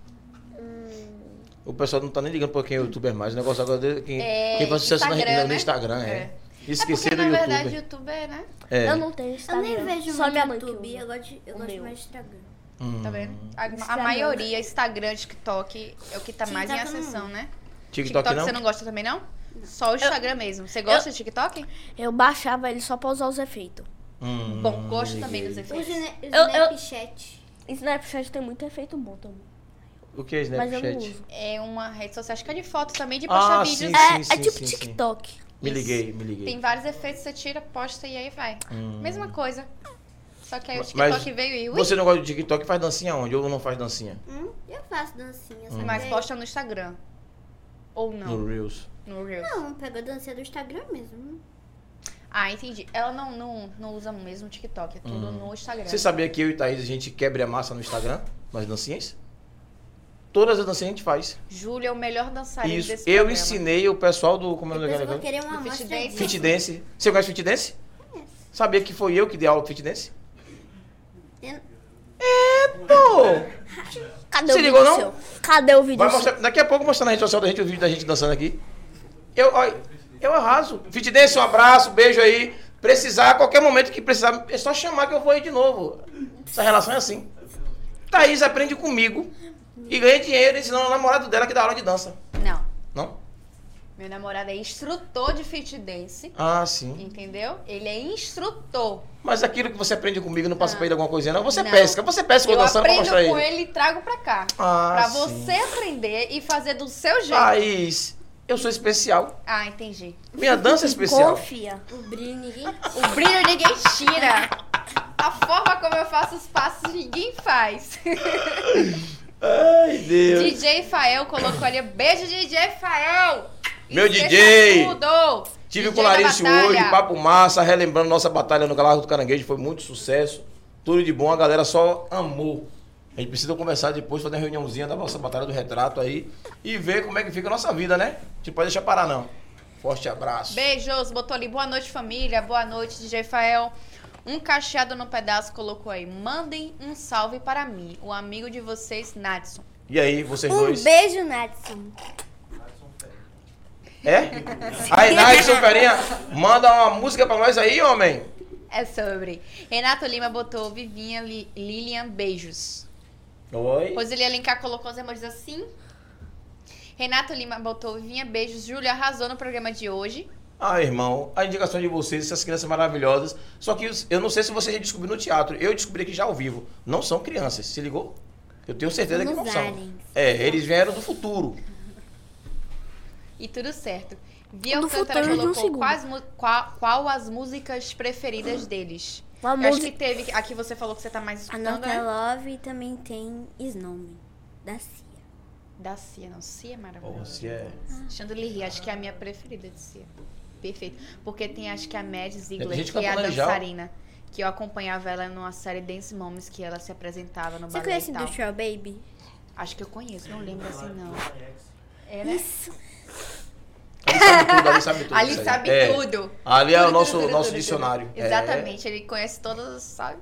Speaker 2: O pessoal não tá nem ligando pra quem é youtuber mais. O negócio agora é quem,
Speaker 1: É,
Speaker 2: quem faz sucesso na-
Speaker 1: Instagram,
Speaker 2: no
Speaker 1: né?
Speaker 2: Instagram. É.
Speaker 1: É.
Speaker 2: Esquecer
Speaker 1: é porque,
Speaker 2: do
Speaker 1: na
Speaker 2: youtuber.
Speaker 1: verdade, youtuber, né?
Speaker 2: É.
Speaker 3: Eu não tenho
Speaker 4: Eu
Speaker 3: Instagram.
Speaker 4: nem vejo
Speaker 3: Só minha
Speaker 4: muito
Speaker 3: mãe que
Speaker 4: YouTube, eu
Speaker 3: usa.
Speaker 4: gosto, de- eu
Speaker 3: O
Speaker 4: gosto
Speaker 3: meu.
Speaker 4: mais de Instagram.
Speaker 2: Hum.
Speaker 1: Tá vendo? A- A,
Speaker 3: Instagram.
Speaker 1: maioria, Instagram, TikTok, é o que tá mais em
Speaker 4: TikTok eu não-
Speaker 1: ascensão, né?
Speaker 2: TikTok, não?
Speaker 1: você não gosta também, não? Só o Instagram mesmo. Você gosta de TikTok?
Speaker 3: Eu baixava ele só pra usar os efeitos.
Speaker 2: Hum,
Speaker 1: Bom, gosto também dos
Speaker 2: liguei.
Speaker 4: O
Speaker 1: efeitos.
Speaker 4: Sna- o
Speaker 3: Eu- eu-
Speaker 4: Snapchat.
Speaker 3: Snapchat tem muito efeito bom também.
Speaker 2: O que é
Speaker 3: Mas eu não
Speaker 2: Snapchat?
Speaker 3: uso.
Speaker 1: É uma rede social, acho que é de foto também, de
Speaker 2: Ah,
Speaker 1: postar
Speaker 2: sim,
Speaker 1: vídeos.
Speaker 3: É,
Speaker 2: sim,
Speaker 3: é tipo
Speaker 2: sim, sim.
Speaker 3: TikTok.
Speaker 2: Me
Speaker 1: Isso.
Speaker 2: liguei, me liguei.
Speaker 1: Tem vários efeitos, você tira, posta e aí vai.
Speaker 2: Hum.
Speaker 1: Mesma coisa. Só que aí o
Speaker 2: Mas-
Speaker 1: TikTok veio e... Ui,
Speaker 2: Você não gosta de TikTok? Faz dancinha onde? Ou não faz dancinha?
Speaker 4: Hum, eu faço
Speaker 2: Hum.
Speaker 4: dancinha, sabe?
Speaker 1: Mas posta no Instagram. Ou não,
Speaker 2: No Reels.
Speaker 1: no Reels.
Speaker 4: Não, pega a dancinha do Instagram mesmo. Hum.
Speaker 1: Ah, entendi. Ela não, não, não usa mesmo o TikTok, é tudo no Instagram.
Speaker 2: Hum. Você sabia que eu e Thaís, a gente quebra a massa no Instagram? Nas dancinhas? Todas as dancinhas a gente faz.
Speaker 1: Júlia é o melhor dançarino
Speaker 2: Isso.
Speaker 1: desse
Speaker 2: Eu
Speaker 1: programa.
Speaker 2: ensinei o pessoal do... Como é o
Speaker 4: Depois
Speaker 2: nome
Speaker 4: eu vou
Speaker 2: daquela-
Speaker 4: querer uma
Speaker 1: Do Fit
Speaker 4: amostra
Speaker 1: Dance.
Speaker 4: disso.
Speaker 2: Fit Dance. Você conhece Fit Dance? Sabia que foi eu que dei aula de Fit Dance?
Speaker 4: Eu-
Speaker 2: Pô! Se
Speaker 3: Cadê o vídeo
Speaker 2: ligou, não?
Speaker 3: seu? Cadê o vídeo
Speaker 2: Vai
Speaker 1: assim.
Speaker 3: seu?
Speaker 2: mostrar, daqui a pouco mostrar na rede social da gente o vídeo da gente dançando aqui. Eu, ó, eu arraso. Fitness, um abraço, beijo aí. Precisar, a qualquer momento que precisar, é só chamar que eu vou aí de novo. Essa relação é assim. Thaís aprende comigo e ganha dinheiro ensinando o namorado dela que dá aula de dança.
Speaker 1: Não.
Speaker 2: Não?
Speaker 1: Meu namorado é instrutor de fit dance,
Speaker 2: Ah, sim.
Speaker 1: entendeu? Ele é instrutor.
Speaker 2: Mas aquilo que você aprende comigo não passa pra ele alguma coisinha, não? Você
Speaker 1: Ah. Não.
Speaker 2: pesca, você pesca ou
Speaker 1: Eu
Speaker 2: dançando pra
Speaker 1: aprendo
Speaker 2: mostrar
Speaker 1: com
Speaker 2: ele.
Speaker 1: ele e trago pra cá.
Speaker 2: Ah,
Speaker 1: pra
Speaker 2: sim. Ah.
Speaker 1: você aprender e fazer do seu jeito.
Speaker 2: Thaís, eu sou especial.
Speaker 1: Ah, entendi.
Speaker 2: Minha dança é especial.
Speaker 3: Confia.
Speaker 4: O brilho, ninguém...
Speaker 1: O brilho ninguém tira. A forma como eu faço os passos ninguém faz.
Speaker 2: Ai, Deus.
Speaker 1: DJ Fael colocou ali. Beijo, DJ Fael!
Speaker 2: Meu
Speaker 1: Esqueça
Speaker 2: DJ.
Speaker 1: Tudo.
Speaker 2: Tive
Speaker 1: DJ
Speaker 2: com o
Speaker 1: da
Speaker 2: Larissa
Speaker 1: batalha.
Speaker 2: hoje, papo massa, relembrando nossa batalha no Galargo do Caranguejo, foi muito sucesso. Tudo de bom, a galera só amou. A gente precisa conversar depois, fazer uma reuniãozinha da nossa batalha do retrato aí e ver como é que fica a nossa vida, né? A gente pode deixar parar, não. Forte abraço.
Speaker 1: Beijos, botou ali. Boa noite, família. Boa noite, DJ Fael. Um cacheado no pedaço colocou aí. Mandem um salve para mim, o amigo de vocês, Nadson.
Speaker 2: E aí, vocês
Speaker 4: Um
Speaker 2: dois?
Speaker 4: beijo, Natson.
Speaker 2: É? Aí, Nath, Ferinha, manda uma música pra nós aí, homem.
Speaker 1: É sobre. Renato Lima botou Vivinha Li- Lilian, beijos.
Speaker 2: Oi.
Speaker 1: Rosilia Alencar colocou os emojis assim. Renato Lima botou Vivinha, beijos. Júlia arrasou no programa de hoje.
Speaker 2: Ah, irmão, a indicação de vocês, essas crianças maravilhosas. Só que eu não sei se vocês já descobriram no teatro. Eu descobri aqui já ao vivo. Não são crianças, se ligou? Eu tenho certeza que
Speaker 4: Somos
Speaker 2: não são.
Speaker 4: aliens.
Speaker 2: É, eles vieram do futuro.
Speaker 1: E tudo certo. Via
Speaker 3: Do
Speaker 1: Alcântara
Speaker 3: futuro de um
Speaker 1: colocou
Speaker 3: segundo.
Speaker 1: quais mu- qual, qual as músicas preferidas deles.
Speaker 3: Uma
Speaker 1: Eu acho
Speaker 3: música- Ah,
Speaker 1: que teve. A que você falou que você tá mais
Speaker 4: A
Speaker 1: escutando,
Speaker 4: Nota
Speaker 1: né?
Speaker 4: Love e também tem Snowman, da Cia.
Speaker 1: Da Cia, não. Cia é
Speaker 2: Pô,
Speaker 1: maravilhosa.
Speaker 2: se é.
Speaker 1: Chandelier, acho que é a minha preferida de Cia. Perfeito. Porque tem, acho que a Mad
Speaker 2: Tem
Speaker 1: Ziegler,
Speaker 2: gente
Speaker 1: que
Speaker 2: que
Speaker 1: é a
Speaker 2: acompanha já.
Speaker 1: dançarina. Que eu acompanhava ela numa série Dance Moms, que ela se apresentava no
Speaker 4: Você
Speaker 1: balé
Speaker 4: conhece
Speaker 1: e tal.
Speaker 4: Industrial Baby?
Speaker 1: Acho que eu conheço, não lembro assim, não. É, né?
Speaker 4: Isso.
Speaker 2: Ali sabe tudo, ali sabe tudo.
Speaker 1: Ali
Speaker 2: isso aí.
Speaker 1: sabe
Speaker 2: É.
Speaker 1: tudo.
Speaker 2: Ali é
Speaker 1: Tudo,
Speaker 2: o nosso,
Speaker 1: tudo, tudo,
Speaker 2: nosso
Speaker 1: tudo,
Speaker 2: dicionário.
Speaker 1: tudo.
Speaker 2: É.
Speaker 1: Exatamente, ele conhece todas, sabe?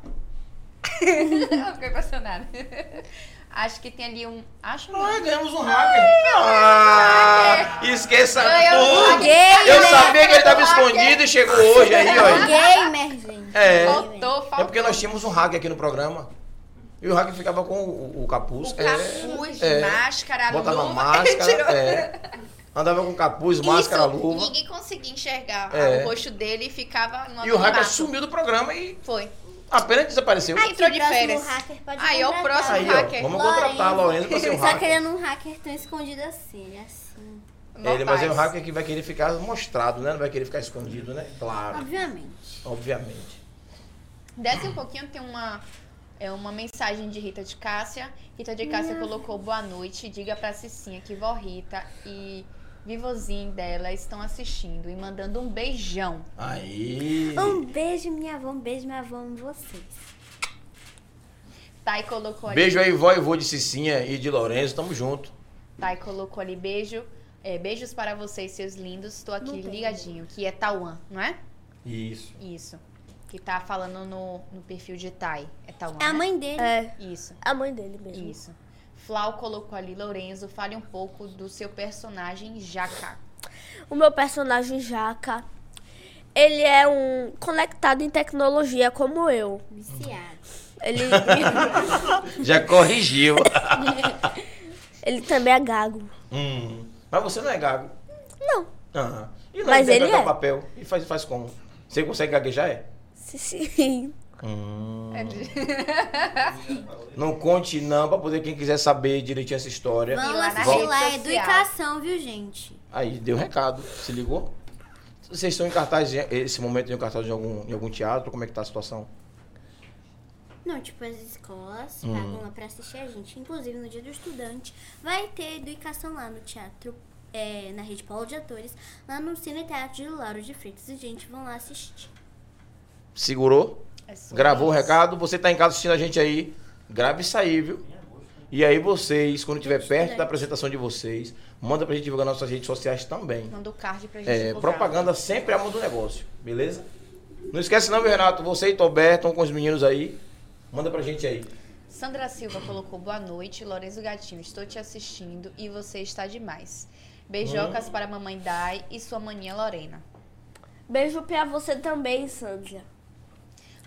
Speaker 1: Eu Fiquei emocionada. Acho que tem ali um. Acho
Speaker 2: Ah,
Speaker 1: não.
Speaker 2: ganhamos um hacker. Ah, esqueça
Speaker 1: Ganhamos um
Speaker 2: tudo.
Speaker 4: hacker.
Speaker 2: Eu sabia que ele estava
Speaker 1: Ganhamos um
Speaker 2: escondido e chegou hoje aí, ó.
Speaker 4: É um Gamer, gente. um
Speaker 2: É.
Speaker 1: Faltou, faltou.
Speaker 2: É porque nós tínhamos um hack aqui no programa. E o hack ficava com o, o capuz.
Speaker 1: O
Speaker 2: é,
Speaker 1: capuz,
Speaker 2: é,
Speaker 1: máscara,
Speaker 2: Botava
Speaker 1: luva. tirou.
Speaker 2: máscara. é. andava com capuz, máscara,
Speaker 1: Isso,
Speaker 2: luva.
Speaker 1: Ninguém conseguia enxergar
Speaker 2: É.
Speaker 1: o rosto dele e ficava numa
Speaker 2: E o hacker
Speaker 1: mato.
Speaker 2: sumiu do programa e
Speaker 1: Foi.
Speaker 2: apenas desapareceu.
Speaker 1: Ai, entrou de
Speaker 4: próximo
Speaker 1: férias.
Speaker 4: hacker pode
Speaker 1: Aí é o
Speaker 4: contratar.
Speaker 1: próximo
Speaker 2: Aí, ó,
Speaker 1: hacker.
Speaker 2: vamos contratar a Lorenzo pra ser um
Speaker 4: Só
Speaker 2: hacker.
Speaker 4: que ele é um hacker tão escondido assim, ele é assim.
Speaker 2: Ele, mas é o
Speaker 1: Notais.
Speaker 2: hacker que vai querer ficar mostrado, né? Não vai querer ficar escondido, né? Claro,
Speaker 4: Obviamente.
Speaker 2: obviamente.
Speaker 1: Desce um pouquinho, tem uma, é uma mensagem de Rita de Cássia. Rita de Cássia colocou boa noite, diga pra Cicinha que vó Rita e Vivozinho dela estão assistindo e mandando um beijão.
Speaker 2: Aí.
Speaker 4: Um beijo, minha avó, um beijo, minha avó, amo vocês.
Speaker 1: Thay colocou ali.
Speaker 2: Beijo aí, vó e vô de Cicinha e de Lorenzo. Tamo junto.
Speaker 1: Thay colocou ali beijo. é, beijos para vocês, seus lindos. Estou aqui
Speaker 4: Não tem.
Speaker 1: ligadinho, que é Tauan, não é?
Speaker 2: Isso.
Speaker 1: Isso. que tá falando no, no perfil de Thay. É Tauan,
Speaker 4: É a
Speaker 1: né?
Speaker 4: mãe dele.
Speaker 3: É,
Speaker 1: Isso,
Speaker 3: a mãe dele mesmo.
Speaker 1: isso. Flau colocou ali, Lorenzo, fale um pouco do seu personagem Jaca.
Speaker 3: O meu personagem Jaca, ele é um conectado em tecnologia como eu.
Speaker 4: Viciado.
Speaker 3: Ele,
Speaker 2: Já corrigiu.
Speaker 3: ele também é gago.
Speaker 2: Hum. Mas você não é gago.
Speaker 3: Não.
Speaker 2: Aham. E não
Speaker 3: Mas
Speaker 2: entrega
Speaker 3: ele
Speaker 2: teu
Speaker 3: é.
Speaker 2: papel. E faz, faz como? Você consegue gaguejar, é?
Speaker 3: Sim, sim.
Speaker 2: Hum.
Speaker 1: É de-
Speaker 2: Não conte não, pra poder quem quiser saber direitinho essa história.
Speaker 4: Vamos
Speaker 1: lá na
Speaker 4: assistir
Speaker 1: rede
Speaker 4: lá, é
Speaker 1: social.
Speaker 4: educação, viu, gente?
Speaker 2: Aí deu um recado, se ligou? Vocês estão em cartaz, esse momento em um cartaz de algum, em algum teatro, como é que tá a situação?
Speaker 4: Não, tipo, as escolas
Speaker 2: Hum.
Speaker 4: pagam lá pra assistir a gente. Inclusive, no dia do estudante, vai ter educação lá no teatro, é, na Rede Paulo de Atores, lá no Cine Teatro de Lauro de Freitas. E, gente, vão lá assistir.
Speaker 2: Segurou?
Speaker 1: é sobre
Speaker 2: Gravou o
Speaker 1: isso.
Speaker 2: recado? Você tá em casa assistindo a gente aí, grave isso aí, viu? E aí vocês, quando estiver perto da apresentação de vocês, manda pra gente divulgar nas nossas redes sociais também.
Speaker 1: Manda o card pra gente.
Speaker 2: É,
Speaker 1: divulgar.
Speaker 2: propaganda sempre é a mão do negócio, beleza? Não esquece não, viu, Renato? Você e Tobé estão com os meninos aí. Manda pra gente aí.
Speaker 1: Sandra Silva colocou boa noite, Lorenzo Gatinho, estou te assistindo e você está demais. Beijocas
Speaker 2: Hum.
Speaker 1: para mamãe Dai e sua maninha Lorena.
Speaker 3: Beijo pra você também, Sandra.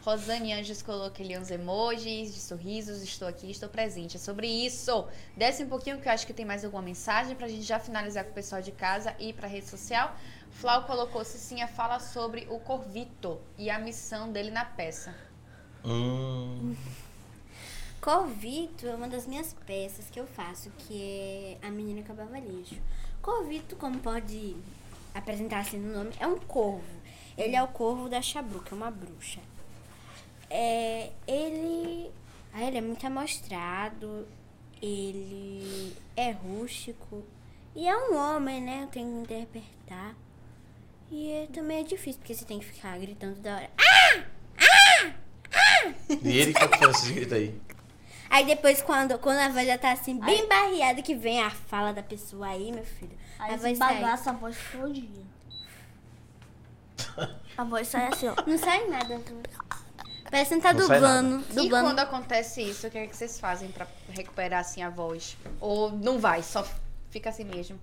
Speaker 1: Rosane Anjos coloca ali uns emojis de sorrisos, estou aqui, estou presente. É sobre isso. Desce um pouquinho que eu acho que tem mais alguma mensagem pra gente já finalizar com o pessoal de casa e ir pra rede social. Flau colocou, Cicinha fala sobre o Corvito e a missão dele na peça.
Speaker 2: Hum.
Speaker 4: Corvito é uma das minhas peças que eu faço, que é A Menina que Acabava Lixo. Corvito, como pode apresentar assim no nome, é um corvo. Ele é o corvo da Xabru, que é uma bruxa. É, ele, ah, ele é muito amostrado, ele é rústico e é um homem, né? Eu tenho que interpretar. E é- também é difícil, porque você tem que ficar gritando da hora.
Speaker 2: E ele que tá fazendo esses gritos aí.
Speaker 4: Aí depois, quando, quando a voz já tá assim, bem barreada, que vem a fala da pessoa aí, meu filho. a voz sai.
Speaker 3: a voz todinha. A voz sai assim, ó.
Speaker 4: Não sai nada. então. Parece que não tá
Speaker 2: Não sai
Speaker 4: dublando.
Speaker 1: E quando
Speaker 4: dublando.
Speaker 1: acontece isso, o que é que vocês fazem pra recuperar assim a voz? Ou não vai, só fica assim mesmo?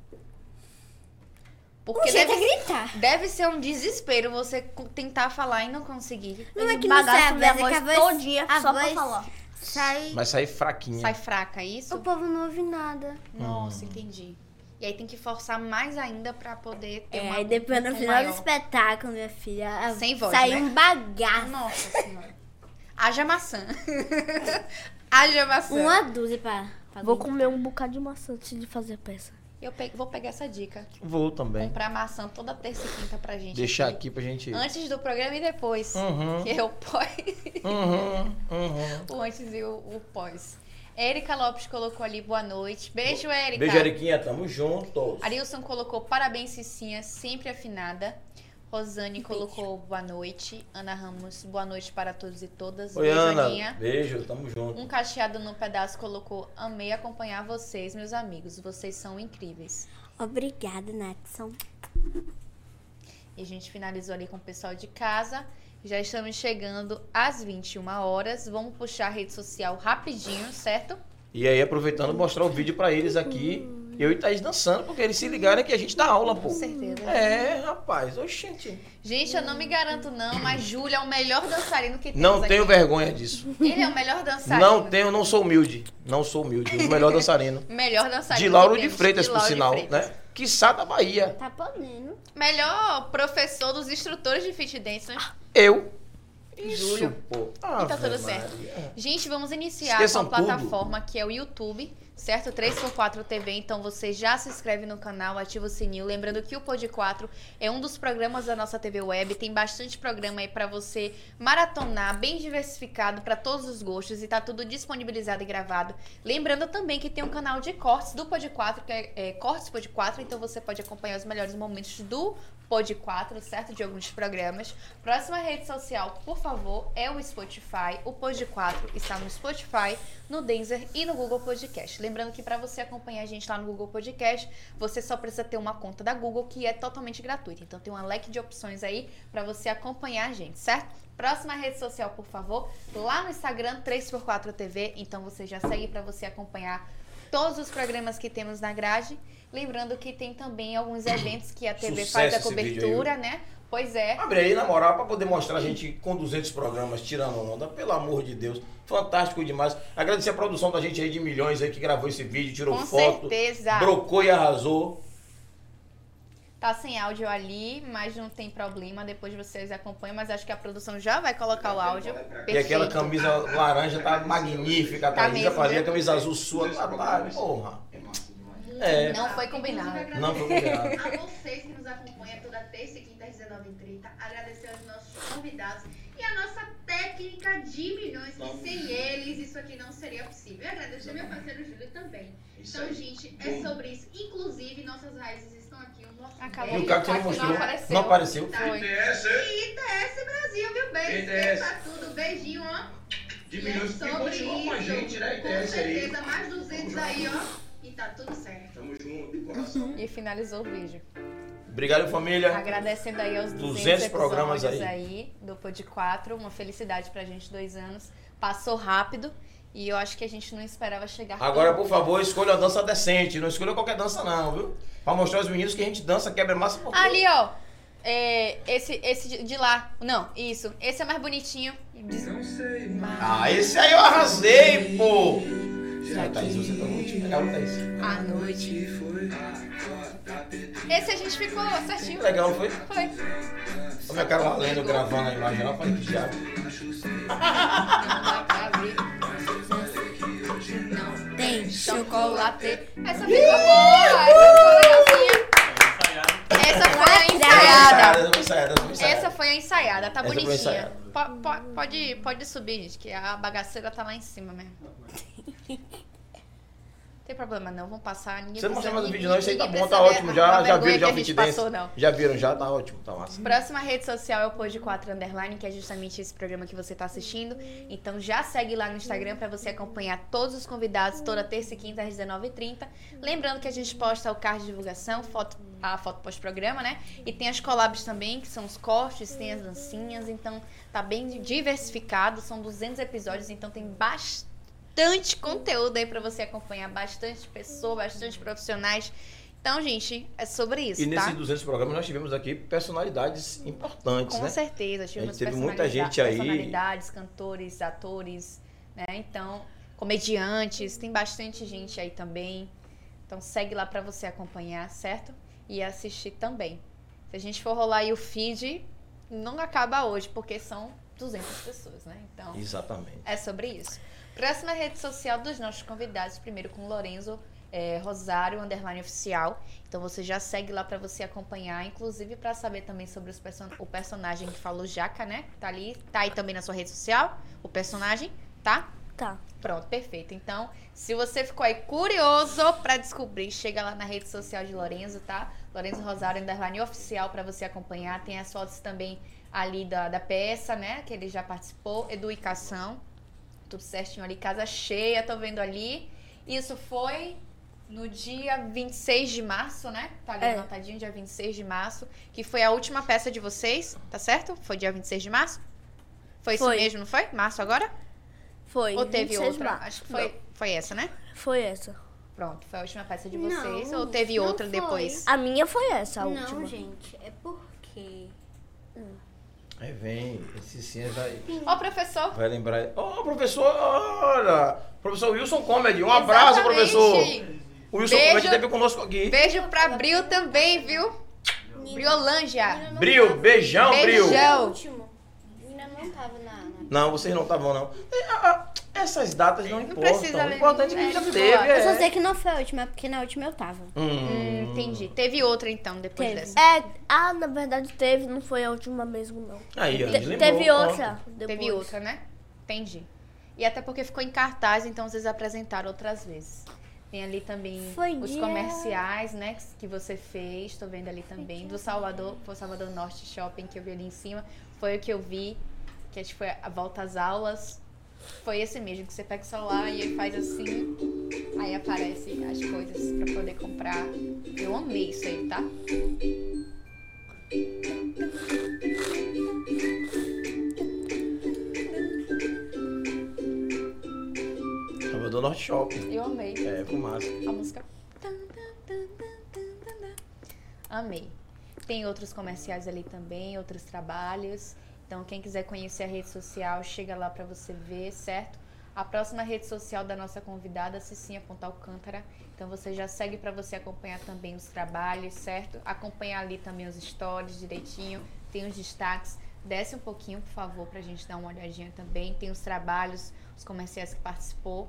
Speaker 1: Porque
Speaker 4: O jeito
Speaker 1: deve,
Speaker 4: é gritar.
Speaker 1: deve ser um desespero você co- tentar falar e não conseguir.
Speaker 4: Não é
Speaker 3: Ele
Speaker 4: que não sai a
Speaker 3: bagaça
Speaker 4: voz, é
Speaker 3: minha
Speaker 4: que a
Speaker 3: voz
Speaker 4: voz
Speaker 3: todinha
Speaker 4: a
Speaker 3: só pra
Speaker 4: voz
Speaker 3: falar.
Speaker 4: Sai.
Speaker 2: Mas sair fraquinha.
Speaker 1: Sai fraca, é isso?
Speaker 4: O povo não ouve nada.
Speaker 1: Nossa, entendi. E aí tem que forçar mais ainda pra poder ter
Speaker 4: É,
Speaker 1: uma...
Speaker 4: aí depois no
Speaker 1: um
Speaker 4: final do
Speaker 1: maior.
Speaker 4: espetáculo, minha filha. a-
Speaker 1: Sem voz,
Speaker 4: Sai
Speaker 1: né?
Speaker 4: um bagaço.
Speaker 1: Nossa senhora. Haja maçã. Haja maçã.
Speaker 4: Uma dúzia pra. pra
Speaker 3: Vou
Speaker 4: aguentar.
Speaker 3: comer um bocado de maçã antes de fazer a peça.
Speaker 1: Eu pe- vou pegar essa dica.
Speaker 2: Vou também.
Speaker 1: Comprar maçã toda terça e quinta pra gente.
Speaker 2: Deixar aqui pra gente.
Speaker 1: Antes do programa e depois.
Speaker 2: Uhum.
Speaker 1: Que é o pós.
Speaker 2: Uhum, uhum.
Speaker 1: O antes e o, o pós. Érica Lopes colocou ali boa noite. Beijo, Érica.
Speaker 2: Beijo, Eriquinha. Tamo juntos.
Speaker 1: Arilson colocou parabéns, Cicinha, sempre afinada. Rosane colocou boa noite. Ana Ramos, boa noite para todos e todas.
Speaker 2: Oi,
Speaker 1: Beijo,
Speaker 2: Ana.
Speaker 1: Aninha.
Speaker 2: Beijo, tamo junto.
Speaker 1: Um cacheado no pedaço colocou: Amei acompanhar vocês, meus amigos. Vocês são incríveis.
Speaker 4: Obrigada, Natson.
Speaker 1: E a gente finalizou ali com o pessoal de casa. Já estamos chegando às 21 horas. Vamos puxar a rede social rapidinho, certo?
Speaker 2: E aí, aproveitando, mostrar o vídeo pra eles aqui. Eu e Thaís dançando, porque eles se ligarem que a gente dá aula, pô.
Speaker 1: Com certeza.
Speaker 2: É, rapaz. Oxente.
Speaker 1: Gente, eu não me garanto, não, mas Júlio é o melhor dançarino que temos
Speaker 2: Não
Speaker 1: aqui.
Speaker 2: tenho vergonha disso.
Speaker 1: Ele é o melhor dançarino.
Speaker 2: Não tenho, não sou humilde. Não sou humilde. O melhor dançarino.
Speaker 1: Melhor dançarino.
Speaker 2: De
Speaker 1: que
Speaker 2: Lauro de
Speaker 1: temos,
Speaker 2: Freitas, por
Speaker 1: Lauro de
Speaker 2: sinal,
Speaker 1: Freitas.
Speaker 2: né? Quiçá da Bahia.
Speaker 4: Tá podendo.
Speaker 1: Melhor professor dos instrutores de fit dance. né?
Speaker 2: Eu. Isso,
Speaker 1: Júlio.
Speaker 2: pô.
Speaker 1: E tá tudo
Speaker 2: Ave
Speaker 1: certo.
Speaker 2: Maria.
Speaker 1: Gente, vamos iniciar
Speaker 2: Esqueçam
Speaker 1: com a
Speaker 2: tudo.
Speaker 1: plataforma que é o YouTube, certo? 3x4 TV. Então você já se inscreve no canal, ativa o sininho. Lembrando que o Pod 4 é um dos programas da nossa TV Web. Tem bastante programa aí pra você maratonar, bem diversificado pra todos os gostos e tá tudo disponibilizado e gravado. Lembrando também que tem um canal de cortes do Pod 4, que é, é Cortes Pod 4, então você pode acompanhar os melhores momentos do Pod 4, certo? De alguns programas. Próxima rede social, por favor, é o Spotify. O Pod 4 está no Spotify, no Deezer e no Google Podcast. Lembrando que para você acompanhar a gente lá no Google Podcast, você só precisa ter uma conta da Google que é totalmente gratuita. Então tem uma leque de opções aí para você acompanhar a gente, certo? Próxima rede social, por favor, lá no Instagram 3x4TV. Então você já segue para você acompanhar todos os programas que temos na grade. Lembrando que tem também alguns eventos que a TV faz
Speaker 2: Sucesso
Speaker 1: a
Speaker 2: esse vídeo aí,
Speaker 1: cobertura, né? Pois é.
Speaker 2: Abre aí, na moral, pra poder mostrar a gente com 200 programas, tirando onda, pelo amor de Deus. Fantástico demais. Agradecer a produção da gente aí de milhões aí que gravou esse vídeo, tirou
Speaker 1: Com
Speaker 2: foto,
Speaker 1: certeza.
Speaker 2: brocou e arrasou.
Speaker 1: Tá sem áudio ali, mas não tem problema. Depois vocês acompanham, mas acho que a produção já vai colocar o áudio.
Speaker 2: E aquela
Speaker 1: Perfeito.
Speaker 2: camisa laranja tá magnífica,
Speaker 1: Tá
Speaker 2: tá Thaís. Já
Speaker 1: mesmo,
Speaker 2: falei,
Speaker 1: né?
Speaker 2: a camisa azul sua, tá, tá, porra. É,
Speaker 1: Não foi combinado.
Speaker 2: não foi combinado.
Speaker 7: A vocês que nos acompanham toda terça e quinta às 19h30. Agradecer aos nossos convidados e a nossa técnica de milhões, que sem eles isso aqui não seria possível. E agradecer meu parceiro Júlio também. Então, gente, é sobre isso. Inclusive, nossas raízes estão aqui. O nosso
Speaker 1: Acabou
Speaker 2: E o
Speaker 7: beijo.
Speaker 1: de
Speaker 2: cara que você não
Speaker 1: fato,
Speaker 2: mostrou,
Speaker 1: não apareceu.
Speaker 2: não apareceu.
Speaker 1: Foi.
Speaker 7: E ITS Brasil, viu? Beijo
Speaker 6: ITS.
Speaker 7: pra tudo. Beijinho, ó.
Speaker 6: De
Speaker 7: E é
Speaker 6: milhões que
Speaker 7: sobre
Speaker 6: continuam com a
Speaker 7: isso.
Speaker 6: gente, né?
Speaker 7: Com
Speaker 6: ITS aí.
Speaker 7: certeza, mais 200 aí, ó. E tá tudo certo.
Speaker 6: Tamo junto, coração.
Speaker 1: E finalizou o vídeo.
Speaker 2: Obrigado, família.
Speaker 1: Agradecendo aí aos 200,
Speaker 2: 200 É. programas
Speaker 1: episódios
Speaker 2: aí.
Speaker 1: aí do Pod 4. Uma felicidade pra gente, dois anos. Passou rápido e eu acho que a gente não esperava chegar
Speaker 2: Agora,
Speaker 1: tão
Speaker 2: por favor, escolha uma dança decente. Não escolha qualquer dança, não, viu? Pra mostrar aos meninos que a gente dança, quebra massa. por tudo.
Speaker 1: Ali, ó. É, esse, esse de- de lá. Não, isso. Esse é mais bonitinho. Des-
Speaker 2: Ah, esse aí eu arrasei, pô! Ah, Thaís, você tá muito legal, Thaís.
Speaker 1: À noite. Esse a gente ficou
Speaker 2: Que
Speaker 1: certinho.
Speaker 2: legal, não foi? é
Speaker 1: Foi.
Speaker 2: Olha a cara valendo, gravando a imagem lá, falei que diabo.
Speaker 1: Não dá pra abrir. Não tem chocolate. Essa ficou boa. Essa foi legalzinha. Essa foi a ensaiada.
Speaker 2: Ensaiada, ensaiada, ensaiada.
Speaker 1: Essa foi a ensaiada, tá
Speaker 2: Essa foi a
Speaker 1: bonitinha.
Speaker 2: ensaiada.
Speaker 1: Po- po- pode, pode subir, gente, que a bagaceira tá lá em cima mesmo. Não tem problema não, vamos passar. Ninguém
Speaker 2: Você não mostra
Speaker 1: precisa-
Speaker 2: mais o vídeo,
Speaker 1: ninguém-
Speaker 2: não. Isso aí tá
Speaker 1: ninguém
Speaker 2: bom, tá
Speaker 1: precisa
Speaker 2: ótimo.
Speaker 1: ver a-
Speaker 2: Já,
Speaker 1: a
Speaker 2: já
Speaker 1: vergonha
Speaker 2: viram, já o
Speaker 1: que a gente
Speaker 2: fit
Speaker 1: passou,
Speaker 2: dance.
Speaker 1: não.
Speaker 2: Já viram, já tá ótimo, tá massa.
Speaker 1: Próxima rede social é o Pod 4 Underline, que é justamente esse programa que você está assistindo. Então já segue lá no Instagram para você acompanhar todos os convidados, toda terça e quinta às 19h30. Lembrando que a gente posta o card de divulgação, foto, a foto pós-programa, né? E tem as collabs também, que são os cortes, tem as dancinhas. Então tá bem diversificado, são 200 episódios, então tem bastante conteúdo aí para você acompanhar, bastante pessoa, bastante profissionais. Então, gente, é sobre isso,
Speaker 2: E
Speaker 1: tá?
Speaker 2: nesses 200 programas nós tivemos aqui personalidades importantes,
Speaker 1: Com
Speaker 2: né?
Speaker 1: certeza, tivemos
Speaker 2: teve muita
Speaker 1: personalida-
Speaker 2: gente aí.
Speaker 1: personalidades, cantores, atores, né? Então, comediantes, tem bastante gente aí também. Então segue lá pra você acompanhar, certo? E assistir também. Se a gente for rolar aí o feed, não acaba hoje, porque são 200 pessoas, né? Então,
Speaker 2: Exatamente.
Speaker 1: é sobre isso. Próxima rede social dos nossos convidados, primeiro com Lorenzo é, Rosário, underline oficial. Então você já segue lá pra você acompanhar, inclusive pra saber também sobre os person o personagem que falou Jaca, né? Tá ali, tá aí também na sua rede social, o personagem, tá?
Speaker 3: Tá.
Speaker 1: Pronto, perfeito. Então, se você ficou aí curioso pra descobrir, chega lá na rede social de Lorenzo, tá? Lorenzo Rosário Underline Oficial pra você acompanhar. Tem as fotos também ali da, da peça, né? Que ele já participou. Educação. Tudo certinho ali. Casa cheia, tô vendo ali. Isso foi no dia 26 de março, né? Tá ali
Speaker 3: É.
Speaker 1: anotadinho, dia 26 de março. Que foi a última peça de vocês, tá certo? Foi dia 26 de março? Foi,
Speaker 3: Foi.
Speaker 1: isso mesmo, não foi? Março agora?
Speaker 3: Foi.
Speaker 1: Ou teve
Speaker 3: 26
Speaker 1: outra?
Speaker 3: março.
Speaker 1: Acho que foi, foi essa, né?
Speaker 3: Foi essa.
Speaker 1: Pronto, foi a última peça de
Speaker 4: Não,
Speaker 1: vocês. ou teve
Speaker 4: não
Speaker 1: outra
Speaker 4: foi.
Speaker 1: depois?
Speaker 3: A minha foi essa, a
Speaker 4: não,
Speaker 3: última.
Speaker 4: gente, é porque.
Speaker 2: Aí vem, esse sim vai,
Speaker 1: Ó, professor.
Speaker 2: vai lembrar. Ó, professor, olha! Professor Wilson Comedy, um abraço,
Speaker 1: Exatamente.
Speaker 2: professor! O Wilson
Speaker 1: Beijo.
Speaker 2: Comedy esteve conosco aqui.
Speaker 1: Beijo pra Bril também, viu? Briolândia.
Speaker 2: Ah, Bril, beijão,
Speaker 1: Beijão.
Speaker 2: Bril!
Speaker 1: Não.
Speaker 4: O último. Ainda não tava na. na-
Speaker 2: Não, vocês não estavam, não. É, ah, ah, Essas datas não importam.
Speaker 1: precisa
Speaker 2: o importante é que
Speaker 1: lembrar.
Speaker 2: já
Speaker 1: É de
Speaker 2: teve.
Speaker 1: boa.
Speaker 4: Eu só
Speaker 2: É.
Speaker 4: sei que não foi a última, porque na última eu tava.
Speaker 1: Hum, entendi. Teve outra então, depois
Speaker 3: Teve.
Speaker 1: dessa.
Speaker 3: É, ah, na verdade teve, não foi a última mesmo, não.
Speaker 2: Aí, ó,
Speaker 3: Te-
Speaker 2: lembrou,
Speaker 3: teve
Speaker 2: ó.
Speaker 3: outra. Depois.
Speaker 1: Teve outra, né? Entendi. E até porque ficou em cartaz, então vocês apresentaram outras vezes. Tem ali também
Speaker 4: Foi
Speaker 1: os
Speaker 4: dia-
Speaker 1: comerciais, né? que- Que você fez, tô vendo ali também. Do Salvador, foi o Salvador Norte Shopping que eu vi ali em cima. Foi o que eu vi, que acho que foi a volta às aulas. Foi esse mesmo, que você pega o celular e aí faz assim, aí aparecem as coisas pra poder comprar. Eu amei isso aí, tá?
Speaker 2: Salvador Norte Shopping.
Speaker 1: Eu amei.
Speaker 2: É, foi massa.
Speaker 1: a música. Amei. Tem outros comerciais ali também, outros trabalhos. Então, quem quiser conhecer a rede social, chega lá pra você ver, certo? A próxima rede social da nossa convidada, Cicinha Ponta Alcântara. Então, você já segue pra você acompanhar também os trabalhos, certo? Acompanhar ali também os stories direitinho. Tem os destaques. Desce um pouquinho, por favor, pra gente dar uma olhadinha também. Tem os trabalhos, os comerciais que participou.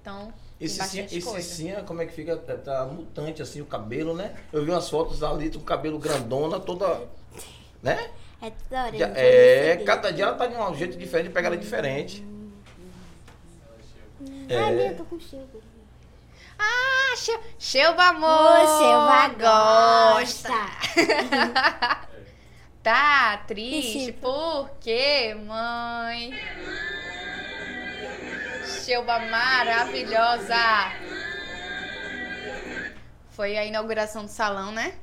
Speaker 1: Então, tem
Speaker 2: Esse sim,
Speaker 1: bastante
Speaker 2: esse
Speaker 1: coisa.
Speaker 2: sim, é como é que fica? Tá, tá mutante assim o cabelo, né? Eu vi umas fotos ali com o cabelo grandona, toda. Né?
Speaker 4: É toda hora.
Speaker 2: Já-
Speaker 4: gente, eu
Speaker 2: é,
Speaker 4: recebi.
Speaker 2: cada dia ela tá de um jeito diferente, pega ela diferente.
Speaker 4: Ai, minha, eu tô com chego.
Speaker 1: Ah, Sheu- Sheuba
Speaker 4: Você é
Speaker 1: amor!
Speaker 4: vai gostar.
Speaker 1: Tá triste
Speaker 4: Ixi.
Speaker 1: por quê, mãe? Sheuba maravilhosa! Foi a inauguração do salão, né?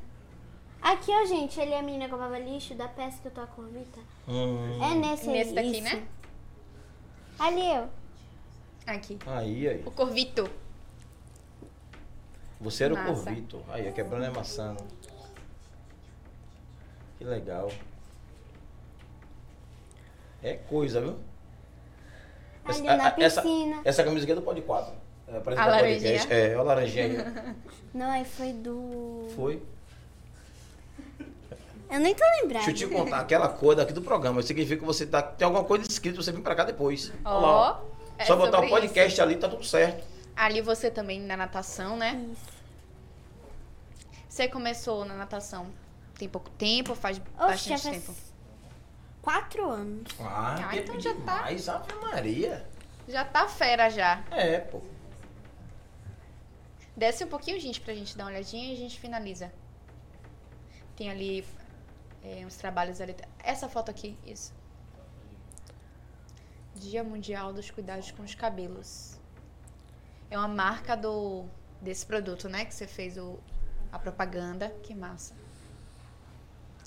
Speaker 4: Aqui, ó, gente, ele é a menina que roubava lixo da peça que eu tô com a Rita.
Speaker 2: Hum,
Speaker 4: É nesse, aí,
Speaker 1: Nesse daqui,
Speaker 4: isso.
Speaker 1: né?
Speaker 4: Ali eu.
Speaker 1: Aqui.
Speaker 2: aí, aí.
Speaker 1: O Corvito.
Speaker 2: Você era o
Speaker 1: Massa.
Speaker 2: Corvito. Aí, a quebrando é maçã. Que legal. É coisa, viu?
Speaker 4: Ali
Speaker 2: a-
Speaker 4: na
Speaker 2: a- essa,
Speaker 4: piscina.
Speaker 2: essa camisa aqui é do Pode 4. É,
Speaker 1: A laranjinha.
Speaker 2: É, a laranjinha. aí,
Speaker 4: Não, aí foi do.
Speaker 2: ó. Foi.
Speaker 4: Eu nem tô lembrada.
Speaker 2: Deixa eu te contar aquela cor daqui do programa. Significa que você tá, tem alguma coisa escrita, você vem pra cá depois. Olha lá,
Speaker 1: Ó. é
Speaker 2: Só botar
Speaker 1: sobre
Speaker 2: o podcast ali, tá tudo certo.
Speaker 1: isso. Ali você também na natação, né?
Speaker 4: Isso.
Speaker 1: Você começou na natação tem pouco tempo, faz
Speaker 4: Oxe, já
Speaker 1: bastante
Speaker 4: faz
Speaker 1: tempo.
Speaker 4: quatro anos.
Speaker 2: Ah,
Speaker 1: Ah,
Speaker 2: tempo
Speaker 1: então já tá.
Speaker 2: demais, Ave Maria.
Speaker 1: Já tá fera já.
Speaker 2: É, pô.
Speaker 1: Desce um pouquinho, gente, pra gente dar uma olhadinha e a gente finaliza. Tem ali é, uns trabalhos ali. Essa foto aqui, isso. Dia Mundial dos Cuidados com os Cabelos. É uma marca do desse produto, né? Que você fez o, a propaganda. Que massa.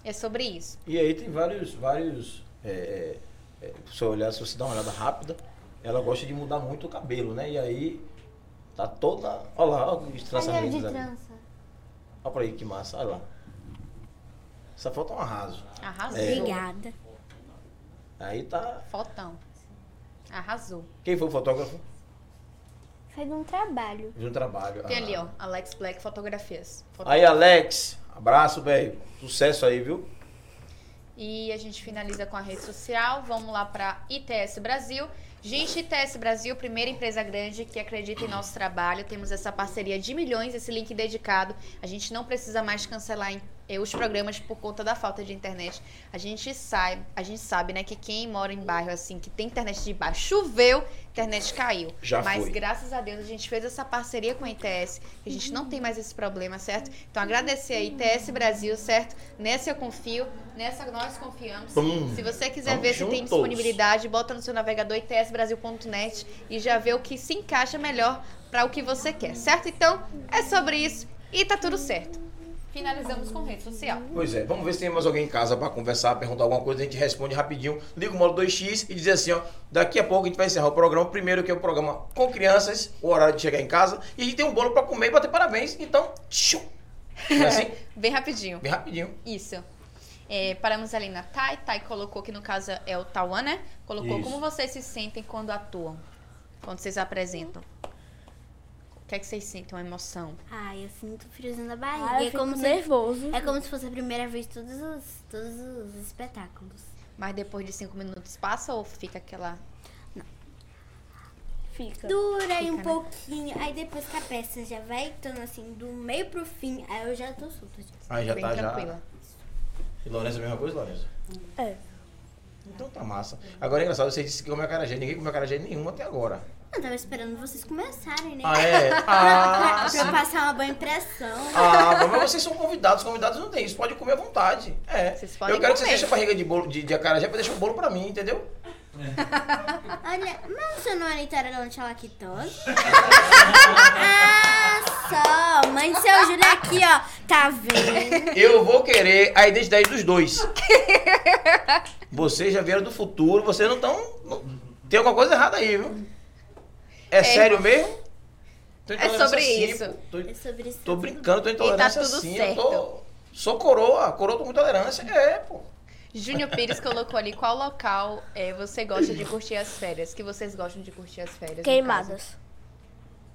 Speaker 1: É sobre isso.
Speaker 2: E aí tem vários, vários. é, é, é, se você olhar, se você dar uma olhada rápida, ela gosta de mudar muito o cabelo, né? E aí tá toda. Olha lá, olha os
Speaker 4: Ali eu de
Speaker 2: trançamentos. ali.
Speaker 4: trança.
Speaker 2: Olha pra aí que massa, olha lá. Essa foto é um arraso.
Speaker 1: Arrasou.
Speaker 4: Obrigada.
Speaker 2: Aí tá.
Speaker 1: Fotão. Arrasou.
Speaker 2: Quem foi o fotógrafo?
Speaker 4: Foi de um trabalho.
Speaker 2: De um trabalho.
Speaker 1: Tem ali,
Speaker 2: Ah.
Speaker 1: ó. Alex Black Fotografias. Foto-
Speaker 2: Aí, Alex, abraço, velho. Sucesso aí, viu?
Speaker 1: E a gente finaliza com a rede social. Vamos lá para ITS Brasil. Gente, ITS Brasil, primeira empresa grande que acredita em nosso trabalho. Temos essa parceria de milhões, esse link dedicado. A gente não precisa mais cancelar em- eh, os programas por conta da falta de internet. A gente sai, a gente sabe, né, que quem mora em bairro assim, que tem internet de bairro, choveu, internet caiu.
Speaker 2: Já
Speaker 1: Mas
Speaker 2: foi.
Speaker 1: graças a Deus a gente fez essa parceria com a ITS, que a gente não tem mais esse problema, certo? Então agradecer a ITS Brasil, certo? Nessa eu confio, nessa nós confiamos.
Speaker 2: Hum,
Speaker 1: Se você quiser
Speaker 2: vamos
Speaker 1: ver se tem
Speaker 2: juntos.
Speaker 1: disponibilidade, bota no seu navegador itsbrasil.net e já vê o que se encaixa melhor para o que você quer, certo? Então é sobre isso e tá tudo certo. Finalizamos com rede social.
Speaker 2: Pois é, vamos ver se tem mais alguém em casa pra conversar, perguntar alguma coisa, a gente responde rapidinho. Liga o modo 2x e diz assim, ó, daqui a pouco a gente vai encerrar o programa. Primeiro que é o programa com crianças, o horário de chegar em casa, e a gente tem um bolo pra comer e bater parabéns. Então, tchiu! Não é assim?
Speaker 1: Bem rapidinho.
Speaker 2: Bem rapidinho.
Speaker 1: Isso. É, paramos ali na Thay. Thay colocou, que no caso é o Tauan, né? Colocou
Speaker 2: Isso.
Speaker 1: como vocês se sentem quando atuam, quando vocês apresentam. O que é que vocês sentem? Uma emoção.
Speaker 4: Ai, eu sinto friozinho na
Speaker 3: Ah,
Speaker 4: barriga.
Speaker 3: eu
Speaker 4: é,
Speaker 3: fico
Speaker 4: como se,
Speaker 3: nervoso.
Speaker 4: é como se fosse a primeira vez todos os, todos os espetáculos.
Speaker 1: Mas depois de cinco minutos passa ou fica aquela.
Speaker 3: Fica.
Speaker 4: Dura aí um
Speaker 1: né?
Speaker 4: pouquinho, aí depois que a peça já vai estando assim, do meio pro fim, aí eu já tô solta. já.
Speaker 2: Aí já
Speaker 1: bem
Speaker 2: tá,
Speaker 1: tranquila?
Speaker 2: já. E Lourenço, a mesma coisa, Lourenço?
Speaker 3: É.
Speaker 2: Então tá massa. Agora é engraçado, você disse que comeu acarajé. Ninguém comeu acarajé nenhum até agora.
Speaker 4: Eu tava esperando vocês começarem, né?
Speaker 2: Ah, é? Ah,
Speaker 4: Pra, pra eu
Speaker 1: tá.
Speaker 4: passar uma boa impressão.
Speaker 2: ah, mas vocês são convidados. Convidados não tem isso. Pode comer à vontade. É.
Speaker 1: Vocês podem
Speaker 2: Eu quero que
Speaker 1: comer.
Speaker 2: vocês deixem a barriga de, bolo, de, de acarajé pra deixar o bolo pra mim, entendeu?
Speaker 4: Olha, mas você não é intolerante à lactose? ah, só. Mãe do seu Júlio aqui, ó. Tá vendo?
Speaker 2: Eu vou querer a identidade dos dois. Vocês já vieram do futuro, vocês não estão. Tem alguma coisa errada aí, viu? É, sério mesmo? Tô
Speaker 1: É
Speaker 2: intolerância
Speaker 1: sobre
Speaker 2: cinco,
Speaker 1: isso. tá
Speaker 2: Tô,
Speaker 4: É sobre isso.
Speaker 2: tô brincando, tô intolerância
Speaker 1: tudo
Speaker 2: sim.
Speaker 1: certo.
Speaker 2: Tô, sou coroa, coroa tô com intolerância. É, pô.
Speaker 1: Júnior Pires colocou ali qual local é, você gosta de curtir as férias, que vocês gostam de curtir as férias. no caso.
Speaker 3: Queimadas.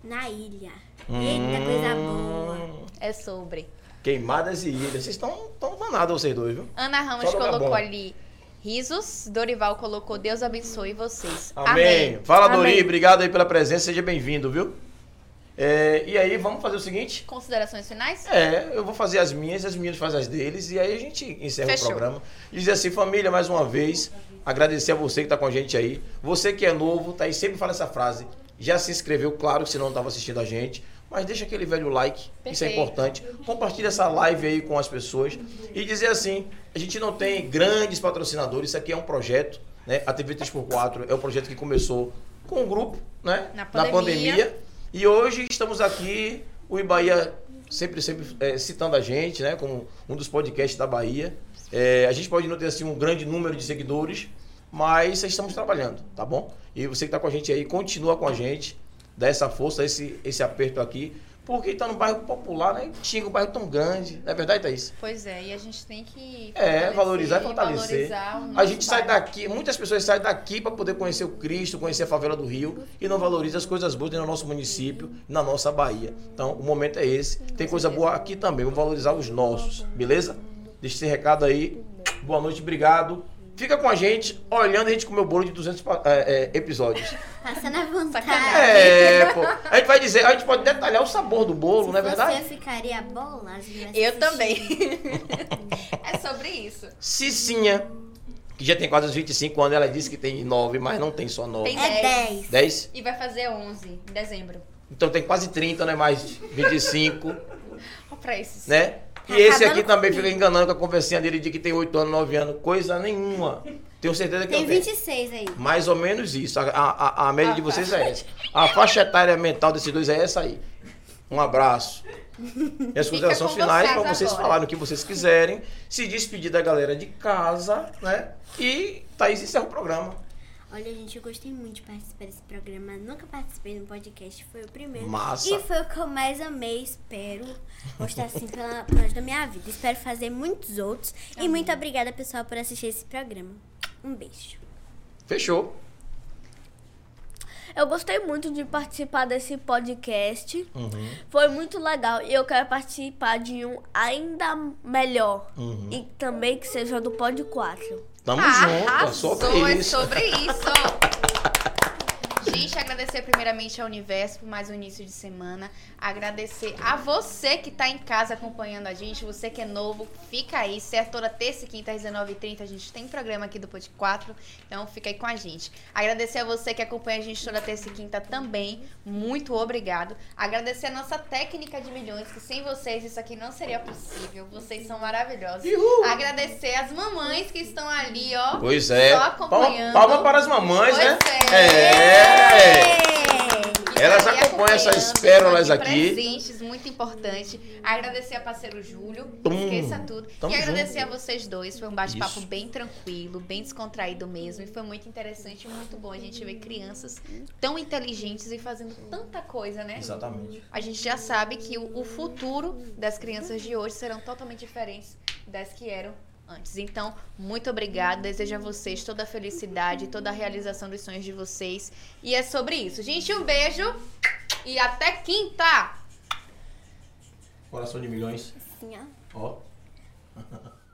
Speaker 4: Na ilha.
Speaker 2: Hum.
Speaker 4: Eita, coisa boa.
Speaker 1: É sobre.
Speaker 2: Queimadas e ilhas. Vocês estão tão danados, vocês dois, viu?
Speaker 1: Ana Ramos
Speaker 2: Só lugar
Speaker 1: colocou
Speaker 2: bom.
Speaker 1: ali risos. Dorival colocou Deus abençoe vocês.
Speaker 2: Amém. Fala, Dori.
Speaker 3: Amém.
Speaker 2: Obrigado aí pela presença. Seja bem-vindo, viu? É, e aí, vamos fazer o seguinte.
Speaker 1: Considerações finais?
Speaker 2: É, eu vou fazer as minhas, as minhas fazem as deles, e aí a gente encerra
Speaker 1: Fechou.
Speaker 2: o programa. E dizer assim, família, mais uma vez, agradecer a você que tá com a gente aí. Você que é novo, tá aí, sempre fala essa frase. Já se inscreveu, claro, que se não estava assistindo a gente. Mas deixa aquele velho like, isso é
Speaker 1: Perfeito.
Speaker 2: importante. Compartilha essa live aí com as pessoas. E dizer assim, a gente não tem grandes patrocinadores, isso aqui é um projeto, né? A TV 3x4 é um projeto que começou com um grupo, né?
Speaker 1: Na pandemia.
Speaker 2: E hoje estamos aqui, o Ibaia sempre, sempre eh, citando a gente, né? Como um dos podcasts da Bahia. Eh, a gente pode não ter assim, um grande número de seguidores, mas estamos trabalhando, tá bom? E você que está com a gente aí, continua com a gente, dá essa força, esse, esse aperto aqui. Porque está no bairro popular, né? Xinga um bairro tão grande. Não é verdade, Thaís?
Speaker 1: Pois é, e a gente tem que.
Speaker 2: É,
Speaker 1: fortalecer,
Speaker 2: valorizar e fortalecer.
Speaker 1: valorizar o
Speaker 2: A
Speaker 1: nosso
Speaker 2: gente sai
Speaker 1: bairro.
Speaker 2: daqui, muitas pessoas saem daqui para poder conhecer o Cristo, conhecer a favela do Rio e não valoriza as coisas boas dentro do nosso município, na nossa Bahia. Então, o momento é esse. Tem coisa boa aqui também, vamos valorizar os nossos, beleza? Deixa esse recado aí. Boa noite, obrigado. Fica com a gente, olhando a gente comer o bolo de 200 pa- é, é, episódios.
Speaker 4: Passando à vontade.
Speaker 1: Sacanagem.
Speaker 2: É, pô. A gente vai dizer, a gente pode detalhar o sabor do bolo, não é
Speaker 4: Você
Speaker 2: verdade?
Speaker 4: ficaria bola?
Speaker 1: Eu também. é sobre isso.
Speaker 2: Cicinha, que já tem quase os 25 anos, ela disse que tem 9, mas não tem só 9.
Speaker 1: Tem
Speaker 4: É 10.
Speaker 2: 10?
Speaker 1: E vai fazer 11 em dezembro.
Speaker 2: Então tem quase 30, né? Mais 25,
Speaker 1: Ó, pra esses.
Speaker 2: né? E
Speaker 4: Tá
Speaker 2: esse aqui
Speaker 4: acabando
Speaker 2: também fica enganando com a conversinha dele de que tem 8 anos, 9 anos. Coisa nenhuma. Tenho certeza que
Speaker 4: Tem
Speaker 2: eu tenho.
Speaker 4: 26 aí.
Speaker 2: Mais ou menos isso. A, a, a- a média
Speaker 1: A
Speaker 2: de vocês é essa. A faixa etária mental desses dois é essa aí. Um abraço. E
Speaker 1: Fica
Speaker 2: as considerações
Speaker 1: com
Speaker 2: finais
Speaker 1: vocês
Speaker 2: para vocês
Speaker 1: agora.
Speaker 2: falarem o que vocês quiserem. Se despedir da galera de casa, né? E Thaís encerra o programa.
Speaker 4: Olha, gente, eu gostei muito de participar desse programa. Nunca participei de um podcast, foi o primeiro.
Speaker 2: Massa.
Speaker 4: E foi o que eu mais amei, espero. Gostar assim pela parte da minha vida. Espero fazer muitos outros. E muito obrigada, pessoal, por assistir esse programa. Um beijo.
Speaker 2: Fechou.
Speaker 3: Eu gostei muito de participar desse podcast. Foi muito legal. E eu quero participar de um ainda melhor. E também que seja do Pod 4.
Speaker 2: Tamo junto. É
Speaker 1: Arrasou,
Speaker 2: sobre
Speaker 1: é
Speaker 2: isso.
Speaker 1: sobre isso. Gente, agradecer primeiramente ao Universo por mais um início de semana. Agradecer a você que tá em casa acompanhando a gente, você que é novo, fica aí, certo? Toda terça e quinta às 19h30 a gente tem programa aqui do Pod 4, então fica aí com a gente. Agradecer a você que acompanha a gente toda terça e quinta também, muito obrigado. Agradecer a nossa técnica de milhões, que sem vocês isso aqui não seria possível, vocês são maravilhosos. Agradecer as mamães que estão ali, ó.
Speaker 2: Pois é.
Speaker 1: Só
Speaker 2: Palma,
Speaker 1: acompanhando.
Speaker 2: palma para as mamães,
Speaker 1: Pois
Speaker 2: né?
Speaker 1: é.
Speaker 2: É.
Speaker 1: Que
Speaker 2: Elas
Speaker 1: tá ali
Speaker 2: acompanham essas
Speaker 1: acompanhando,
Speaker 2: pérolas
Speaker 1: estão
Speaker 2: aqui.
Speaker 1: Presentes, muito importante. Agradecer ao parceiro Júlio.
Speaker 2: Tum.
Speaker 1: Esqueça tudo.
Speaker 2: Tamo
Speaker 1: e agradecer
Speaker 2: junto.
Speaker 1: a vocês dois. Foi um bate-papo
Speaker 2: Isso.
Speaker 1: bem tranquilo, bem descontraído mesmo. E foi muito interessante, muito bom a gente ver crianças tão inteligentes e fazendo tanta coisa, né?
Speaker 2: Exatamente.
Speaker 1: A gente já sabe que o, o futuro das crianças de hoje serão totalmente diferentes das que eram antes. Então, muito obrigada. Desejo a vocês toda a felicidade, toda a realização dos sonhos de vocês. E é sobre isso. Gente, um beijo e até quinta!
Speaker 2: Coração de milhões.
Speaker 4: Assim, ó.
Speaker 2: Ó.